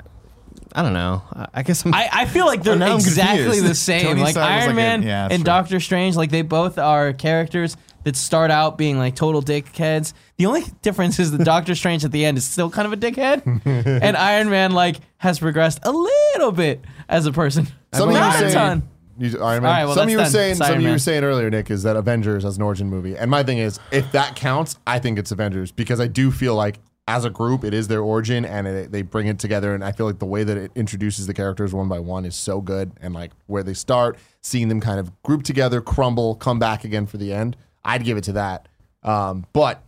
[SPEAKER 3] I don't know. I, I guess I'm,
[SPEAKER 5] I, I feel like
[SPEAKER 4] Oh,
[SPEAKER 5] they're
[SPEAKER 3] now I'm
[SPEAKER 5] exactly
[SPEAKER 3] confused.
[SPEAKER 5] the same.
[SPEAKER 4] Tony
[SPEAKER 5] like
[SPEAKER 4] Stark was
[SPEAKER 5] Iron
[SPEAKER 4] like a-
[SPEAKER 5] Man
[SPEAKER 4] yeah, that's
[SPEAKER 5] and
[SPEAKER 4] true.
[SPEAKER 5] Doctor Strange, like they both are characters that start out being like total dickheads. The only difference is that Doctor Strange at the end is still kind of a dickhead, and Iron Man like has progressed a little bit as a person.
[SPEAKER 1] Some of you
[SPEAKER 5] Not
[SPEAKER 1] were
[SPEAKER 5] a
[SPEAKER 1] saying,
[SPEAKER 5] ton.
[SPEAKER 1] you, Iron Man.
[SPEAKER 5] All right, well,
[SPEAKER 1] some of
[SPEAKER 5] that's
[SPEAKER 1] you were
[SPEAKER 5] done.
[SPEAKER 1] saying,
[SPEAKER 5] It's
[SPEAKER 1] some
[SPEAKER 5] Iron
[SPEAKER 1] of you were
[SPEAKER 5] Man.
[SPEAKER 1] saying earlier, Nick, is that Avengers as an origin movie. And my thing is, if that counts, I think it's Avengers because I do feel like as a group, it is their origin and it, they bring it together. And I feel like the way that it introduces the characters one by one is so good. And like where they start, seeing them kind of group together, crumble, come back again for the end. I'd give it to that. Um, but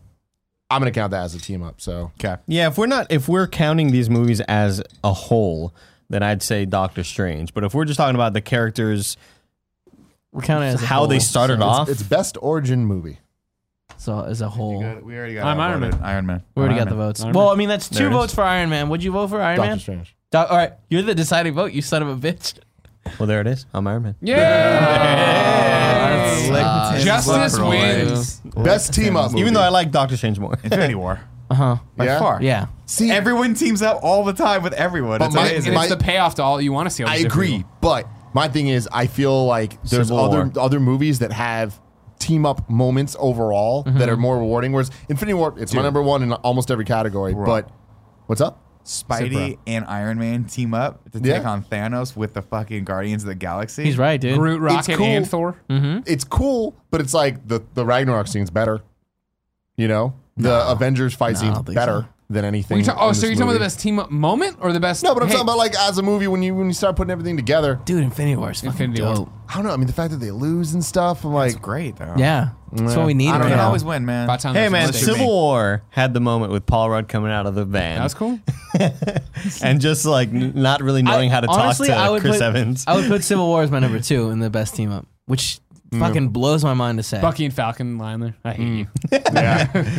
[SPEAKER 1] I'm gonna count that as a team up. So
[SPEAKER 4] Okay.
[SPEAKER 3] yeah. If we're not, if we're counting these movies as a whole, then I'd say Doctor Strange. But if we're just talking about the characters,
[SPEAKER 5] We're counting it as a
[SPEAKER 3] how they
[SPEAKER 5] whole,
[SPEAKER 3] started
[SPEAKER 5] so-
[SPEAKER 3] off,
[SPEAKER 1] it's best origin movie.
[SPEAKER 5] So as a whole, we
[SPEAKER 4] We already got
[SPEAKER 2] I'm Iron
[SPEAKER 4] outvoted. Iron Man. Uh,
[SPEAKER 5] already
[SPEAKER 4] Iron
[SPEAKER 5] got the
[SPEAKER 4] Man.
[SPEAKER 5] votes.
[SPEAKER 2] Iron
[SPEAKER 5] well,
[SPEAKER 2] Man.
[SPEAKER 5] I mean that's two
[SPEAKER 3] There it
[SPEAKER 5] votes for Iron Man. Would you vote for Iron
[SPEAKER 1] Doctor
[SPEAKER 5] Man?
[SPEAKER 1] Strange.
[SPEAKER 5] Do- all right, you're the deciding vote. You son of a bitch.
[SPEAKER 3] well, there it is. I'm Iron Man.
[SPEAKER 2] Yeah.
[SPEAKER 4] Slick
[SPEAKER 2] Justice
[SPEAKER 4] Slipper away.
[SPEAKER 2] wins.
[SPEAKER 1] Best team up movie.
[SPEAKER 3] Even though I like Doctor Strange more.
[SPEAKER 4] Infinity War.
[SPEAKER 5] Uh huh.
[SPEAKER 4] by
[SPEAKER 1] Yeah?
[SPEAKER 4] far.
[SPEAKER 5] Yeah.
[SPEAKER 1] See,
[SPEAKER 4] Everyone teams up all the time with everyone.
[SPEAKER 1] But
[SPEAKER 4] It's
[SPEAKER 1] my-
[SPEAKER 4] amazing.
[SPEAKER 2] And it's the payoff to all you want to see. All
[SPEAKER 1] I
[SPEAKER 2] these different
[SPEAKER 1] agree,
[SPEAKER 2] people.
[SPEAKER 1] but my thing is, I feel like there's
[SPEAKER 3] Civil
[SPEAKER 1] other other movies that have team up moments overall that are more rewarding. Whereas Infinity War, it's my number one in almost every category. But what's up?
[SPEAKER 4] Spidey and Iron Man team up to
[SPEAKER 1] Yeah.
[SPEAKER 4] take on Thanos with the fucking Guardians of the Galaxy.
[SPEAKER 5] He's right, dude.
[SPEAKER 2] Groot, Rocket,
[SPEAKER 1] cool. Mm-hmm.
[SPEAKER 2] and Thor.
[SPEAKER 1] It's cool, but it's like the the Ragnarok scene's better. You know, the Avengers fight scene's
[SPEAKER 5] think
[SPEAKER 1] better
[SPEAKER 5] so.
[SPEAKER 1] than anything.
[SPEAKER 2] You ta-
[SPEAKER 1] in
[SPEAKER 2] oh,
[SPEAKER 1] this
[SPEAKER 2] so you're talking about
[SPEAKER 1] movie.
[SPEAKER 2] the best team up moment or the best?
[SPEAKER 1] No, but I'm
[SPEAKER 2] hey,
[SPEAKER 1] talking about like as a movie when you when you start putting everything together.
[SPEAKER 5] Dude, Infinity War is fucking
[SPEAKER 2] Infinity War.
[SPEAKER 5] dope.
[SPEAKER 1] I don't know. I mean, the fact that they lose and stuff. I'm like,
[SPEAKER 4] It's great though.
[SPEAKER 5] Yeah. That's what we need
[SPEAKER 4] I
[SPEAKER 5] right
[SPEAKER 4] don't know.
[SPEAKER 5] now.
[SPEAKER 4] Always win, man.
[SPEAKER 2] By the time
[SPEAKER 3] Hey
[SPEAKER 2] there's
[SPEAKER 3] man,
[SPEAKER 2] Olympics.
[SPEAKER 3] Civil War had the moment with Paul Rudd coming out of the van
[SPEAKER 2] That was cool.
[SPEAKER 3] and just like n- not really knowing how to
[SPEAKER 5] honestly,
[SPEAKER 3] talk to
[SPEAKER 5] I would
[SPEAKER 3] Chris
[SPEAKER 5] put,
[SPEAKER 3] Evans.
[SPEAKER 5] I would put Civil War as my number two in the best team up, which fucking blows my mind to say.
[SPEAKER 2] Bucky and Falcon lying there. I
[SPEAKER 1] Mm.
[SPEAKER 2] hate you.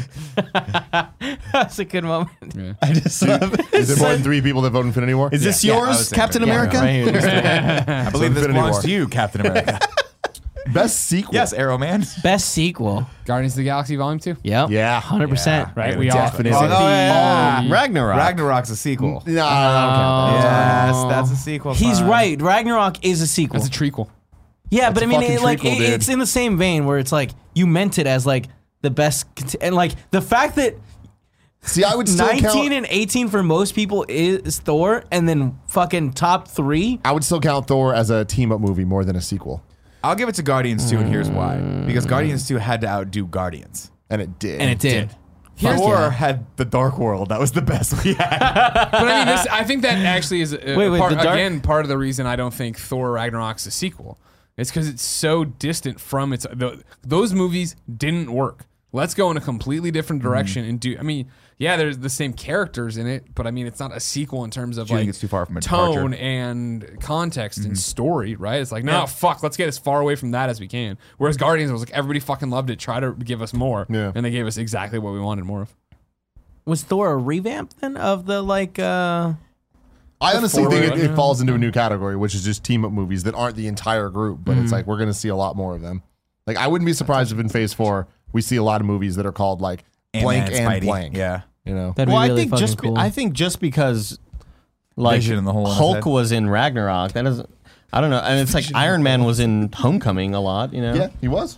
[SPEAKER 5] That's a good moment.
[SPEAKER 3] I just love
[SPEAKER 1] is there more than three people that vote Infinity War?
[SPEAKER 3] Is this
[SPEAKER 4] Yeah, I would
[SPEAKER 3] yours,
[SPEAKER 4] say
[SPEAKER 3] Captain
[SPEAKER 4] Infinity War.
[SPEAKER 3] America?
[SPEAKER 4] I believe this
[SPEAKER 1] Infinity
[SPEAKER 4] belongs
[SPEAKER 1] War.
[SPEAKER 4] to you, Captain America.
[SPEAKER 1] best sequel?
[SPEAKER 4] yes, Arrow Man.
[SPEAKER 5] Best sequel.
[SPEAKER 2] Guardians of the Galaxy Volume Two.
[SPEAKER 5] Yep.
[SPEAKER 1] Yeah.
[SPEAKER 5] 100%.
[SPEAKER 2] Right, we all
[SPEAKER 1] definitely.
[SPEAKER 2] all-
[SPEAKER 1] Oh, no,
[SPEAKER 2] yeah.
[SPEAKER 3] Ragnarok.
[SPEAKER 4] Ragnarok's a sequel.
[SPEAKER 1] No, I don't count
[SPEAKER 4] Yes, that's a sequel.
[SPEAKER 5] He's
[SPEAKER 4] son.
[SPEAKER 5] right. Ragnarok is a sequel.
[SPEAKER 2] That's a trequel.
[SPEAKER 5] yeah, but I
[SPEAKER 1] a
[SPEAKER 5] mean,
[SPEAKER 1] fucking
[SPEAKER 5] it, like,
[SPEAKER 1] treacle,
[SPEAKER 5] it-
[SPEAKER 1] dude.
[SPEAKER 5] it's in the same vein where it's like you meant it as like the best, cont- and like the fact that
[SPEAKER 1] that. See, I would still
[SPEAKER 5] 19
[SPEAKER 1] count.
[SPEAKER 5] and 18 for most people is Thor, and then fucking top three.
[SPEAKER 1] I would still count Thor as a team up movie more than a sequel,
[SPEAKER 4] I'll give it to Guardians 2, and here's why.
[SPEAKER 5] Mm.
[SPEAKER 4] Because Guardians 2 had to outdo Guardians.
[SPEAKER 1] and it did.
[SPEAKER 5] And it did. Fuck
[SPEAKER 4] Thor
[SPEAKER 5] yeah.
[SPEAKER 4] had the Dark World. That was the best we had.
[SPEAKER 2] But I mean, this, I think that actually is a, a
[SPEAKER 5] Wait, wait,
[SPEAKER 2] part,
[SPEAKER 5] the dark-
[SPEAKER 2] again part of the reason I don't think Thor Ragnarok's a sequel. It's because it's so distant from its. The, those movies didn't work. Let's go in a completely different direction and do. I mean, yeah, there's the same characters in it, but I mean, it's not a sequel in terms of
[SPEAKER 4] Do you
[SPEAKER 2] like
[SPEAKER 4] think it's too far from a departure?
[SPEAKER 2] tone and context and story. Right? It's like no, fuck. Let's get as far away from that as we can. Whereas Guardians was like everybody fucking loved it. Try to give us more,
[SPEAKER 1] Yeah.
[SPEAKER 2] and they gave us exactly what we wanted more of.
[SPEAKER 5] Was Thor a revamp then of the like? uh
[SPEAKER 1] I honestly
[SPEAKER 2] Thor
[SPEAKER 1] think it,
[SPEAKER 2] one.
[SPEAKER 1] it falls into a new category, which is just team up movies that aren't the entire group, but it's like we're going to see a lot more of them. Like, I wouldn't be surprised if in Phase Four we see a lot of movies that are called like blank
[SPEAKER 4] Ant-Man,
[SPEAKER 1] and
[SPEAKER 4] Spidey.
[SPEAKER 1] blank.
[SPEAKER 4] Yeah.
[SPEAKER 1] you know.
[SPEAKER 5] That'd
[SPEAKER 3] well,
[SPEAKER 5] be really
[SPEAKER 3] I think
[SPEAKER 5] fucking
[SPEAKER 3] just be-
[SPEAKER 5] cool.
[SPEAKER 3] I think just because like
[SPEAKER 4] Vision in the hole in his
[SPEAKER 3] Hulk
[SPEAKER 4] head.
[SPEAKER 1] eh?
[SPEAKER 3] was in Ragnarok, that doesn't. I don't know, and it's like Iron Man was in Homecoming a lot, you know.
[SPEAKER 1] Yeah, he was.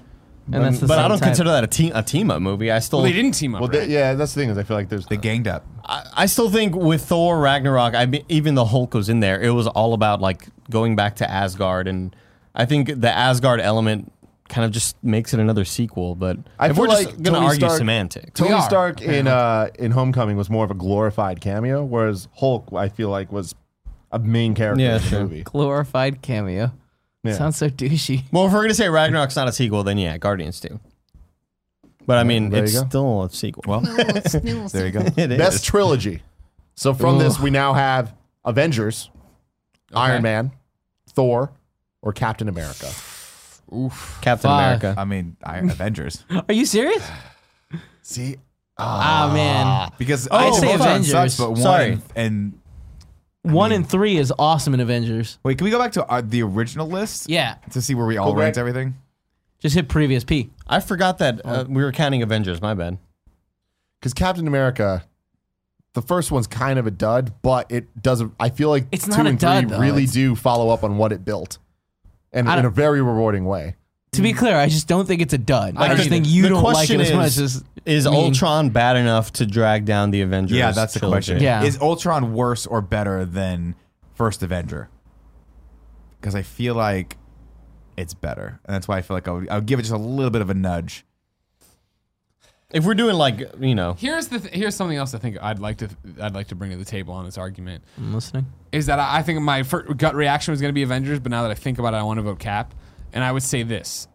[SPEAKER 5] and that's the
[SPEAKER 3] But I
[SPEAKER 5] same
[SPEAKER 3] don't
[SPEAKER 5] type.
[SPEAKER 3] consider that a team a team up movie. I still
[SPEAKER 2] Well, they didn't team up.
[SPEAKER 1] Well,
[SPEAKER 2] right?
[SPEAKER 1] th- yeah, that's the thing is, I feel like there's
[SPEAKER 4] They ganged up.
[SPEAKER 3] I, I still think with Thor Ragnarok, I be, even the Hulk was in there. It was all about like going back to Asgard, and I think the Asgard element kind of just makes it another sequel. But
[SPEAKER 1] I
[SPEAKER 3] if
[SPEAKER 1] feel
[SPEAKER 3] we're
[SPEAKER 1] like
[SPEAKER 3] just gonna
[SPEAKER 1] Tony
[SPEAKER 3] argue
[SPEAKER 1] Stark-
[SPEAKER 3] semantics,
[SPEAKER 1] Tony
[SPEAKER 2] are,
[SPEAKER 1] Stark in uh, in Homecoming was more of a glorified cameo, whereas Hulk, I feel like, was a main character
[SPEAKER 3] Yeah,
[SPEAKER 1] in the
[SPEAKER 3] sure.
[SPEAKER 1] movie.
[SPEAKER 5] glorified cameo.
[SPEAKER 1] Yeah.
[SPEAKER 5] Sounds so douchey.
[SPEAKER 3] well, if we're gonna say Ragnarok's not a sequel, then yeah, Guardians do. But I mean,
[SPEAKER 1] there you
[SPEAKER 3] it's
[SPEAKER 1] go.
[SPEAKER 3] still a sequel.
[SPEAKER 4] Well, there you go.
[SPEAKER 3] it is.
[SPEAKER 1] Best trilogy. So from this, we now have Avengers, Iron Man, Thor, or Captain America.
[SPEAKER 3] Captain
[SPEAKER 5] Fuck.
[SPEAKER 3] America.
[SPEAKER 4] I mean, I, Avengers.
[SPEAKER 5] Are you serious?
[SPEAKER 1] See,
[SPEAKER 5] Ah man,
[SPEAKER 4] Because
[SPEAKER 5] I'd
[SPEAKER 4] oh,
[SPEAKER 5] say
[SPEAKER 4] both of them
[SPEAKER 5] Avengers.
[SPEAKER 4] sucks, but one
[SPEAKER 3] Sorry.
[SPEAKER 4] and- and
[SPEAKER 5] one and three is awesome in Avengers.
[SPEAKER 4] wait, can we go back to our, the original list?
[SPEAKER 5] Yeah,
[SPEAKER 4] To see where we all
[SPEAKER 1] Go back.
[SPEAKER 4] ranked everything.
[SPEAKER 5] just hit previous P.
[SPEAKER 3] I forgot that uh, we were counting Avengers. My bad.
[SPEAKER 1] because Captain America, the first one's kind of a dud, but it doesn't. I feel like
[SPEAKER 5] It's
[SPEAKER 1] two
[SPEAKER 5] not a
[SPEAKER 1] and
[SPEAKER 5] dud,
[SPEAKER 1] three
[SPEAKER 5] though.
[SPEAKER 1] really
[SPEAKER 5] It's-
[SPEAKER 1] do follow up on what it built, and
[SPEAKER 5] I
[SPEAKER 1] in a
[SPEAKER 5] don't-
[SPEAKER 1] very rewarding way.
[SPEAKER 5] To be clear, I just don't think it's a dud. I,
[SPEAKER 3] Like,
[SPEAKER 5] just
[SPEAKER 3] the-
[SPEAKER 5] think you
[SPEAKER 3] the
[SPEAKER 5] don't like it
[SPEAKER 3] question
[SPEAKER 5] as much
[SPEAKER 3] is-
[SPEAKER 5] as
[SPEAKER 3] Is
[SPEAKER 5] I mean-
[SPEAKER 3] Ultron bad enough to drag down the Avengers?
[SPEAKER 4] Yeah, that's the
[SPEAKER 3] trilogy?
[SPEAKER 4] question.
[SPEAKER 5] Yeah.
[SPEAKER 4] Is Ultron worse or better than First Avenger? Because I feel like it's better, and that's why I feel like I would, I would give it just a little bit of a nudge.
[SPEAKER 3] If we're doing like you know,
[SPEAKER 2] Here's the th- here's something else I think I'd like to I'd like to bring to the table on this argument
[SPEAKER 5] I'm listening.
[SPEAKER 2] is that I, I think my fir- gut reaction was going to be Avengers, but now that I think about it, I want to vote Cap, and I would say this: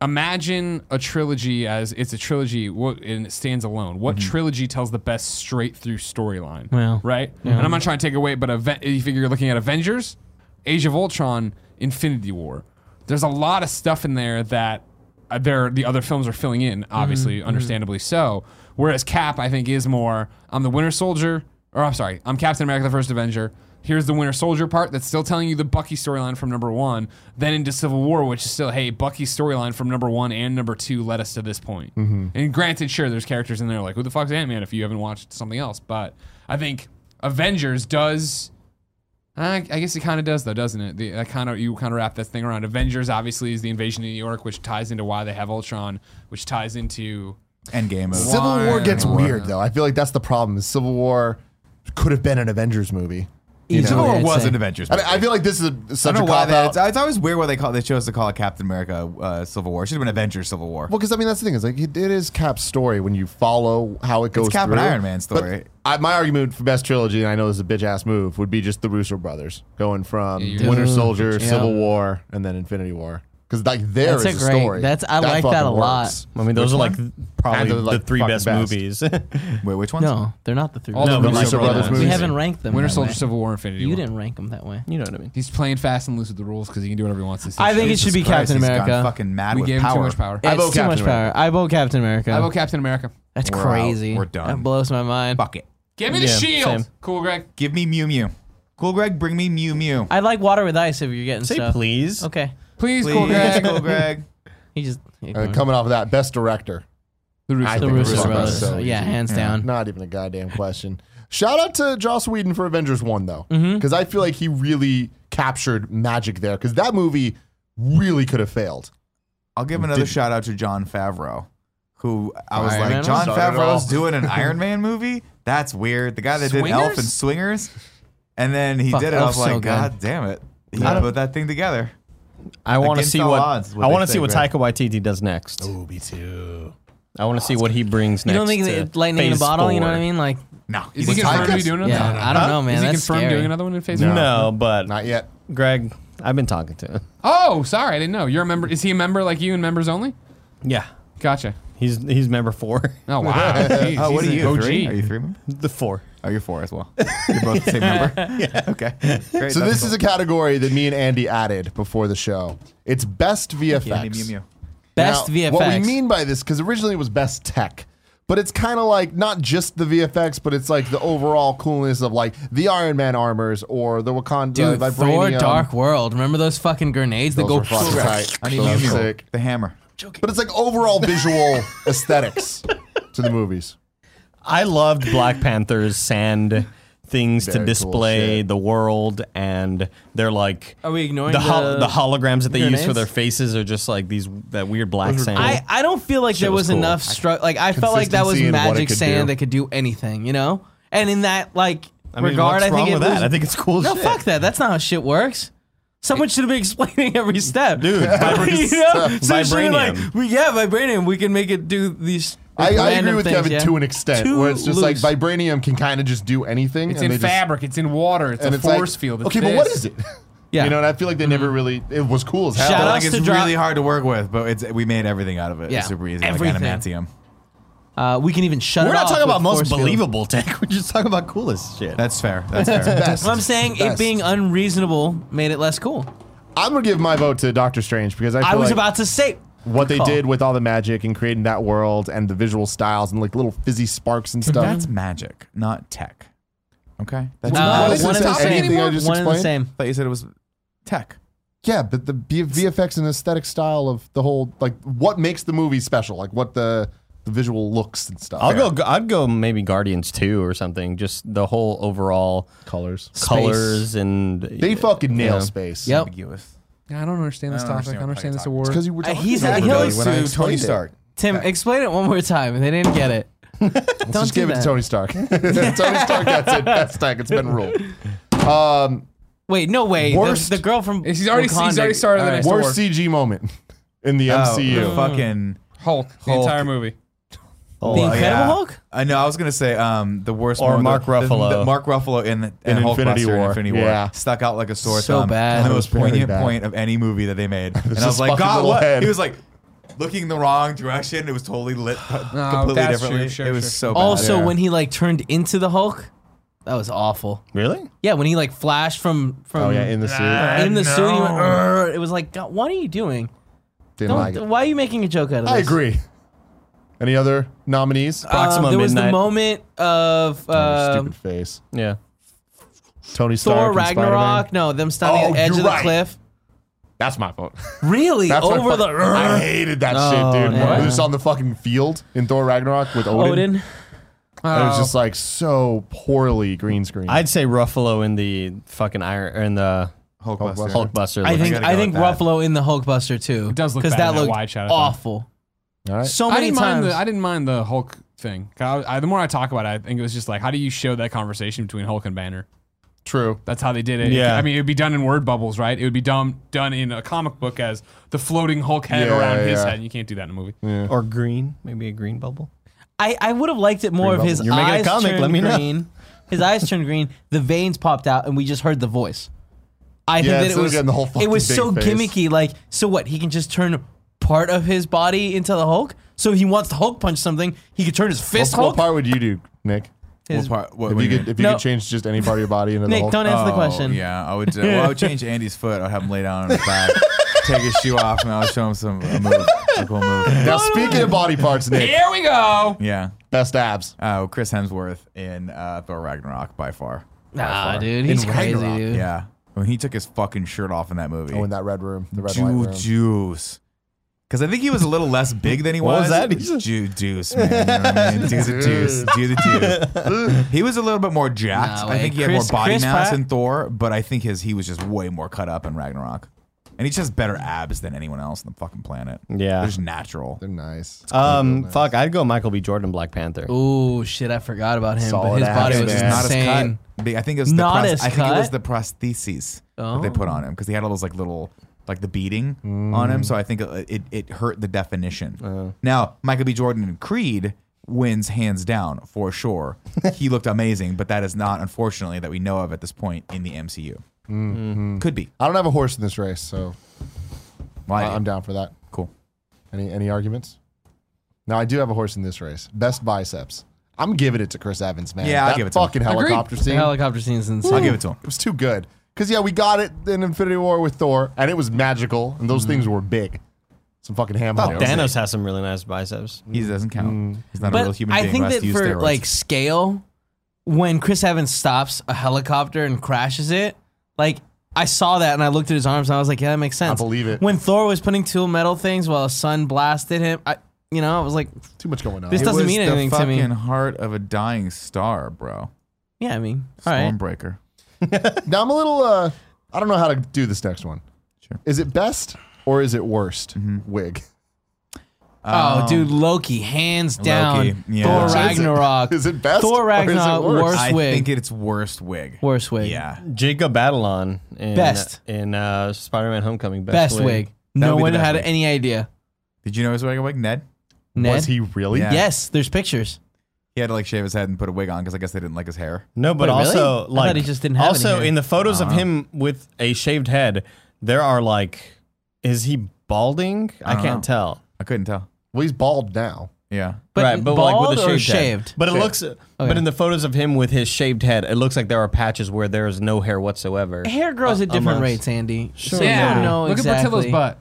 [SPEAKER 2] Imagine a trilogy as it's a trilogy what, and it stands alone. What trilogy tells the best straight through storyline?
[SPEAKER 5] Well,
[SPEAKER 2] right? And I'm not trying to take away, but Aven- if you're looking at Avengers, Age of Ultron, Infinity War, there's a lot of stuff in there that uh, there the other films are filling in, obviously, understandably so. Whereas Cap, I think, is more I'm the Winter Soldier, or I'm sorry, I'm Captain America: The First Avenger. Here's the Winter Soldier part that's still telling you the Bucky storyline from number one. Then into Civil War, which is still, hey, Bucky's storyline from number one and number two led us to this point. And granted, sure, there's characters in there like, who the fuck's Ant Man if you haven't watched something else? But I think Avengers does. I, I guess it kind of does though, doesn't it? The, that kind of you kind of wrap that thing around. Avengers obviously is the invasion of New York, which ties into why they have Ultron, which ties into
[SPEAKER 4] Endgame. Of,
[SPEAKER 1] Civil War gets
[SPEAKER 2] Why?
[SPEAKER 1] weird though. I feel like that's the problem. Is Civil War could have been an Avengers movie.
[SPEAKER 5] Easily,
[SPEAKER 4] Civil War
[SPEAKER 5] I'd
[SPEAKER 4] was
[SPEAKER 5] say.
[SPEAKER 4] an Avengers.
[SPEAKER 1] I,
[SPEAKER 4] Movie.
[SPEAKER 1] mean, I feel like this is a,
[SPEAKER 4] I
[SPEAKER 1] such
[SPEAKER 4] don't
[SPEAKER 1] a
[SPEAKER 4] know why
[SPEAKER 1] cop
[SPEAKER 4] that.
[SPEAKER 1] out.
[SPEAKER 4] It's, it's always weird why they call they chose to call it Captain America uh, Civil War. It should have been Avengers Civil War.
[SPEAKER 1] Well, because I mean that's the thing is like it, it is Cap's story when you follow how it goes.
[SPEAKER 4] Cap and
[SPEAKER 1] through.
[SPEAKER 4] Iron Man story.
[SPEAKER 1] But I, my argument for best trilogy, and I know this is a bitch ass move, would be just the Russo brothers going from
[SPEAKER 2] Yeah.
[SPEAKER 1] Winter
[SPEAKER 5] Dude,
[SPEAKER 1] Soldier,
[SPEAKER 5] yeah.
[SPEAKER 1] Civil War, and then Infinity War. Because like there is
[SPEAKER 5] That's a great-
[SPEAKER 1] story.
[SPEAKER 5] that's- I like that
[SPEAKER 1] fucking
[SPEAKER 5] a lot.
[SPEAKER 1] works.
[SPEAKER 3] I mean, those are like th- probably
[SPEAKER 1] Kinda like
[SPEAKER 3] the three
[SPEAKER 1] fucking
[SPEAKER 3] best,
[SPEAKER 1] best.
[SPEAKER 3] movies.
[SPEAKER 4] Wait, which ones?
[SPEAKER 5] No, they're not the three.
[SPEAKER 2] All
[SPEAKER 5] best
[SPEAKER 1] The
[SPEAKER 2] the
[SPEAKER 3] Russo
[SPEAKER 1] Russo
[SPEAKER 3] brothers.
[SPEAKER 1] brothers
[SPEAKER 3] We
[SPEAKER 1] movies.
[SPEAKER 5] we haven't ranked them.
[SPEAKER 2] Winter
[SPEAKER 5] that
[SPEAKER 2] Soldier,
[SPEAKER 5] way.
[SPEAKER 2] Civil War, Infinity
[SPEAKER 5] You
[SPEAKER 2] War.
[SPEAKER 5] didn't rank them that way.
[SPEAKER 3] you know what I mean?
[SPEAKER 2] He's playing fast and loose with the rules because he can do whatever he wants. This
[SPEAKER 5] I think it
[SPEAKER 2] season.
[SPEAKER 5] should be
[SPEAKER 4] Christ,
[SPEAKER 5] Captain
[SPEAKER 4] he's gone
[SPEAKER 5] America.
[SPEAKER 4] Fucking mad
[SPEAKER 2] we
[SPEAKER 4] with
[SPEAKER 2] gave
[SPEAKER 4] power.
[SPEAKER 2] him too much power.
[SPEAKER 1] I
[SPEAKER 5] It's
[SPEAKER 1] vote
[SPEAKER 5] too
[SPEAKER 1] Captain
[SPEAKER 5] much
[SPEAKER 1] America.
[SPEAKER 5] power. I vote Captain America.
[SPEAKER 2] I vote Captain America.
[SPEAKER 5] That's
[SPEAKER 4] We're out.
[SPEAKER 5] crazy.
[SPEAKER 4] We're done.
[SPEAKER 5] That blows my mind.
[SPEAKER 4] Fuck it.
[SPEAKER 2] Give me the
[SPEAKER 3] Yeah,
[SPEAKER 2] shield.
[SPEAKER 3] same.
[SPEAKER 2] Cool, Greg.
[SPEAKER 4] Give me Mew Mew. Cool, Greg. Bring me Mew Mew.
[SPEAKER 5] I like water with ice if you're getting
[SPEAKER 3] Say
[SPEAKER 5] stuff.
[SPEAKER 3] please.
[SPEAKER 5] Okay.
[SPEAKER 2] Please, cool,
[SPEAKER 4] Please,
[SPEAKER 2] Greg.
[SPEAKER 4] cool, Greg.
[SPEAKER 5] He just
[SPEAKER 1] Uh, coming off of that, best director.
[SPEAKER 2] the Russo
[SPEAKER 1] I
[SPEAKER 5] the
[SPEAKER 1] think
[SPEAKER 5] Russo
[SPEAKER 1] Russo
[SPEAKER 5] brothers.
[SPEAKER 1] brothers. So
[SPEAKER 5] yeah,
[SPEAKER 1] easy.
[SPEAKER 5] hands down.
[SPEAKER 1] Not even a goddamn question. Shout out to Joss Whedon for Avengers 1, though.
[SPEAKER 5] Mm-hmm.
[SPEAKER 1] Because I feel like he really captured magic there. Because that movie really could have failed.
[SPEAKER 4] I'll give another shout out to John Favreau, who I was
[SPEAKER 5] Iron
[SPEAKER 4] like,
[SPEAKER 5] Man?
[SPEAKER 4] John
[SPEAKER 1] Not at all.
[SPEAKER 4] Favreau's doing an Iron Man movie. That's weird. The guy that did
[SPEAKER 2] Swingers?
[SPEAKER 4] Elf and Swingers, and then he
[SPEAKER 5] Fuck,
[SPEAKER 4] did it. I
[SPEAKER 5] Elf's
[SPEAKER 4] was
[SPEAKER 5] so
[SPEAKER 4] like,
[SPEAKER 5] good.
[SPEAKER 4] God damn it! He
[SPEAKER 3] I don't-
[SPEAKER 4] put that thing together.
[SPEAKER 3] I want to
[SPEAKER 4] Against
[SPEAKER 3] see
[SPEAKER 4] all
[SPEAKER 3] what
[SPEAKER 4] odds, what
[SPEAKER 3] I
[SPEAKER 4] they
[SPEAKER 3] want to see
[SPEAKER 4] say,
[SPEAKER 3] what
[SPEAKER 4] Greg.
[SPEAKER 3] Taika Waititi does next.
[SPEAKER 1] Ooh, me too.
[SPEAKER 3] I want to see what he brings
[SPEAKER 5] You
[SPEAKER 3] next.
[SPEAKER 5] don't think
[SPEAKER 3] to
[SPEAKER 5] that lightning in a
[SPEAKER 3] Phase
[SPEAKER 5] bottle? You know
[SPEAKER 3] Four.
[SPEAKER 5] what I mean? Like,
[SPEAKER 4] No,
[SPEAKER 2] Is
[SPEAKER 4] he's
[SPEAKER 2] he confirmed to be
[SPEAKER 4] Tychus?
[SPEAKER 2] doing another
[SPEAKER 5] yeah,
[SPEAKER 2] one?
[SPEAKER 5] I don't know, Oh, man.
[SPEAKER 2] Is he
[SPEAKER 5] That's
[SPEAKER 2] confirmed
[SPEAKER 5] scary.
[SPEAKER 2] doing another one in Phase One?
[SPEAKER 3] No, but
[SPEAKER 1] Not yet.
[SPEAKER 3] Greg, I've been talking to him.
[SPEAKER 2] Oh, sorry, I didn't know. You're a member. Is he a member like you and members only?
[SPEAKER 3] Yeah,
[SPEAKER 2] Gotcha.
[SPEAKER 3] he's he's member four,
[SPEAKER 2] Oh wow.
[SPEAKER 1] Uh,
[SPEAKER 2] Jeez,
[SPEAKER 4] Oh, what are
[SPEAKER 2] he's
[SPEAKER 4] you?
[SPEAKER 2] an
[SPEAKER 4] Three? Are
[SPEAKER 2] OG.
[SPEAKER 4] you three? member?
[SPEAKER 3] the four.
[SPEAKER 4] Oh, you're four as well. You're both the same number. yeah. Okay. Great,
[SPEAKER 1] So
[SPEAKER 4] that's
[SPEAKER 1] this
[SPEAKER 4] cool.
[SPEAKER 1] is a category that me and Andy added before the show. It's best VFX.
[SPEAKER 4] Yeah, Mew Mew.
[SPEAKER 5] best
[SPEAKER 1] Now,
[SPEAKER 5] VFX.
[SPEAKER 1] What we mean by this, because originally it was best tech, but it's kind of like not just the VFX, but it's like the overall coolness of like the Iron Man armors or the Wakanda
[SPEAKER 5] Dude, Thor
[SPEAKER 1] vibranium.
[SPEAKER 5] Dark World. Remember those fucking grenades that
[SPEAKER 1] um, Those
[SPEAKER 5] go
[SPEAKER 1] were fucking tight.
[SPEAKER 4] I need
[SPEAKER 1] Those
[SPEAKER 4] Mew
[SPEAKER 1] were
[SPEAKER 4] Mew.
[SPEAKER 1] sick.
[SPEAKER 4] The hammer.
[SPEAKER 1] But it's like overall visual aesthetics to the movies.
[SPEAKER 3] I loved Black Panther's sand things
[SPEAKER 1] Very
[SPEAKER 3] to
[SPEAKER 1] cool
[SPEAKER 3] display
[SPEAKER 1] shit.
[SPEAKER 3] the world, and they're like
[SPEAKER 5] Are we ignoring
[SPEAKER 3] the hol-
[SPEAKER 5] the-
[SPEAKER 3] the holograms that they use for
[SPEAKER 5] grenades?
[SPEAKER 3] their faces are just like these that weird black sand.
[SPEAKER 5] I, I don't feel like there
[SPEAKER 3] was
[SPEAKER 5] was
[SPEAKER 3] cool.
[SPEAKER 5] enough struggle. Like I felt like that was
[SPEAKER 1] Consistency in what it
[SPEAKER 5] magic
[SPEAKER 1] could
[SPEAKER 5] sand
[SPEAKER 1] do.
[SPEAKER 5] that could do anything, you know. And in that like
[SPEAKER 3] I mean,
[SPEAKER 5] regard,
[SPEAKER 3] what's
[SPEAKER 5] I think
[SPEAKER 3] wrong
[SPEAKER 5] it
[SPEAKER 3] with
[SPEAKER 5] was,
[SPEAKER 3] that? I think it's cool.
[SPEAKER 5] no
[SPEAKER 3] shit.
[SPEAKER 5] fuck that. That's not how shit works. Someone should be explaining every step, dude.
[SPEAKER 3] vibranium. Vibranium.
[SPEAKER 5] Like, we, yeah, vibranium. We can make it do these.
[SPEAKER 1] I, I agree
[SPEAKER 5] random
[SPEAKER 1] with
[SPEAKER 5] things,
[SPEAKER 1] Kevin
[SPEAKER 5] yeah.
[SPEAKER 1] to an extent,
[SPEAKER 5] Too
[SPEAKER 1] where it's just
[SPEAKER 5] loose.
[SPEAKER 1] like vibranium can kind of just do anything.
[SPEAKER 2] It's
[SPEAKER 1] and
[SPEAKER 2] in
[SPEAKER 1] they just-
[SPEAKER 2] fabric. It's in water. It's a
[SPEAKER 1] it's like,
[SPEAKER 2] force field. It's
[SPEAKER 1] okay, but what
[SPEAKER 2] this.
[SPEAKER 1] is it?
[SPEAKER 5] Yeah. Mm-hmm.
[SPEAKER 1] You know, and I feel like they never really. It was cool as hell.
[SPEAKER 5] Shout
[SPEAKER 4] I feel
[SPEAKER 5] out
[SPEAKER 4] like
[SPEAKER 5] to
[SPEAKER 4] it's
[SPEAKER 5] Dra-
[SPEAKER 4] really hard to work with, but it's we made everything out of it.
[SPEAKER 5] Yeah.
[SPEAKER 4] It's super easy.
[SPEAKER 5] Everything.
[SPEAKER 4] Like adamantium.
[SPEAKER 5] Uh, we can even shut.
[SPEAKER 3] We're
[SPEAKER 5] it
[SPEAKER 3] not
[SPEAKER 5] off
[SPEAKER 3] talking
[SPEAKER 5] with
[SPEAKER 3] about most
[SPEAKER 5] force field.
[SPEAKER 3] believable tech. We're just talking about coolest shit.
[SPEAKER 4] That's fair. That's fair.
[SPEAKER 1] Best.
[SPEAKER 5] What I'm saying, it
[SPEAKER 1] Best.
[SPEAKER 5] being unreasonable made it less cool.
[SPEAKER 1] I'm gonna give my vote to Doctor Strange because I. Feel
[SPEAKER 5] I was
[SPEAKER 1] like
[SPEAKER 5] about to say
[SPEAKER 1] what they
[SPEAKER 5] call.
[SPEAKER 1] did with all the magic and creating that world and the visual styles and like little fizzy sparks and stuff.
[SPEAKER 4] That's magic, not tech. Okay. That's
[SPEAKER 5] Um, Uh,
[SPEAKER 1] What is
[SPEAKER 5] one
[SPEAKER 1] this?
[SPEAKER 5] and the same.
[SPEAKER 1] Anything I just
[SPEAKER 5] one and the
[SPEAKER 1] explained?
[SPEAKER 5] same.
[SPEAKER 4] I thought you said it was tech.
[SPEAKER 1] yeah, but the B- VFX and aesthetic style of the whole like what makes the movie special, like what the the visual looks and stuff.
[SPEAKER 3] I'll go. I'd go maybe Guardians two or something. Just the whole overall
[SPEAKER 1] colors.
[SPEAKER 3] colors and
[SPEAKER 1] They fucking nail
[SPEAKER 3] Yeah.
[SPEAKER 1] space.
[SPEAKER 5] Yep.
[SPEAKER 4] Ambiguous.
[SPEAKER 2] Yeah, I don't understand this
[SPEAKER 4] I don't
[SPEAKER 2] topic. I don't
[SPEAKER 4] understand
[SPEAKER 2] understand this
[SPEAKER 4] what
[SPEAKER 2] award.
[SPEAKER 1] Because you were
[SPEAKER 5] Uh,
[SPEAKER 1] talking
[SPEAKER 5] he's-
[SPEAKER 1] about
[SPEAKER 5] he
[SPEAKER 1] it
[SPEAKER 5] always
[SPEAKER 1] when I
[SPEAKER 4] to
[SPEAKER 1] explained
[SPEAKER 4] Tony
[SPEAKER 1] it.
[SPEAKER 4] Stark.
[SPEAKER 5] Tim, explain it one more time. They didn't get it. Don't
[SPEAKER 1] Just
[SPEAKER 5] do
[SPEAKER 1] give it
[SPEAKER 5] that.
[SPEAKER 1] to Tony Stark. Tony Stark gets it. That's tech. It's been ruled. Um,
[SPEAKER 5] Wait, no way. The-
[SPEAKER 1] Worst-
[SPEAKER 5] The, girl from
[SPEAKER 2] He's already- he's
[SPEAKER 5] Wakanda-
[SPEAKER 2] already started the
[SPEAKER 5] All
[SPEAKER 2] next-
[SPEAKER 1] worst
[SPEAKER 2] Thor.
[SPEAKER 1] CG moment in
[SPEAKER 5] Oh,
[SPEAKER 1] the MCU.
[SPEAKER 4] Oh,
[SPEAKER 5] Hmm.
[SPEAKER 4] The fucking.
[SPEAKER 2] Hulk, the
[SPEAKER 4] Hulk.
[SPEAKER 2] entire movie.
[SPEAKER 5] The
[SPEAKER 1] Oh,
[SPEAKER 5] Incredible
[SPEAKER 4] yeah.
[SPEAKER 5] Hulk.
[SPEAKER 4] I know. I was gonna say um, the worst.
[SPEAKER 3] Or
[SPEAKER 4] moment-
[SPEAKER 3] Mark
[SPEAKER 4] the- the-
[SPEAKER 3] Ruffalo.
[SPEAKER 4] the Mark Ruffalo in, the, in,
[SPEAKER 1] In Infinity
[SPEAKER 4] Hulkbuster in
[SPEAKER 1] War.
[SPEAKER 4] Infinity War
[SPEAKER 1] Yeah.
[SPEAKER 4] stuck out like a sore
[SPEAKER 5] So
[SPEAKER 4] thumb.
[SPEAKER 5] bad.
[SPEAKER 4] And the
[SPEAKER 5] It
[SPEAKER 1] was
[SPEAKER 4] most
[SPEAKER 1] very
[SPEAKER 4] poignant
[SPEAKER 1] bad.
[SPEAKER 4] point of any movie that they made. and I
[SPEAKER 1] this
[SPEAKER 4] was like,
[SPEAKER 1] fucking
[SPEAKER 4] God,
[SPEAKER 1] little
[SPEAKER 4] what?
[SPEAKER 1] head.
[SPEAKER 4] He was like looking the wrong direction. It was totally lit completely
[SPEAKER 2] that's
[SPEAKER 4] differently.
[SPEAKER 2] true. Sure,
[SPEAKER 4] it was
[SPEAKER 2] sure.
[SPEAKER 4] so bad.
[SPEAKER 5] Also,
[SPEAKER 4] Yeah.
[SPEAKER 5] when he like turned into the Hulk, that was awful.
[SPEAKER 3] Really?
[SPEAKER 5] Yeah, when he like flashed from from
[SPEAKER 1] Oh yeah, in the suit.
[SPEAKER 5] in the suit, he went, "Arr." it was like, God, what are you doing?
[SPEAKER 1] Didn't
[SPEAKER 5] Don't,
[SPEAKER 1] like it.
[SPEAKER 5] why are you making a joke out of this?
[SPEAKER 1] I agree. Any other nominees?
[SPEAKER 5] Uh,
[SPEAKER 3] Proxima
[SPEAKER 5] there was the
[SPEAKER 3] Midnight.
[SPEAKER 5] moment of uh,
[SPEAKER 1] stupid face.
[SPEAKER 3] Yeah.
[SPEAKER 1] Tony
[SPEAKER 5] Thor
[SPEAKER 1] Stark, and
[SPEAKER 5] Ragnarok.
[SPEAKER 1] Spider-Man.
[SPEAKER 5] No, them standing
[SPEAKER 1] Oh,
[SPEAKER 5] at the edge
[SPEAKER 1] you're
[SPEAKER 5] of the
[SPEAKER 1] right.
[SPEAKER 5] cliff.
[SPEAKER 1] That's my fault.
[SPEAKER 5] Really?
[SPEAKER 1] That's my
[SPEAKER 5] Over
[SPEAKER 1] fu-
[SPEAKER 5] the
[SPEAKER 1] I hated that shit, dude.
[SPEAKER 5] Oh, yeah.
[SPEAKER 1] I was just on the fucking field in Thor Ragnarok with Odin.
[SPEAKER 5] Odin. Oh.
[SPEAKER 1] And it was just like so poorly green screen.
[SPEAKER 3] I'd say Ruffalo in the fucking iron or in the
[SPEAKER 4] Hulkbuster.
[SPEAKER 3] Hulkbuster.
[SPEAKER 5] I
[SPEAKER 3] looks-
[SPEAKER 5] think
[SPEAKER 4] gotta
[SPEAKER 5] I,
[SPEAKER 4] go
[SPEAKER 5] think
[SPEAKER 4] with that.
[SPEAKER 5] Ruffalo in the Hulkbuster too. It
[SPEAKER 2] does look bad
[SPEAKER 5] that
[SPEAKER 2] in that
[SPEAKER 5] looked
[SPEAKER 2] wide shot, I thought.
[SPEAKER 5] awful.
[SPEAKER 1] All right.
[SPEAKER 5] So
[SPEAKER 2] I
[SPEAKER 5] many
[SPEAKER 2] didn't
[SPEAKER 5] times.
[SPEAKER 2] mind the I didn't mind the Hulk thing. 'Cause I- I- the more I talk about it, I think it was just like, how do you show that conversation between Hulk and Banner?
[SPEAKER 1] True.
[SPEAKER 2] That's how they did it.
[SPEAKER 3] Yeah.
[SPEAKER 2] I mean, it would be done in word bubbles, right? It would be done done in a comic book as the floating Hulk head
[SPEAKER 1] Yeah,
[SPEAKER 2] around his
[SPEAKER 1] yeah.
[SPEAKER 2] head. You can't do that in a movie.
[SPEAKER 3] or green, maybe a green bubble.
[SPEAKER 5] I, I would have liked it more if his
[SPEAKER 3] You're making a
[SPEAKER 5] eyes
[SPEAKER 3] comic,
[SPEAKER 5] turned
[SPEAKER 3] let me know.
[SPEAKER 5] green. His eyes turned green. The veins popped out, and we just heard the voice. I
[SPEAKER 1] Yeah,
[SPEAKER 5] think that
[SPEAKER 1] instead
[SPEAKER 5] it
[SPEAKER 1] of
[SPEAKER 5] was
[SPEAKER 1] getting the whole
[SPEAKER 5] it
[SPEAKER 1] fucking
[SPEAKER 5] was
[SPEAKER 1] big
[SPEAKER 5] so
[SPEAKER 1] face.
[SPEAKER 5] gimmicky. Like, so what? He can just turn part of his body into the Hulk. So if he wants to Hulk punch something, he could turn his
[SPEAKER 1] What,
[SPEAKER 5] fist
[SPEAKER 1] what
[SPEAKER 5] Hulk.
[SPEAKER 1] part would you do, Nick?
[SPEAKER 5] His-
[SPEAKER 4] What part- what-
[SPEAKER 1] If
[SPEAKER 4] what
[SPEAKER 1] you
[SPEAKER 4] do you
[SPEAKER 1] could,
[SPEAKER 4] mean?
[SPEAKER 1] if you
[SPEAKER 5] No.
[SPEAKER 1] could change just any part of your body into the
[SPEAKER 5] Nick,
[SPEAKER 1] Hulk.
[SPEAKER 5] don't answer the
[SPEAKER 4] Oh,
[SPEAKER 5] question.
[SPEAKER 4] Yeah, I would. Well, I would change Andy's foot. I'd have him lay down on his back, take his shoe off, and I'll show him some a move, a cool move.
[SPEAKER 1] now speaking of body parts, Nick,
[SPEAKER 2] Here we go.
[SPEAKER 4] Yeah.
[SPEAKER 1] best abs.
[SPEAKER 4] Uh, Chris Hemsworth in uh, Thor Ragnarok by far.
[SPEAKER 5] Nah, dude, he's crazy,
[SPEAKER 1] Ragnarok.
[SPEAKER 5] dude.
[SPEAKER 4] Yeah. When he took his fucking shirt off in that movie.
[SPEAKER 1] Oh, in that red room, the red
[SPEAKER 4] Ju-
[SPEAKER 1] light room.
[SPEAKER 4] juice. Because I think he was a little less big than he
[SPEAKER 3] What was that?
[SPEAKER 4] Ju- juice, man. You know what I mean? Do the juice. Do the juice. he was a little bit more jacked.
[SPEAKER 5] Nah,
[SPEAKER 4] I
[SPEAKER 5] wait,
[SPEAKER 4] think he had
[SPEAKER 5] Chris-
[SPEAKER 4] more body
[SPEAKER 5] Chris
[SPEAKER 4] mass
[SPEAKER 5] Pratt?
[SPEAKER 4] in Thor, but I think his he was just way more cut up in Ragnarok. And he's just better abs than anyone else on the fucking planet.
[SPEAKER 3] Yeah.
[SPEAKER 4] They're just natural.
[SPEAKER 1] They're nice.
[SPEAKER 3] Um, fuck, I'd go Michael B. Jordan, Black Panther.
[SPEAKER 5] Oh shit, I forgot about him. but
[SPEAKER 1] Solid
[SPEAKER 5] his body
[SPEAKER 1] ass,
[SPEAKER 5] was
[SPEAKER 1] man.
[SPEAKER 4] Just not
[SPEAKER 5] insane.
[SPEAKER 4] as cut. They- I think it was the
[SPEAKER 5] Not
[SPEAKER 4] pros-
[SPEAKER 5] as
[SPEAKER 4] I think it was
[SPEAKER 5] cut?
[SPEAKER 4] the prostheses that
[SPEAKER 5] Oh.
[SPEAKER 4] they put on him because he had all those like little like the beating on
[SPEAKER 5] Mm.
[SPEAKER 4] him. So I think it it, it hurt the definition.
[SPEAKER 5] Oh.
[SPEAKER 4] Now Michael B. Jordan in Creed wins hands down for sure. he looked amazing, but that is not unfortunately that we know of at this point in the MCU.
[SPEAKER 5] Mm-hmm.
[SPEAKER 4] Could be.
[SPEAKER 1] I don't have a horse in this race, so
[SPEAKER 4] Why?
[SPEAKER 1] I- I'm down for that.
[SPEAKER 4] cool.
[SPEAKER 1] Any any arguments? Now I do have a horse in this race. Best biceps. I'm giving it to Chris Evans, man.
[SPEAKER 4] Yeah, I'll
[SPEAKER 1] that
[SPEAKER 4] give it to him.
[SPEAKER 1] fucking helicopter
[SPEAKER 5] The
[SPEAKER 1] scene.
[SPEAKER 5] helicopter scene is insane.
[SPEAKER 4] I'll give it to him.
[SPEAKER 1] It was too good. Because, yeah, we got it in Infinity War with Thor, and it was magical, and
[SPEAKER 4] Mm-hmm.
[SPEAKER 1] those things were big. Some fucking ham
[SPEAKER 3] Oh,
[SPEAKER 1] hocks.
[SPEAKER 3] Thanos has some really nice biceps.
[SPEAKER 4] He doesn't count. He's not a real
[SPEAKER 5] Mm. But
[SPEAKER 4] human being.
[SPEAKER 5] I think
[SPEAKER 4] who has
[SPEAKER 5] that
[SPEAKER 4] to use
[SPEAKER 5] for
[SPEAKER 4] steroids.
[SPEAKER 5] like scale, when Chris Evans stops a helicopter and crashes it, like I saw that and I looked at his arms and I was like, yeah, that makes sense.
[SPEAKER 1] believe it.
[SPEAKER 5] When Thor was putting two metal things while a sun blasted him, I, you know, I was like,
[SPEAKER 1] Too much going on.
[SPEAKER 5] This
[SPEAKER 4] It
[SPEAKER 5] doesn't
[SPEAKER 4] was
[SPEAKER 5] mean
[SPEAKER 4] the
[SPEAKER 5] anything to me.
[SPEAKER 4] fucking heart of a dying star, bro.
[SPEAKER 5] yeah, I mean, all right,
[SPEAKER 4] Stormbreaker.
[SPEAKER 1] now, I'm a little, uh, I don't know how to do this next one.
[SPEAKER 4] Sure. Mm-hmm.
[SPEAKER 1] Is it best or is it worst wig?
[SPEAKER 5] oh, dude, Loki, hands down,
[SPEAKER 4] um, Loki, yeah.
[SPEAKER 5] Thor
[SPEAKER 4] Which is it?
[SPEAKER 5] Ragnarok,
[SPEAKER 1] Is it best
[SPEAKER 5] Thor
[SPEAKER 1] or is it
[SPEAKER 5] Ragnarok,
[SPEAKER 1] worst?
[SPEAKER 5] worst
[SPEAKER 4] I
[SPEAKER 5] wig,
[SPEAKER 4] think it's worst wig.
[SPEAKER 5] worst wig,
[SPEAKER 4] Yeah.
[SPEAKER 3] Jacob Batalon in
[SPEAKER 5] Best.
[SPEAKER 3] in uh, Spider-Man: Homecoming.
[SPEAKER 5] best wig.
[SPEAKER 4] That
[SPEAKER 5] No
[SPEAKER 4] would be
[SPEAKER 5] one
[SPEAKER 4] the best
[SPEAKER 5] had
[SPEAKER 4] wig.
[SPEAKER 5] any idea.
[SPEAKER 4] Did you know he was wearing a wig? Ned?
[SPEAKER 5] Ned,
[SPEAKER 1] Was he really?
[SPEAKER 4] Yeah.
[SPEAKER 5] yes, there's pictures.
[SPEAKER 4] He had to like shave his head and put a wig on because I guess they didn't like his hair.
[SPEAKER 3] No, but
[SPEAKER 5] Wait, really?
[SPEAKER 3] also
[SPEAKER 5] I thought
[SPEAKER 3] like
[SPEAKER 5] he just didn't have any
[SPEAKER 3] also
[SPEAKER 5] hair.
[SPEAKER 3] in the photos of him with a shaved head, there are like, is he balding? I,
[SPEAKER 4] don't
[SPEAKER 3] can't
[SPEAKER 4] know.
[SPEAKER 3] tell.
[SPEAKER 4] I couldn't tell.
[SPEAKER 1] Well, he's bald now.
[SPEAKER 4] Yeah.
[SPEAKER 5] But
[SPEAKER 3] right, but
[SPEAKER 5] bald
[SPEAKER 3] like with a
[SPEAKER 5] or
[SPEAKER 3] shaved, head.
[SPEAKER 5] shaved?
[SPEAKER 3] But it looks. But in the photos of him with his shaved head, it looks like there are patches where there is no hair whatsoever.
[SPEAKER 5] Hair
[SPEAKER 1] Uh,
[SPEAKER 5] grows at different
[SPEAKER 3] almost.
[SPEAKER 5] rates, Andy. Sure. So
[SPEAKER 2] Yeah.
[SPEAKER 5] you know
[SPEAKER 2] Look
[SPEAKER 5] exactly.
[SPEAKER 2] at Portillo's butt.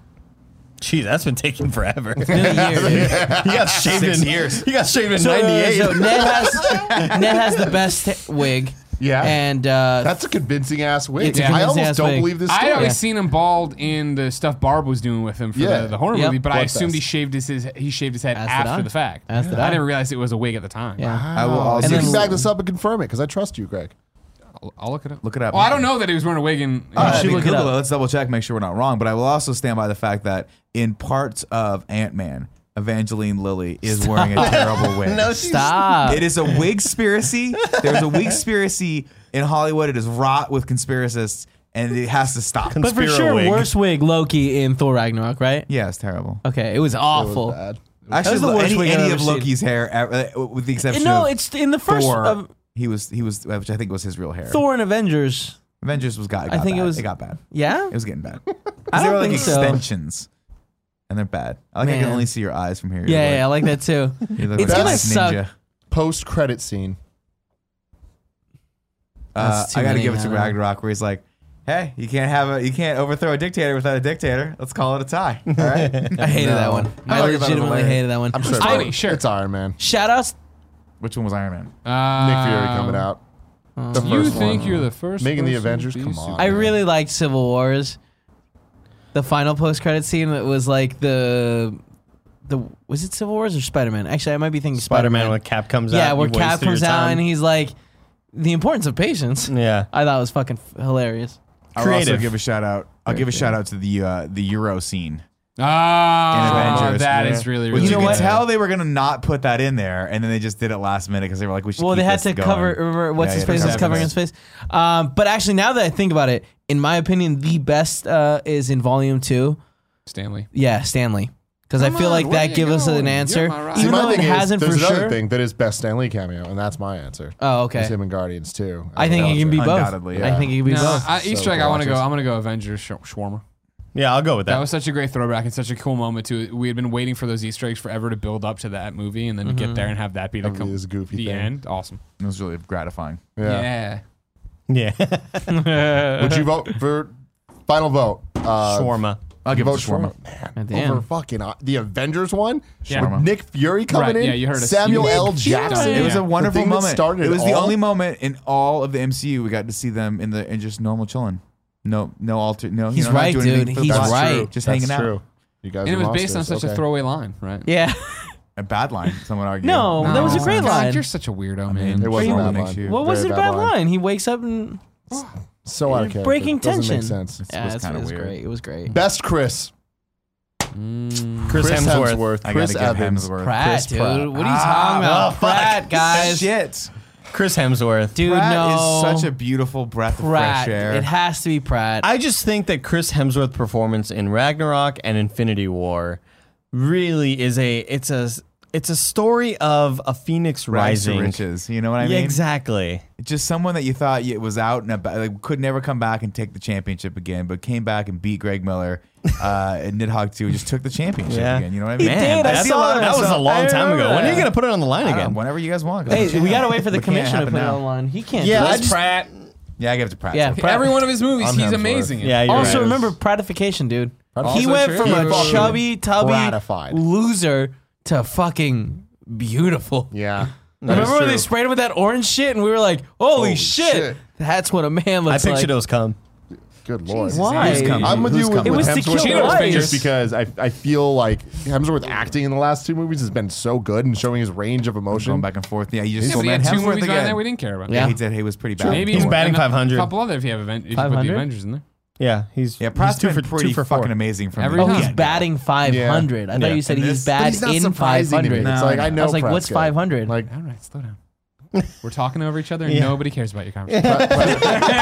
[SPEAKER 3] Jeez, that's been taking forever. he
[SPEAKER 5] Been a year, dude.
[SPEAKER 3] got shaved in years. uh, He got shaved in
[SPEAKER 5] So,
[SPEAKER 3] '98.
[SPEAKER 5] so Ned has Ned has the best t- wig.
[SPEAKER 1] Yeah.
[SPEAKER 5] And uh,
[SPEAKER 1] That's a convincing ass wig.
[SPEAKER 5] It's
[SPEAKER 1] I
[SPEAKER 5] a convincing
[SPEAKER 1] almost
[SPEAKER 5] ass
[SPEAKER 1] don't
[SPEAKER 5] wig.
[SPEAKER 1] believe this story.
[SPEAKER 2] I always seen him bald in the stuff Barb was doing with him for
[SPEAKER 1] Yeah.
[SPEAKER 2] the, the horror
[SPEAKER 5] Yep.
[SPEAKER 2] movie, but I
[SPEAKER 1] Bloodfest.
[SPEAKER 2] assumed he shaved his, his he shaved his head
[SPEAKER 5] As did I.
[SPEAKER 2] after the fact.
[SPEAKER 5] As did I.
[SPEAKER 2] I never realized it was a wig at the time.
[SPEAKER 5] yeah.
[SPEAKER 4] I will
[SPEAKER 1] and
[SPEAKER 5] uh,
[SPEAKER 4] also
[SPEAKER 5] And
[SPEAKER 1] you can
[SPEAKER 5] then-
[SPEAKER 1] back this up and confirm it because I trust you, Greg.
[SPEAKER 2] I'll, I'll look it up.
[SPEAKER 4] Look it up.
[SPEAKER 2] Well, I don't know that he was wearing a wig in.
[SPEAKER 5] You
[SPEAKER 4] Uh, I
[SPEAKER 5] should
[SPEAKER 4] mean,
[SPEAKER 5] look it
[SPEAKER 4] Google
[SPEAKER 5] up.
[SPEAKER 4] Let's double check, make sure we're not wrong. But I will also stand by the fact that in parts of Ant Man, Evangeline Lilly is wearing a terrible wig.
[SPEAKER 5] Stop.
[SPEAKER 4] It is a wig conspiracy. There's a wig conspiracy in Hollywood. It is wrought with conspiracists, and it has to stop.
[SPEAKER 5] but for
[SPEAKER 3] Spiro
[SPEAKER 5] sure,
[SPEAKER 3] wig.
[SPEAKER 5] worst wig Loki in Thor Ragnarok, right?
[SPEAKER 4] Yeah, it's terrible.
[SPEAKER 5] Okay, it was awful.
[SPEAKER 1] Bad.
[SPEAKER 4] Actually,
[SPEAKER 5] was the
[SPEAKER 4] lo-
[SPEAKER 5] worst
[SPEAKER 4] any,
[SPEAKER 5] wig I've
[SPEAKER 4] any
[SPEAKER 5] ever
[SPEAKER 4] of
[SPEAKER 5] seen.
[SPEAKER 4] Loki's hair, uh, uh, with the exception
[SPEAKER 5] no,
[SPEAKER 4] of
[SPEAKER 5] it's in the first
[SPEAKER 4] Thor,
[SPEAKER 5] of
[SPEAKER 4] he was he was, uh, which I think was his real hair.
[SPEAKER 5] Thor and Avengers.
[SPEAKER 4] Avengers was got. it
[SPEAKER 5] I
[SPEAKER 4] got
[SPEAKER 5] think it
[SPEAKER 4] bad.
[SPEAKER 5] was-
[SPEAKER 4] It got bad.
[SPEAKER 5] Yeah.
[SPEAKER 4] It was getting bad.
[SPEAKER 5] I
[SPEAKER 4] they
[SPEAKER 5] don't
[SPEAKER 4] were like
[SPEAKER 5] think so.
[SPEAKER 4] extensions, and they're bad. I like I
[SPEAKER 5] Man.
[SPEAKER 4] can only see your eyes from here.
[SPEAKER 5] Yeah, yeah, I like that too.
[SPEAKER 4] yeah.
[SPEAKER 5] It's gonna suck.
[SPEAKER 1] Post credit scene.
[SPEAKER 4] Uh,
[SPEAKER 5] That's too
[SPEAKER 4] I got to
[SPEAKER 5] many
[SPEAKER 4] give it to
[SPEAKER 5] now.
[SPEAKER 4] Ragnarok, where he's like, "Hey, you can't have a, you can't overthrow a dictator without a dictator. Let's call it a tie." All right.
[SPEAKER 5] I hated that one. I,
[SPEAKER 1] like it better than
[SPEAKER 5] legitimately
[SPEAKER 1] Larry.
[SPEAKER 5] hated that one.
[SPEAKER 1] I'm sure.
[SPEAKER 2] funny, sure.
[SPEAKER 1] It's Iron Man. Nick
[SPEAKER 5] Shout outs.
[SPEAKER 4] Which one was Iron Man?
[SPEAKER 1] Fury coming out.
[SPEAKER 5] uh,
[SPEAKER 1] The
[SPEAKER 2] uh, Um, You
[SPEAKER 1] first
[SPEAKER 2] think
[SPEAKER 1] one.
[SPEAKER 2] you're the first
[SPEAKER 1] Making the
[SPEAKER 2] person to
[SPEAKER 1] Avengers,
[SPEAKER 2] be
[SPEAKER 1] come
[SPEAKER 2] super-
[SPEAKER 1] on.
[SPEAKER 5] I
[SPEAKER 4] Oh,
[SPEAKER 1] Yeah.
[SPEAKER 5] really liked Civil Wars. The final post credit scene that was like the the was it Civil Wars or Spider Man? Actually, I might be thinking Spider
[SPEAKER 3] Spider-Man
[SPEAKER 5] Man.
[SPEAKER 3] when Cap comes out.
[SPEAKER 5] Yeah, where
[SPEAKER 3] you wasted
[SPEAKER 5] Cap
[SPEAKER 3] your
[SPEAKER 5] comes out
[SPEAKER 3] time.
[SPEAKER 5] and he's like, the importance of patience.
[SPEAKER 3] yeah.
[SPEAKER 5] I thought it was fucking f- hilarious.
[SPEAKER 4] I'll also
[SPEAKER 3] Creative.
[SPEAKER 4] give a shout out. I'll give a shout out to the uh, the Euro scene.
[SPEAKER 2] Ah,
[SPEAKER 4] Avengers,
[SPEAKER 2] Oh, that is
[SPEAKER 4] yeah.
[SPEAKER 2] really,
[SPEAKER 4] Which
[SPEAKER 2] really.
[SPEAKER 4] you
[SPEAKER 5] know
[SPEAKER 4] can
[SPEAKER 5] what?
[SPEAKER 4] tell they were gonna not put that in there, and then they just did it last minute because they were like, "We should."
[SPEAKER 5] Well,
[SPEAKER 4] keep
[SPEAKER 5] they had
[SPEAKER 4] this
[SPEAKER 5] to
[SPEAKER 4] going.
[SPEAKER 5] cover cover what's
[SPEAKER 4] Yeah,
[SPEAKER 5] his
[SPEAKER 4] yeah, they
[SPEAKER 5] face was
[SPEAKER 4] covered
[SPEAKER 5] covering
[SPEAKER 4] it.
[SPEAKER 5] his face. Um, but actually, now that I think about it, in my opinion, the best uh, is in Volume Two.
[SPEAKER 2] Stanley.
[SPEAKER 5] Yeah, Stanley, because I
[SPEAKER 2] Come
[SPEAKER 5] feel
[SPEAKER 2] on,
[SPEAKER 5] like
[SPEAKER 2] where
[SPEAKER 5] that
[SPEAKER 2] you
[SPEAKER 5] gives us
[SPEAKER 2] going?
[SPEAKER 5] an
[SPEAKER 2] You're
[SPEAKER 5] answer,
[SPEAKER 2] my rock.
[SPEAKER 1] See,
[SPEAKER 5] even
[SPEAKER 1] my
[SPEAKER 5] though it
[SPEAKER 1] thing is,
[SPEAKER 5] hasn't
[SPEAKER 1] there's
[SPEAKER 5] for
[SPEAKER 1] another
[SPEAKER 5] sure.
[SPEAKER 1] thing that is best Stanley cameo, and that's my answer.
[SPEAKER 5] Oh,
[SPEAKER 1] It's
[SPEAKER 5] okay.
[SPEAKER 1] him and Guardians too.
[SPEAKER 5] I think it can be both.
[SPEAKER 4] Undoubtedly,
[SPEAKER 5] I
[SPEAKER 1] yeah.
[SPEAKER 5] think it can be
[SPEAKER 2] No,
[SPEAKER 5] both.
[SPEAKER 2] I,
[SPEAKER 1] So
[SPEAKER 2] Easter egg. I want to go.
[SPEAKER 1] gorgeous.
[SPEAKER 2] I'm going to go Avengers sh- shawarma.
[SPEAKER 3] Yeah, I'll go with that.
[SPEAKER 2] That was such a great throwback and such a cool moment too. We had been waiting for those Easter eggs forever to build up to that movie, and then to
[SPEAKER 5] Mm-hmm.
[SPEAKER 2] get there and have that be the,
[SPEAKER 1] That'd be
[SPEAKER 2] com-
[SPEAKER 1] this goofy
[SPEAKER 2] the
[SPEAKER 1] thing.
[SPEAKER 2] end. Awesome.
[SPEAKER 4] It was really gratifying.
[SPEAKER 1] Yeah.
[SPEAKER 2] Yeah.
[SPEAKER 3] yeah.
[SPEAKER 1] Would you vote for final vote? Uh,
[SPEAKER 3] Shawarma.
[SPEAKER 4] I'll give it
[SPEAKER 1] vote
[SPEAKER 4] to shawarma.
[SPEAKER 1] Shawarma.
[SPEAKER 5] Damn.
[SPEAKER 1] over fucking uh, the Avengers one
[SPEAKER 2] Yeah.
[SPEAKER 1] with Nick Fury coming
[SPEAKER 2] Right,
[SPEAKER 1] in.
[SPEAKER 2] yeah, you heard us.
[SPEAKER 1] Samuel
[SPEAKER 2] Nick
[SPEAKER 1] L.
[SPEAKER 2] Fury.
[SPEAKER 1] Jackson.
[SPEAKER 2] Yeah.
[SPEAKER 4] It was
[SPEAKER 2] The
[SPEAKER 4] a wonderful
[SPEAKER 1] thing that
[SPEAKER 4] moment.
[SPEAKER 1] started
[SPEAKER 4] it was the
[SPEAKER 1] all-
[SPEAKER 4] only moment in all of the MCU we got to see them in the in just normal chilling. No, no alter. No, you
[SPEAKER 5] He's
[SPEAKER 4] know, not
[SPEAKER 5] right,
[SPEAKER 4] doing anything
[SPEAKER 5] dude.
[SPEAKER 4] for the
[SPEAKER 5] He's
[SPEAKER 4] plot.
[SPEAKER 5] right. True.
[SPEAKER 4] Just
[SPEAKER 1] That's
[SPEAKER 4] hanging
[SPEAKER 1] true.
[SPEAKER 4] out.
[SPEAKER 1] You guys
[SPEAKER 2] And it was
[SPEAKER 1] are
[SPEAKER 2] based on
[SPEAKER 1] monsters.
[SPEAKER 2] such a
[SPEAKER 1] Okay.
[SPEAKER 2] throwaway line, right?
[SPEAKER 5] yeah.
[SPEAKER 4] A bad line. Someone argued.
[SPEAKER 5] No, that was a
[SPEAKER 2] No.
[SPEAKER 5] great
[SPEAKER 2] God,
[SPEAKER 5] line.
[SPEAKER 2] You're such a weirdo,
[SPEAKER 4] I mean,
[SPEAKER 2] man.
[SPEAKER 1] It was
[SPEAKER 4] Are you-
[SPEAKER 1] a bad
[SPEAKER 4] Makes
[SPEAKER 1] line.
[SPEAKER 4] you-
[SPEAKER 5] What was
[SPEAKER 1] Very
[SPEAKER 5] it
[SPEAKER 1] bad
[SPEAKER 5] about line? He wakes up and
[SPEAKER 1] So out of character.
[SPEAKER 5] breaking
[SPEAKER 1] Doesn't make
[SPEAKER 5] tension.
[SPEAKER 1] sense.
[SPEAKER 4] This
[SPEAKER 5] yeah,
[SPEAKER 4] was
[SPEAKER 5] it's-
[SPEAKER 4] kinda
[SPEAKER 5] it was
[SPEAKER 4] weird.
[SPEAKER 5] great. It was great.
[SPEAKER 1] Best Chris.
[SPEAKER 2] Mm.
[SPEAKER 3] Chris, Hemsworth.
[SPEAKER 4] I gotta
[SPEAKER 1] Chris
[SPEAKER 4] give
[SPEAKER 1] Evans.
[SPEAKER 4] Hemsworth.
[SPEAKER 5] Pratt,
[SPEAKER 1] Chris
[SPEAKER 5] dude.
[SPEAKER 1] Pratt.
[SPEAKER 5] What are you talking
[SPEAKER 3] well,
[SPEAKER 5] about?
[SPEAKER 3] fuck.
[SPEAKER 5] Pratt, guys.
[SPEAKER 4] Ah, Shit.
[SPEAKER 3] Chris Hemsworth.
[SPEAKER 5] Dude,
[SPEAKER 4] Pratt
[SPEAKER 5] no.
[SPEAKER 4] is such a beautiful breath
[SPEAKER 5] Pratt.
[SPEAKER 4] of fresh air.
[SPEAKER 5] It has to be Pratt.
[SPEAKER 3] I just think that Chris Hemsworth performance in Ragnarok and Infinity War really is a it's a it's a story of a phoenix
[SPEAKER 4] Rags to
[SPEAKER 3] rising.
[SPEAKER 4] riches. You know what I
[SPEAKER 3] yeah,
[SPEAKER 4] mean?
[SPEAKER 3] exactly.
[SPEAKER 4] Just someone that you thought you- was out and about, like, could never come back and take the championship again, but came back and beat Greg Miller uh, and Nidhog too, and just took the championship
[SPEAKER 3] Yeah.
[SPEAKER 4] again. You know what I mean?
[SPEAKER 5] did. I
[SPEAKER 3] that's
[SPEAKER 5] saw
[SPEAKER 3] a-
[SPEAKER 5] that.
[SPEAKER 3] that was a long time ago. When are you
[SPEAKER 5] that.
[SPEAKER 3] gonna put it on the line
[SPEAKER 4] I don't know,
[SPEAKER 3] again?
[SPEAKER 4] whenever you guys want.
[SPEAKER 5] hey, we gotta wait for the
[SPEAKER 4] It can't
[SPEAKER 5] commissioner to
[SPEAKER 4] happen
[SPEAKER 5] put it
[SPEAKER 4] now.
[SPEAKER 5] online. He can't.
[SPEAKER 3] Yeah,
[SPEAKER 5] do
[SPEAKER 3] I
[SPEAKER 5] it.
[SPEAKER 3] just-
[SPEAKER 2] Pratt.
[SPEAKER 4] Yeah, I give it to Pratt.
[SPEAKER 5] yeah.
[SPEAKER 4] too.
[SPEAKER 5] Pratt.
[SPEAKER 2] Every one of his movies,
[SPEAKER 1] I'm
[SPEAKER 2] he's
[SPEAKER 1] Hemsworth.
[SPEAKER 2] amazing. in.
[SPEAKER 3] yeah, you're
[SPEAKER 5] also,
[SPEAKER 3] right.
[SPEAKER 5] remember pratification, dude. he
[SPEAKER 2] Also
[SPEAKER 5] went
[SPEAKER 2] true.
[SPEAKER 5] from
[SPEAKER 2] He
[SPEAKER 5] a
[SPEAKER 2] fucking
[SPEAKER 5] chubby, tubby
[SPEAKER 1] ratified.
[SPEAKER 5] loser to fucking beautiful.
[SPEAKER 1] Yeah.
[SPEAKER 5] Remember when they sprayed him with that orange shit and we were like, holy,
[SPEAKER 1] Holy
[SPEAKER 5] shit.
[SPEAKER 1] shit.
[SPEAKER 5] That's what a man
[SPEAKER 3] I
[SPEAKER 5] looks like.
[SPEAKER 3] pictured it was come.
[SPEAKER 1] Good lord.
[SPEAKER 5] Why?
[SPEAKER 4] Who's coming?
[SPEAKER 1] I'm with
[SPEAKER 4] Who's
[SPEAKER 1] you with,
[SPEAKER 4] coming?
[SPEAKER 5] It
[SPEAKER 1] with
[SPEAKER 5] was to
[SPEAKER 1] Hemsworth
[SPEAKER 5] kill
[SPEAKER 1] though,
[SPEAKER 5] the lights.
[SPEAKER 1] just because I, I feel like Hemsworth acting in the last two movies has been so good and showing his range of emotion.
[SPEAKER 4] going back and forth. Yeah, you just
[SPEAKER 2] Yeah, but
[SPEAKER 4] sold
[SPEAKER 2] he
[SPEAKER 4] man
[SPEAKER 2] had two
[SPEAKER 4] Hemsworth
[SPEAKER 2] movies on
[SPEAKER 4] again.
[SPEAKER 2] there we didn't care about.
[SPEAKER 4] yeah.
[SPEAKER 5] Yeah.
[SPEAKER 4] he did. He was pretty bad.
[SPEAKER 2] Maybe
[SPEAKER 3] He's
[SPEAKER 2] even-
[SPEAKER 3] batting
[SPEAKER 2] and a
[SPEAKER 3] 500.
[SPEAKER 2] Couple other if you have event, if you put the
[SPEAKER 5] 500?
[SPEAKER 2] Avengers in there.
[SPEAKER 3] Yeah, he's
[SPEAKER 4] Yeah, Pratt's
[SPEAKER 3] he's two
[SPEAKER 4] been
[SPEAKER 3] for
[SPEAKER 4] pretty
[SPEAKER 3] two for four.
[SPEAKER 4] fucking amazing from
[SPEAKER 2] Every
[SPEAKER 4] him.
[SPEAKER 5] Oh,
[SPEAKER 2] time.
[SPEAKER 5] he's
[SPEAKER 2] Yeah.
[SPEAKER 5] batting 500. I
[SPEAKER 3] Yeah.
[SPEAKER 5] thought you said
[SPEAKER 4] And
[SPEAKER 5] he's
[SPEAKER 4] this-
[SPEAKER 1] But
[SPEAKER 5] bad
[SPEAKER 1] he's not
[SPEAKER 5] in
[SPEAKER 1] surprising to me.
[SPEAKER 5] 500.
[SPEAKER 1] It's
[SPEAKER 4] No,
[SPEAKER 1] like I know.
[SPEAKER 5] I was like,
[SPEAKER 1] Pratt's
[SPEAKER 5] what's
[SPEAKER 1] good.
[SPEAKER 5] 500?
[SPEAKER 1] Like
[SPEAKER 2] All right, slow down. We're talking over each other, and nobody cares about your conversation.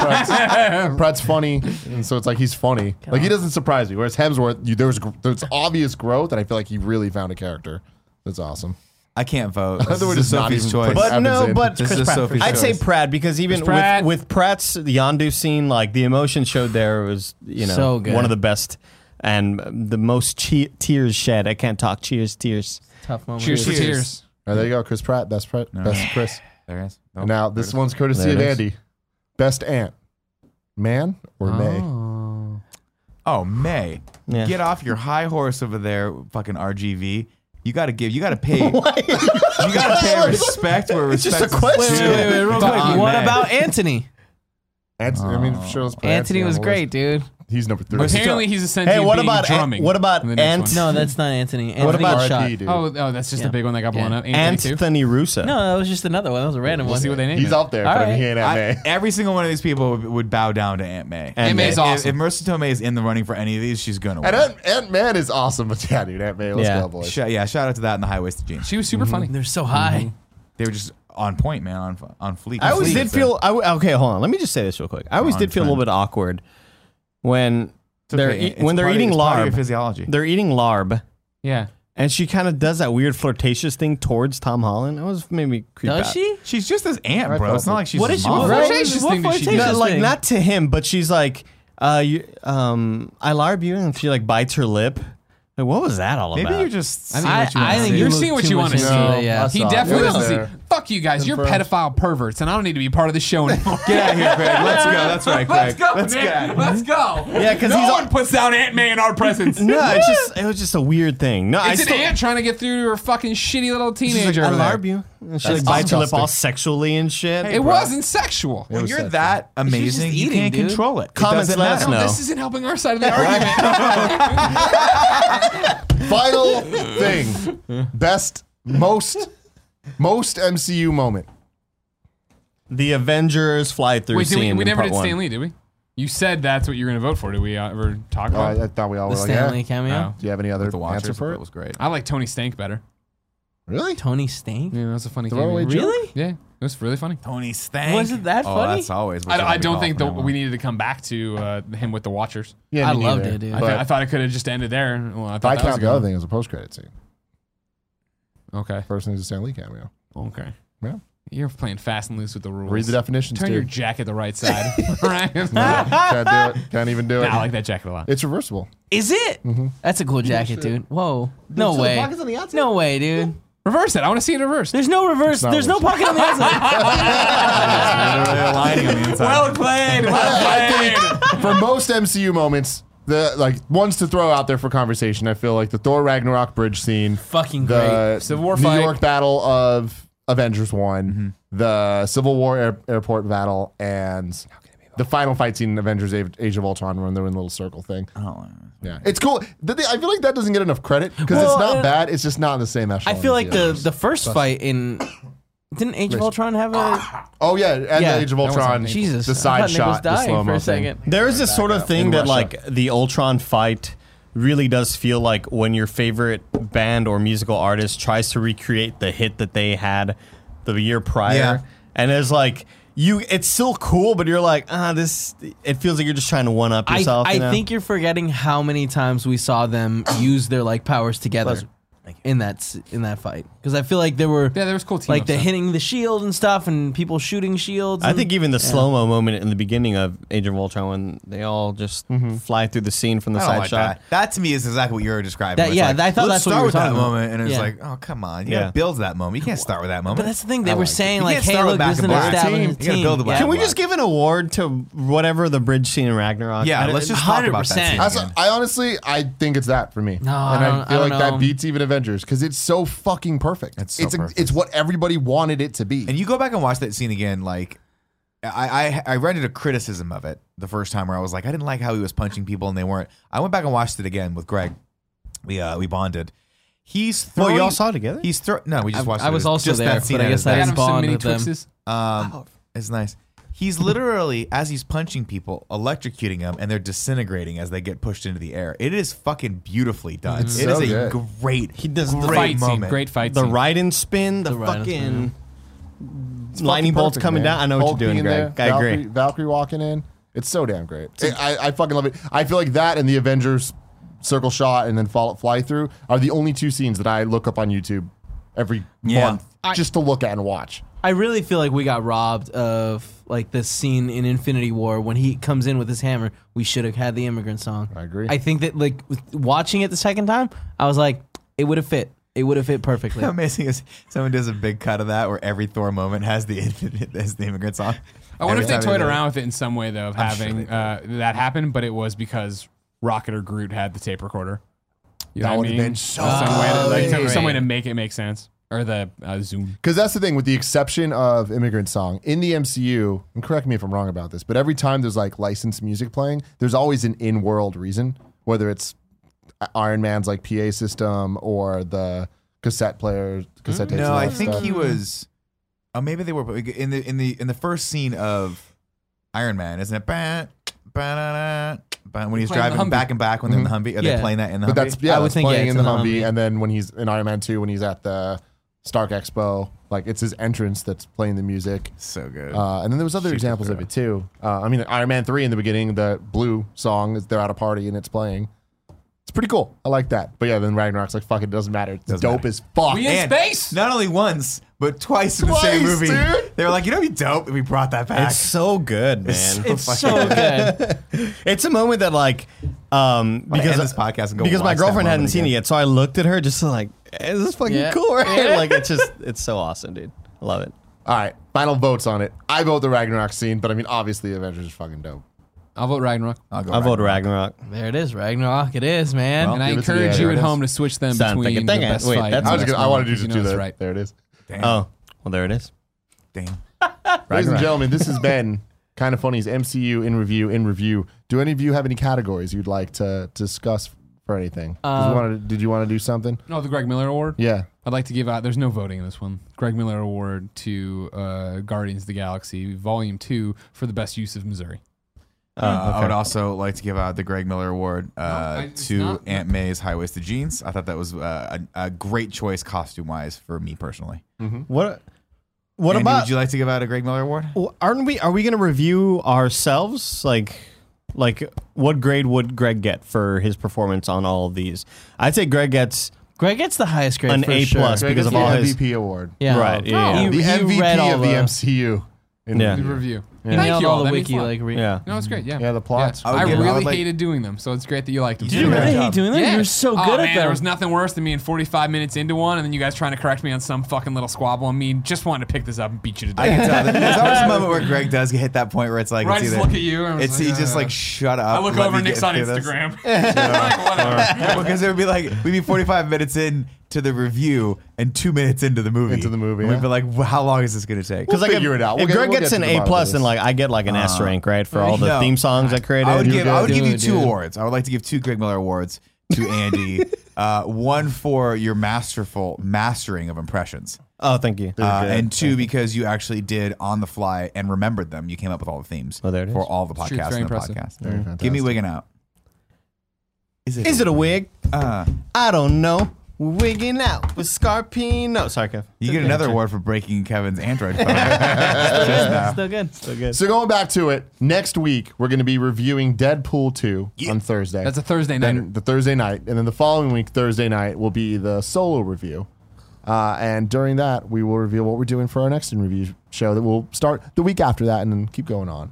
[SPEAKER 1] Pratt's funny, and so it's like he's funny. Like he doesn't surprise me. Whereas Hemsworth, you, there's gr- there's obvious growth, and I feel like he really found a character. That's awesome.
[SPEAKER 4] I can't vote. This
[SPEAKER 1] they're
[SPEAKER 4] is
[SPEAKER 1] just not
[SPEAKER 4] Sophie's
[SPEAKER 1] even
[SPEAKER 4] choice.
[SPEAKER 1] putting
[SPEAKER 3] But
[SPEAKER 1] Evans
[SPEAKER 3] no,
[SPEAKER 1] in.
[SPEAKER 3] but
[SPEAKER 4] This
[SPEAKER 3] Chris
[SPEAKER 4] is
[SPEAKER 3] Pratt.
[SPEAKER 4] Sophie's
[SPEAKER 3] I'd say
[SPEAKER 4] choice.
[SPEAKER 3] Pratt because even
[SPEAKER 2] Pratt.
[SPEAKER 3] With, with Pratt's Yondu scene, like the emotion showed there was you know
[SPEAKER 5] So good.
[SPEAKER 3] one of the best and um, the most che- tears shed. I can't talk. Cheers, tears.
[SPEAKER 5] Tough moment.
[SPEAKER 2] Cheers for
[SPEAKER 4] Cheers.
[SPEAKER 2] tears.
[SPEAKER 1] All right, there you go, Chris Pratt, best Pratt,
[SPEAKER 4] No. Oh,
[SPEAKER 1] best Chris.
[SPEAKER 4] There it is.
[SPEAKER 1] And now this one's courtesy
[SPEAKER 3] There it
[SPEAKER 1] of
[SPEAKER 3] is.
[SPEAKER 1] Andy. Best aunt, man or May?
[SPEAKER 2] Oh.
[SPEAKER 4] Oh, May.
[SPEAKER 3] Yeah.
[SPEAKER 4] Get off your high horse over there, fucking RGV. You gotta give. You gotta pay. you gotta pay respect where
[SPEAKER 3] It's just
[SPEAKER 4] respect.
[SPEAKER 3] a question.
[SPEAKER 4] Is
[SPEAKER 5] Wait,
[SPEAKER 4] due.
[SPEAKER 5] wait, wait, real
[SPEAKER 4] To
[SPEAKER 5] quick.
[SPEAKER 4] Aunt
[SPEAKER 5] What
[SPEAKER 4] May.
[SPEAKER 5] about Anthony?
[SPEAKER 1] Anthony, I mean, sure, let's put
[SPEAKER 5] Anthony
[SPEAKER 1] on
[SPEAKER 5] was
[SPEAKER 1] the
[SPEAKER 5] great,
[SPEAKER 1] list.
[SPEAKER 5] dude.
[SPEAKER 1] He's number three.
[SPEAKER 2] Apparently, he's a sentient
[SPEAKER 3] Hey, what
[SPEAKER 2] being
[SPEAKER 3] about
[SPEAKER 2] drumming.
[SPEAKER 3] what about
[SPEAKER 2] in the next
[SPEAKER 3] Ant-
[SPEAKER 2] one.
[SPEAKER 5] No, that's not Anthony. Anthony
[SPEAKER 3] What about
[SPEAKER 5] got shot.
[SPEAKER 1] RIP, dude.
[SPEAKER 2] Oh, oh, that's just
[SPEAKER 5] Yeah.
[SPEAKER 2] the big one that got blown
[SPEAKER 5] Yeah.
[SPEAKER 2] up. Anthony too.
[SPEAKER 3] Anthony Russo.
[SPEAKER 5] No, that was just another one. That was a random
[SPEAKER 2] We'll
[SPEAKER 5] one.
[SPEAKER 2] see what they name.
[SPEAKER 1] he's
[SPEAKER 2] it.
[SPEAKER 1] up there,
[SPEAKER 5] All
[SPEAKER 1] but I mean,
[SPEAKER 5] right.
[SPEAKER 1] he ain't Aunt
[SPEAKER 4] I,
[SPEAKER 1] May.
[SPEAKER 4] every single one of these people would, would bow down to Aunt May.
[SPEAKER 3] Aunt
[SPEAKER 2] May is
[SPEAKER 4] If-
[SPEAKER 2] awesome.
[SPEAKER 4] If, Marissa Tomei is in the running for any of these, she's gonna win.
[SPEAKER 1] And Aunt, Aunt Man is awesome, but yeah, dude, Aunt May, let's
[SPEAKER 3] Yeah.
[SPEAKER 1] go, boys.
[SPEAKER 4] Sh- yeah, shout out to that and the high waisted jeans.
[SPEAKER 2] She was super funny.
[SPEAKER 5] They're so high.
[SPEAKER 4] They were just on point, man. On on fleek.
[SPEAKER 3] I always
[SPEAKER 4] Fleek,
[SPEAKER 3] did
[SPEAKER 4] so-
[SPEAKER 3] feel. I w okay, hold on. Let me just say this real quick. I always
[SPEAKER 4] On
[SPEAKER 3] did feel a little
[SPEAKER 4] trend.
[SPEAKER 3] bit awkward when
[SPEAKER 4] It's
[SPEAKER 3] they're
[SPEAKER 4] okay.
[SPEAKER 3] eat-
[SPEAKER 4] It's
[SPEAKER 3] when they're
[SPEAKER 4] part of-
[SPEAKER 3] eating
[SPEAKER 4] it's part of your
[SPEAKER 3] larb.
[SPEAKER 4] physiology.
[SPEAKER 3] They're eating larb,
[SPEAKER 2] Yeah.
[SPEAKER 3] and she kind of does that weird flirtatious thing towards Tom Holland. That was made me creep out.
[SPEAKER 5] Does she?
[SPEAKER 4] She's just this aunt,
[SPEAKER 1] I
[SPEAKER 4] bro.
[SPEAKER 1] felt
[SPEAKER 4] It's not
[SPEAKER 1] it.
[SPEAKER 4] like she's
[SPEAKER 5] What
[SPEAKER 4] his
[SPEAKER 5] is she?
[SPEAKER 4] mom.
[SPEAKER 5] What,
[SPEAKER 2] Right?
[SPEAKER 5] flirtatious
[SPEAKER 2] What
[SPEAKER 5] thing did she do?
[SPEAKER 2] flirtatious
[SPEAKER 3] not, like
[SPEAKER 5] thing?
[SPEAKER 3] not to him, but she's like, uh, you, um, I larb you, and she like bites her lip. Like, what was that all
[SPEAKER 4] Maybe
[SPEAKER 3] about?
[SPEAKER 4] you're just.
[SPEAKER 2] I
[SPEAKER 4] seeing
[SPEAKER 2] think
[SPEAKER 4] what you
[SPEAKER 5] I
[SPEAKER 4] wanna
[SPEAKER 5] think
[SPEAKER 4] see.
[SPEAKER 2] You're
[SPEAKER 5] look
[SPEAKER 2] seeing what
[SPEAKER 5] too
[SPEAKER 2] you
[SPEAKER 5] much
[SPEAKER 2] want to
[SPEAKER 5] into
[SPEAKER 2] see.
[SPEAKER 5] it, yeah.
[SPEAKER 1] I
[SPEAKER 2] He
[SPEAKER 1] saw it.
[SPEAKER 2] definitely
[SPEAKER 1] It was
[SPEAKER 2] doesn't
[SPEAKER 1] there.
[SPEAKER 2] see. Fuck fuck you guys. You're pedophile perverts, and I don't need to be part of the show anymore.
[SPEAKER 4] Get out of here, Craig. Let's go. That's right, Craig.
[SPEAKER 2] Let's go,
[SPEAKER 4] Let's
[SPEAKER 2] man.
[SPEAKER 4] go.
[SPEAKER 2] Let's go.
[SPEAKER 3] Yeah, 'cause
[SPEAKER 2] no
[SPEAKER 3] he's all-
[SPEAKER 2] one puts down Ant Man in our presence.
[SPEAKER 3] No, it's just it was just a weird thing. No, I
[SPEAKER 2] It's an
[SPEAKER 3] still,
[SPEAKER 2] ant trying to get through to her fucking shitty little teenager.
[SPEAKER 3] I
[SPEAKER 2] over there.
[SPEAKER 3] love you. And She like bites her lip all sexually and shit.
[SPEAKER 2] It wasn't sexual.
[SPEAKER 4] When you're that amazing, you
[SPEAKER 5] eating,
[SPEAKER 4] can't
[SPEAKER 5] dude.
[SPEAKER 4] control it. It
[SPEAKER 3] Comments
[SPEAKER 4] doesn't
[SPEAKER 3] let us
[SPEAKER 4] matter.
[SPEAKER 3] know. No.
[SPEAKER 2] This isn't helping our side of the argument.
[SPEAKER 1] Final thing. Best, most, most MCU moment.
[SPEAKER 3] The Avengers fly through
[SPEAKER 2] Wait, did
[SPEAKER 3] scene.
[SPEAKER 2] we, we
[SPEAKER 3] in
[SPEAKER 2] never
[SPEAKER 3] part
[SPEAKER 2] did
[SPEAKER 3] one.
[SPEAKER 2] Stan Lee, did we? You said that's what you were going to vote for. Did we uh, ever talk
[SPEAKER 1] Oh,
[SPEAKER 2] about
[SPEAKER 1] I, I
[SPEAKER 2] it?
[SPEAKER 1] thought we all
[SPEAKER 5] The
[SPEAKER 1] were like,
[SPEAKER 5] Stanley
[SPEAKER 1] yeah.
[SPEAKER 5] cameo.
[SPEAKER 2] No.
[SPEAKER 1] Do you have any other answer
[SPEAKER 4] The Watchers
[SPEAKER 1] for
[SPEAKER 4] that was
[SPEAKER 1] it?
[SPEAKER 4] great.
[SPEAKER 2] I like Tony Stank better.
[SPEAKER 1] Really?
[SPEAKER 5] Tony Stank.
[SPEAKER 2] Yeah, that's a funny
[SPEAKER 1] Throwaway
[SPEAKER 2] cameo.
[SPEAKER 1] joke?
[SPEAKER 2] Yeah, it was really funny.
[SPEAKER 4] Tony Stank.
[SPEAKER 5] Was it that
[SPEAKER 4] Oh,
[SPEAKER 5] funny?
[SPEAKER 4] that's always.
[SPEAKER 2] I,
[SPEAKER 4] what
[SPEAKER 2] I
[SPEAKER 4] we
[SPEAKER 2] don't
[SPEAKER 4] call
[SPEAKER 2] think
[SPEAKER 4] it
[SPEAKER 2] the,
[SPEAKER 4] from now
[SPEAKER 2] we
[SPEAKER 4] on.
[SPEAKER 2] needed to come back to uh, him with the Watchers.
[SPEAKER 1] Yeah,
[SPEAKER 5] I
[SPEAKER 1] me
[SPEAKER 5] loved
[SPEAKER 1] neither.
[SPEAKER 5] it, dude.
[SPEAKER 2] I,
[SPEAKER 1] But
[SPEAKER 2] th- I thought it could have just ended there. Well, I
[SPEAKER 1] if I
[SPEAKER 2] thought that was
[SPEAKER 1] count the other
[SPEAKER 2] good.
[SPEAKER 1] thing as a post credit scene.
[SPEAKER 2] Okay.
[SPEAKER 1] First thing is a Stan Lee cameo.
[SPEAKER 2] Okay.
[SPEAKER 1] Yeah.
[SPEAKER 2] You're playing fast and loose with the rules.
[SPEAKER 1] Read the definitions,
[SPEAKER 2] Turn
[SPEAKER 1] dude.
[SPEAKER 2] your jacket the right side. right?
[SPEAKER 1] No, can't do it. Can't even do it.
[SPEAKER 2] I like that jacket a lot.
[SPEAKER 1] It's reversible.
[SPEAKER 5] Is it? That's a cool jacket, dude. Whoa. No way. No way, dude.
[SPEAKER 2] Reverse it. I want to see it reversed.
[SPEAKER 5] There's no reverse.
[SPEAKER 1] not
[SPEAKER 5] There's no pocket on the outside.
[SPEAKER 4] Literally aligning on the inside.
[SPEAKER 2] played. Well played.
[SPEAKER 1] for most MCU moments, the like ones to throw out there for conversation, I feel like the Thor Ragnarok bridge scene,
[SPEAKER 5] Fucking
[SPEAKER 1] the
[SPEAKER 2] Civil War
[SPEAKER 1] New
[SPEAKER 2] fight. Mm-hmm.
[SPEAKER 1] York battle of Avengers one, the Civil War air, airport battle, and the final fight scene in Avengers Age Age of Ultron when they're in the little circle thing.
[SPEAKER 4] Oh,
[SPEAKER 1] Yeah, it's cool. The thing- I feel like that doesn't get enough credit because
[SPEAKER 5] Well,
[SPEAKER 1] it's not
[SPEAKER 5] uh,
[SPEAKER 1] bad. It's just not in the same
[SPEAKER 5] I
[SPEAKER 1] echelon.
[SPEAKER 5] feel
[SPEAKER 1] as
[SPEAKER 5] like the
[SPEAKER 1] others.
[SPEAKER 5] the first fight in didn't Age of Ultron have a
[SPEAKER 1] oh yeah, and
[SPEAKER 5] Yeah.
[SPEAKER 1] the Age of
[SPEAKER 5] That
[SPEAKER 2] was on
[SPEAKER 1] Ultron,
[SPEAKER 2] Nick.
[SPEAKER 5] Jesus?
[SPEAKER 1] the
[SPEAKER 5] I
[SPEAKER 1] side
[SPEAKER 5] thought Nick was
[SPEAKER 1] shot, the
[SPEAKER 5] dying
[SPEAKER 1] slow
[SPEAKER 5] for
[SPEAKER 1] mo
[SPEAKER 5] a second.
[SPEAKER 3] There is this sort of thing that
[SPEAKER 1] Russia.
[SPEAKER 3] like the Ultron fight really does feel like when your favorite band or musical artist tries to recreate the hit that they had the year prior
[SPEAKER 4] Yeah.
[SPEAKER 3] and it's like you it's still cool but you're like ah this it feels like you're just trying to one up
[SPEAKER 5] I,
[SPEAKER 3] yourself
[SPEAKER 5] I
[SPEAKER 3] you know?
[SPEAKER 5] think you're forgetting how many times we saw them use their like powers together in that s- in that fight because I feel like there were
[SPEAKER 2] Yeah, there was cool team
[SPEAKER 5] like
[SPEAKER 2] up
[SPEAKER 5] the
[SPEAKER 2] stuff.
[SPEAKER 5] hitting the shield and stuff and people shooting shields.
[SPEAKER 3] I
[SPEAKER 5] and-
[SPEAKER 3] think even the slow-mo moment in the beginning of Age of Ultron when they all just fly through the scene from the
[SPEAKER 4] I
[SPEAKER 3] side
[SPEAKER 4] don't like
[SPEAKER 3] shot.
[SPEAKER 4] that. That to me is exactly what you were describing.
[SPEAKER 5] That-
[SPEAKER 4] where it's
[SPEAKER 5] yeah,
[SPEAKER 4] like,
[SPEAKER 5] I thought
[SPEAKER 4] let's
[SPEAKER 5] that's what
[SPEAKER 4] start
[SPEAKER 5] you were
[SPEAKER 4] with that
[SPEAKER 5] talking about.
[SPEAKER 4] moment, and it's
[SPEAKER 5] Yeah.
[SPEAKER 4] like, oh come on, you
[SPEAKER 3] Yeah.
[SPEAKER 4] gotta build that moment. You can't start with that moment.
[SPEAKER 5] but that's the thing they were saying
[SPEAKER 4] You
[SPEAKER 5] like,
[SPEAKER 4] can't
[SPEAKER 5] hey,
[SPEAKER 4] start with
[SPEAKER 5] look, this is an
[SPEAKER 4] back and forth.
[SPEAKER 5] established
[SPEAKER 4] You gotta
[SPEAKER 5] team.
[SPEAKER 4] build the
[SPEAKER 5] Yeah.
[SPEAKER 3] Can we
[SPEAKER 4] Black.
[SPEAKER 3] just give an award to whatever the bridge scene in Ragnarok?
[SPEAKER 4] yeah,
[SPEAKER 3] I don't-
[SPEAKER 4] let's just talk about that.
[SPEAKER 5] 100%.
[SPEAKER 4] scene
[SPEAKER 1] I,
[SPEAKER 4] again.
[SPEAKER 1] I honestly, I think it's that for me.
[SPEAKER 5] No, I
[SPEAKER 1] and I,
[SPEAKER 5] don't- I
[SPEAKER 1] feel
[SPEAKER 5] don't
[SPEAKER 1] like that
[SPEAKER 5] know.
[SPEAKER 1] beats even Avengers because it's so fucking perfect.
[SPEAKER 4] It's so
[SPEAKER 1] it's, a-
[SPEAKER 4] perfect.
[SPEAKER 1] it's what everybody wanted it to be.
[SPEAKER 4] And you go back and watch that scene again, like I, I I rented a criticism of it the first time where I was like, I didn't like how he was punching people and they weren't. I went back and watched it again with Greg. We uh we bonded. He's
[SPEAKER 3] Well,
[SPEAKER 4] throwing,
[SPEAKER 3] y'all saw it together?
[SPEAKER 4] He's throw no, we just watched.
[SPEAKER 5] I, I
[SPEAKER 4] it.
[SPEAKER 5] was
[SPEAKER 4] It's
[SPEAKER 5] also
[SPEAKER 4] just
[SPEAKER 5] there,
[SPEAKER 4] that scene
[SPEAKER 5] but I
[SPEAKER 4] at
[SPEAKER 5] guess
[SPEAKER 4] his
[SPEAKER 5] I
[SPEAKER 2] Got
[SPEAKER 5] didn't
[SPEAKER 2] him some
[SPEAKER 5] bond
[SPEAKER 2] mini
[SPEAKER 5] with them.
[SPEAKER 2] twixes.
[SPEAKER 4] Um, It's nice. He's literally, as he's punching people, electrocuting them, and they're disintegrating as they get pushed into the air. It is fucking beautifully done. It is
[SPEAKER 1] So
[SPEAKER 4] a
[SPEAKER 1] good.
[SPEAKER 4] great, he
[SPEAKER 3] does the
[SPEAKER 4] great
[SPEAKER 2] Fight
[SPEAKER 4] moment.
[SPEAKER 2] scene. Great fight
[SPEAKER 3] the
[SPEAKER 2] scene.
[SPEAKER 3] ride and spin, the,
[SPEAKER 5] ride and
[SPEAKER 3] fucking
[SPEAKER 5] spin,
[SPEAKER 3] lightning
[SPEAKER 1] Fucking
[SPEAKER 3] bolts
[SPEAKER 1] perfect,
[SPEAKER 3] coming
[SPEAKER 1] man.
[SPEAKER 3] down. I know what
[SPEAKER 1] Hulk
[SPEAKER 3] you're doing,
[SPEAKER 1] being there,
[SPEAKER 3] Greg. I
[SPEAKER 1] Valkyrie,
[SPEAKER 3] agree.
[SPEAKER 1] Valkyrie walking in. It's so damn great. I, I- I fucking love it. I feel like that and the Avengers circle shot and then fall, fly through are the only two scenes that I look up on YouTube every
[SPEAKER 4] Yeah.
[SPEAKER 1] month just to look at and watch.
[SPEAKER 5] I really feel like we got robbed of like this scene in Infinity War when he comes in with his hammer. We should have had the immigrant song.
[SPEAKER 1] I agree.
[SPEAKER 5] I think that like with- watching it the second time, I was like, it would have fit. It would have fit perfectly.
[SPEAKER 4] How amazing is someone does a big cut of that where every Thor moment has the has the immigrant song.
[SPEAKER 2] I wonder if they
[SPEAKER 4] Every time
[SPEAKER 2] toyed
[SPEAKER 4] do it.
[SPEAKER 2] around with it in some way, though, of
[SPEAKER 4] sure
[SPEAKER 2] having uh, that happen, but it was because Rocket or Groot had the tape recorder. You
[SPEAKER 1] That
[SPEAKER 2] know what I
[SPEAKER 1] would've
[SPEAKER 2] mean?
[SPEAKER 1] been so
[SPEAKER 2] some way, to, like,
[SPEAKER 5] good.
[SPEAKER 2] some- some way to make it make sense. Or the uh, Zoom.
[SPEAKER 1] Because that's the thing, with the exception of Immigrant Song, in the MCU, and correct me if I'm wrong about this, but every time there's like licensed music playing, there's always an in world reason, whether it's uh, Iron Man's like PA system or the cassette player, cassette tapes.
[SPEAKER 4] Mm. No,
[SPEAKER 1] and all
[SPEAKER 4] I
[SPEAKER 1] that
[SPEAKER 4] think
[SPEAKER 1] stuff.
[SPEAKER 4] he was. Oh, maybe they were but in the in the in the first scene of Iron Man, isn't it? Bah, bah, da, da, bah, when he's
[SPEAKER 2] Playing the
[SPEAKER 4] driving
[SPEAKER 2] Humvee. Mm-hmm.
[SPEAKER 4] back and back when they're in the Humvee, are
[SPEAKER 5] Yeah.
[SPEAKER 4] they playing that in the
[SPEAKER 1] But
[SPEAKER 4] Humvee?
[SPEAKER 1] that's yeah,
[SPEAKER 5] I would
[SPEAKER 1] that's
[SPEAKER 5] think, yeah,
[SPEAKER 1] playing
[SPEAKER 5] it's
[SPEAKER 1] in the
[SPEAKER 5] in the
[SPEAKER 1] Humvee,
[SPEAKER 5] Humvee.
[SPEAKER 1] and then when he's in Iron Man two, when he's at the Stark Expo, like it's his entrance that's playing the music.
[SPEAKER 4] so good.
[SPEAKER 1] Uh, and then there was other examples of it too. Uh, I mean, Iron Man three in the beginning, the blue song is they're at a party and it's playing. It's pretty cool. I like that. But yeah, then Ragnarok's like, fuck it, it doesn't matter. It's
[SPEAKER 4] Doesn't
[SPEAKER 1] dope
[SPEAKER 4] matter.
[SPEAKER 1] as fuck.
[SPEAKER 2] We in space!
[SPEAKER 4] Not only once, but twice in the same
[SPEAKER 1] Twice,
[SPEAKER 4] movie.
[SPEAKER 1] dude!
[SPEAKER 4] They were like, you know, it'd be dope if we brought that back.
[SPEAKER 3] It's so good, man. It's,
[SPEAKER 5] it's so good.
[SPEAKER 3] a moment that like um because
[SPEAKER 4] end this podcast and go
[SPEAKER 3] because my
[SPEAKER 4] watch that
[SPEAKER 3] girlfriend hadn't
[SPEAKER 4] moment
[SPEAKER 3] seen it
[SPEAKER 4] again.
[SPEAKER 3] yet, so I looked at her just to, like, "Eh, "Is this fucking
[SPEAKER 5] Yeah.
[SPEAKER 3] cool?" Right?
[SPEAKER 5] Yeah.
[SPEAKER 3] Like it's just it's so awesome, dude. Love it.
[SPEAKER 1] All right, final votes on it. I vote the Ragnarok scene, but I mean, obviously, Avengers is fucking dope.
[SPEAKER 2] I'll vote Ragnarok.
[SPEAKER 4] I'll go
[SPEAKER 3] I vote
[SPEAKER 4] Ragnarok.
[SPEAKER 3] Ragnarok.
[SPEAKER 5] There it is, Ragnarok. It is, man.
[SPEAKER 2] and I
[SPEAKER 1] give it to the
[SPEAKER 2] encourage you at
[SPEAKER 1] editors.
[SPEAKER 2] home to switch them
[SPEAKER 3] Son,
[SPEAKER 2] between
[SPEAKER 3] thinking,
[SPEAKER 2] the
[SPEAKER 3] thinking.
[SPEAKER 2] best
[SPEAKER 3] Wait,
[SPEAKER 2] fight.
[SPEAKER 3] that's
[SPEAKER 2] and
[SPEAKER 1] I was
[SPEAKER 2] the
[SPEAKER 1] gonna,
[SPEAKER 2] best
[SPEAKER 1] I wanted
[SPEAKER 2] moment,
[SPEAKER 1] you to
[SPEAKER 2] because
[SPEAKER 1] do
[SPEAKER 2] know
[SPEAKER 1] that.
[SPEAKER 2] that's Right.
[SPEAKER 1] There it is.
[SPEAKER 4] Damn.
[SPEAKER 3] Oh, well, there it is.
[SPEAKER 4] Damn.
[SPEAKER 1] Ladies and
[SPEAKER 3] Ragnarok.
[SPEAKER 1] gentlemen, this has been kind of funny's MCU in review. In review, do any of you have any categories you'd like to discuss for anything? 'Cause we
[SPEAKER 5] Um,
[SPEAKER 1] wanted- did you want to do something?
[SPEAKER 2] No, the Greg Miller Award.
[SPEAKER 1] Yeah.
[SPEAKER 2] I'd like to give out. There's no voting in this one. Greg Miller Award to uh, Guardians of the Galaxy Volume Two for the best use of Missouri.
[SPEAKER 3] Oh,
[SPEAKER 4] Uh, I would
[SPEAKER 3] okay.
[SPEAKER 4] also like to give out the Greg Miller Award uh,
[SPEAKER 2] No, I- it's
[SPEAKER 4] to
[SPEAKER 2] not-
[SPEAKER 4] Aunt May's high waisted jeans. I thought that was uh, a, a great choice costume wise for me personally.
[SPEAKER 3] What? What
[SPEAKER 4] Andy,
[SPEAKER 3] about?
[SPEAKER 4] Would you like to give out a Greg Miller Award?
[SPEAKER 3] Well, aren't we? Are we going to review ourselves? Like, like what grade would Greg get for his performance on all of these? I'd say Greg gets
[SPEAKER 5] Greg gets the highest grade
[SPEAKER 3] An
[SPEAKER 5] for
[SPEAKER 3] A
[SPEAKER 5] sure.
[SPEAKER 3] plus. Because
[SPEAKER 1] It's
[SPEAKER 3] of
[SPEAKER 1] the
[SPEAKER 3] all his-
[SPEAKER 1] MVP award.
[SPEAKER 5] Yeah.
[SPEAKER 3] Right, yeah, yeah,
[SPEAKER 5] You-
[SPEAKER 3] yeah.
[SPEAKER 1] The
[SPEAKER 5] you read
[SPEAKER 1] MVP
[SPEAKER 5] all
[SPEAKER 1] of the MCU. In
[SPEAKER 3] Yeah.
[SPEAKER 2] Good
[SPEAKER 1] review.
[SPEAKER 2] review.
[SPEAKER 1] Yeah.
[SPEAKER 2] Thank
[SPEAKER 5] nailed
[SPEAKER 2] you all.
[SPEAKER 5] all the
[SPEAKER 2] That means
[SPEAKER 5] wiki
[SPEAKER 2] a lot.
[SPEAKER 5] like re-
[SPEAKER 3] yeah.
[SPEAKER 2] No, it's great. Yeah.
[SPEAKER 1] Yeah, the plots.
[SPEAKER 4] I would
[SPEAKER 2] I
[SPEAKER 4] give it- I
[SPEAKER 2] really
[SPEAKER 4] would like-
[SPEAKER 2] hated doing them, so it's great that you liked them.
[SPEAKER 5] Did you
[SPEAKER 4] Yeah.
[SPEAKER 5] really hate doing that?
[SPEAKER 2] Yeah.
[SPEAKER 5] You're so
[SPEAKER 2] Oh,
[SPEAKER 5] good
[SPEAKER 2] man,
[SPEAKER 5] at
[SPEAKER 2] There
[SPEAKER 5] them.
[SPEAKER 2] was nothing worse than me in 45 minutes into one, and then you guys trying to correct me on some fucking little squabble. And me just wanted to pick this up and beat you to
[SPEAKER 4] I
[SPEAKER 2] death.
[SPEAKER 4] can tell. that There's always a moment where Greg does hit that point where it's like,
[SPEAKER 2] Right,
[SPEAKER 4] it's
[SPEAKER 2] just
[SPEAKER 4] either-
[SPEAKER 2] look at you, and
[SPEAKER 4] It's
[SPEAKER 2] it's like,
[SPEAKER 4] he just
[SPEAKER 2] uh,
[SPEAKER 4] like shut up.
[SPEAKER 2] I look
[SPEAKER 4] let
[SPEAKER 2] over
[SPEAKER 4] me get
[SPEAKER 2] Nick's on
[SPEAKER 4] through this.
[SPEAKER 2] Instagram. Like, whatever.
[SPEAKER 4] because it would be like we'd be 45 minutes in to the review and two minutes into the movie.
[SPEAKER 1] Into the movie,
[SPEAKER 4] and we'd
[SPEAKER 1] yeah.
[SPEAKER 4] be like, well, how long is this going to take?
[SPEAKER 1] We'll
[SPEAKER 3] like
[SPEAKER 1] figure
[SPEAKER 3] if,
[SPEAKER 1] it out. We'll
[SPEAKER 3] if
[SPEAKER 1] get-
[SPEAKER 3] Greg
[SPEAKER 1] we'll get
[SPEAKER 3] gets
[SPEAKER 1] to
[SPEAKER 3] an
[SPEAKER 1] the bottom
[SPEAKER 3] A
[SPEAKER 1] of
[SPEAKER 3] plus, then
[SPEAKER 1] this. Uh,
[SPEAKER 3] like I get like an S rank, right, for all the
[SPEAKER 4] No.
[SPEAKER 3] theme songs I created.
[SPEAKER 4] I would give I would give you
[SPEAKER 5] dude,
[SPEAKER 4] two
[SPEAKER 5] dude.
[SPEAKER 4] awards. I would like to give two Greg Miller awards to Andy. uh, one for your masterful mastering of impressions,
[SPEAKER 3] oh, thank you.
[SPEAKER 4] uh, and two because you actually did on the fly and remembered them. You came up with all the themes
[SPEAKER 3] Oh, there it is.
[SPEAKER 4] for all the
[SPEAKER 2] It's true, it's
[SPEAKER 4] podcasts
[SPEAKER 2] very
[SPEAKER 4] and the
[SPEAKER 2] impressive.
[SPEAKER 4] podcast.
[SPEAKER 1] Very fantastic.
[SPEAKER 4] Give me wigging out. Is it?
[SPEAKER 3] is it a wig?
[SPEAKER 4] Uh,
[SPEAKER 3] I don't know. We're wigging out with Scarpino. Sorry, Kev.
[SPEAKER 4] you get another award for breaking Kevin's Android phone. Just now.
[SPEAKER 5] Still good. Still good.
[SPEAKER 1] So going back to it, next week we're going to be reviewing Deadpool 2 on Thursday.
[SPEAKER 2] That's a Thursday night.
[SPEAKER 1] Then the Thursday night, and then the following week, Thursday night, will be the solo review. Uh, and during that, we will reveal what we're doing for our next in review show that will start the week after that, and then keep going on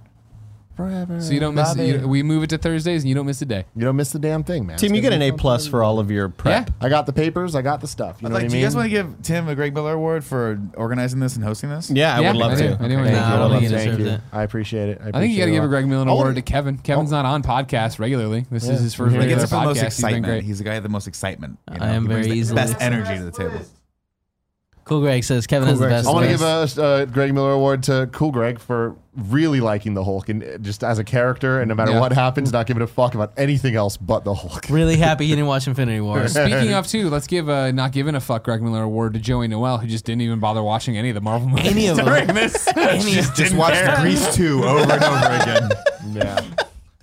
[SPEAKER 1] forever.
[SPEAKER 2] So you don't miss.
[SPEAKER 1] Bobby.
[SPEAKER 2] You, we move it to Thursdays, and you don't miss a day.
[SPEAKER 1] You don't miss the damn thing, man.
[SPEAKER 3] Tim,
[SPEAKER 1] It's
[SPEAKER 3] you get
[SPEAKER 1] gonna
[SPEAKER 3] an
[SPEAKER 1] be fun.
[SPEAKER 3] A plus for all of your prep.
[SPEAKER 2] Yeah.
[SPEAKER 1] I got the papers. I got the stuff. You know what
[SPEAKER 4] like,
[SPEAKER 1] I
[SPEAKER 4] do
[SPEAKER 1] mean?
[SPEAKER 4] you guys want to give Tim a Greg Miller Award for organizing this and hosting this?
[SPEAKER 3] Yeah, I
[SPEAKER 2] Yeah,
[SPEAKER 3] would love
[SPEAKER 2] I do.
[SPEAKER 3] to.
[SPEAKER 2] I do want to.
[SPEAKER 3] Thank you.
[SPEAKER 5] Nah, I
[SPEAKER 3] I
[SPEAKER 5] don't
[SPEAKER 3] would love
[SPEAKER 5] think it
[SPEAKER 3] to.
[SPEAKER 5] is.
[SPEAKER 1] Thank
[SPEAKER 5] deserved
[SPEAKER 1] you.
[SPEAKER 5] it.
[SPEAKER 1] I appreciate it. I,
[SPEAKER 2] I think you got to give a Greg Millen
[SPEAKER 1] Oh,
[SPEAKER 2] award
[SPEAKER 1] yeah.
[SPEAKER 2] to Kevin. Kevin's not on podcasts regularly. This
[SPEAKER 1] Yeah.
[SPEAKER 2] is his first
[SPEAKER 1] He
[SPEAKER 4] He
[SPEAKER 2] regular
[SPEAKER 4] gets up with the
[SPEAKER 2] podcast.
[SPEAKER 4] most
[SPEAKER 2] He's been
[SPEAKER 4] excitement.
[SPEAKER 2] great.
[SPEAKER 4] He's the guy with the most excitement. you
[SPEAKER 5] I
[SPEAKER 4] know?
[SPEAKER 5] am
[SPEAKER 4] He brings
[SPEAKER 5] very
[SPEAKER 4] the
[SPEAKER 5] easily-
[SPEAKER 4] best energy to the table.
[SPEAKER 5] Cool Greg says Kevin has
[SPEAKER 3] Greg
[SPEAKER 5] the best.
[SPEAKER 1] I want to
[SPEAKER 5] voice.
[SPEAKER 1] give a uh, Greg Miller award to Cool Greg for really liking the Hulk and uh, just as a character, and no matter
[SPEAKER 2] Yeah.
[SPEAKER 1] what happens, not giving a fuck about anything else but the Hulk.
[SPEAKER 5] really happy he didn't watch Infinity War.
[SPEAKER 2] Speaking of too, let's give a not giving a fuck Greg Miller award to Joey Noel, who just didn't even bother watching any of the Marvel movies.
[SPEAKER 5] Any of them.
[SPEAKER 2] during this.
[SPEAKER 4] Just, just watch Grease 2 over and over again.
[SPEAKER 1] Yeah.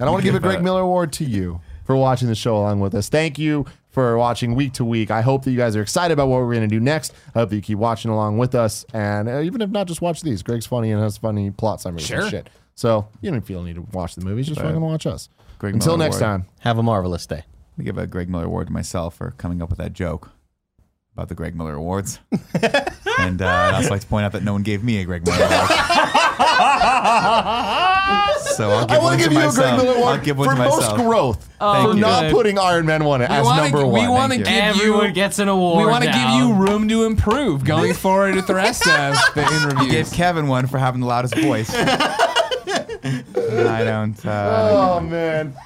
[SPEAKER 1] And I want to give a Greg Miller award to you for watching the show along with us. Thank you for watching week to week. I hope that you guys are excited about what we're going to do next. I hope that you keep watching along with us. And uh, even if not, just watch these. Greg's funny and has funny plot summaries and
[SPEAKER 2] Sure.
[SPEAKER 1] shit. So you don't feel the need to watch the movies. Just fucking watch us.
[SPEAKER 4] Greg
[SPEAKER 1] Until
[SPEAKER 4] Miller
[SPEAKER 1] next
[SPEAKER 4] award.
[SPEAKER 1] time.
[SPEAKER 3] Have a marvelous day.
[SPEAKER 4] I give a Greg Miller Award to myself for coming up with that joke about the Greg Miller Awards. and uh, I'd also like to point out that no one gave me a Greg Miller Award. so I'll give
[SPEAKER 1] I
[SPEAKER 4] one
[SPEAKER 1] want to
[SPEAKER 4] to
[SPEAKER 1] give you a
[SPEAKER 4] myself.
[SPEAKER 1] Greg Miller
[SPEAKER 4] I'll
[SPEAKER 1] award
[SPEAKER 4] give one
[SPEAKER 1] for
[SPEAKER 4] to
[SPEAKER 1] most
[SPEAKER 4] myself.
[SPEAKER 1] growth
[SPEAKER 4] Oh. Thank
[SPEAKER 1] for
[SPEAKER 4] you.
[SPEAKER 1] not putting Iron Man 1 as
[SPEAKER 2] wanna-
[SPEAKER 1] number
[SPEAKER 2] we
[SPEAKER 1] one.
[SPEAKER 2] wanna
[SPEAKER 1] Thank you.
[SPEAKER 2] give
[SPEAKER 5] Everyone
[SPEAKER 2] you-
[SPEAKER 5] gets an award.
[SPEAKER 2] We want to give
[SPEAKER 5] now.
[SPEAKER 2] you room to improve going forward with the rest of the
[SPEAKER 4] You gave
[SPEAKER 2] interviews.
[SPEAKER 4] Kevin one for having the loudest voice. I don't. Uh,
[SPEAKER 1] Oh, man.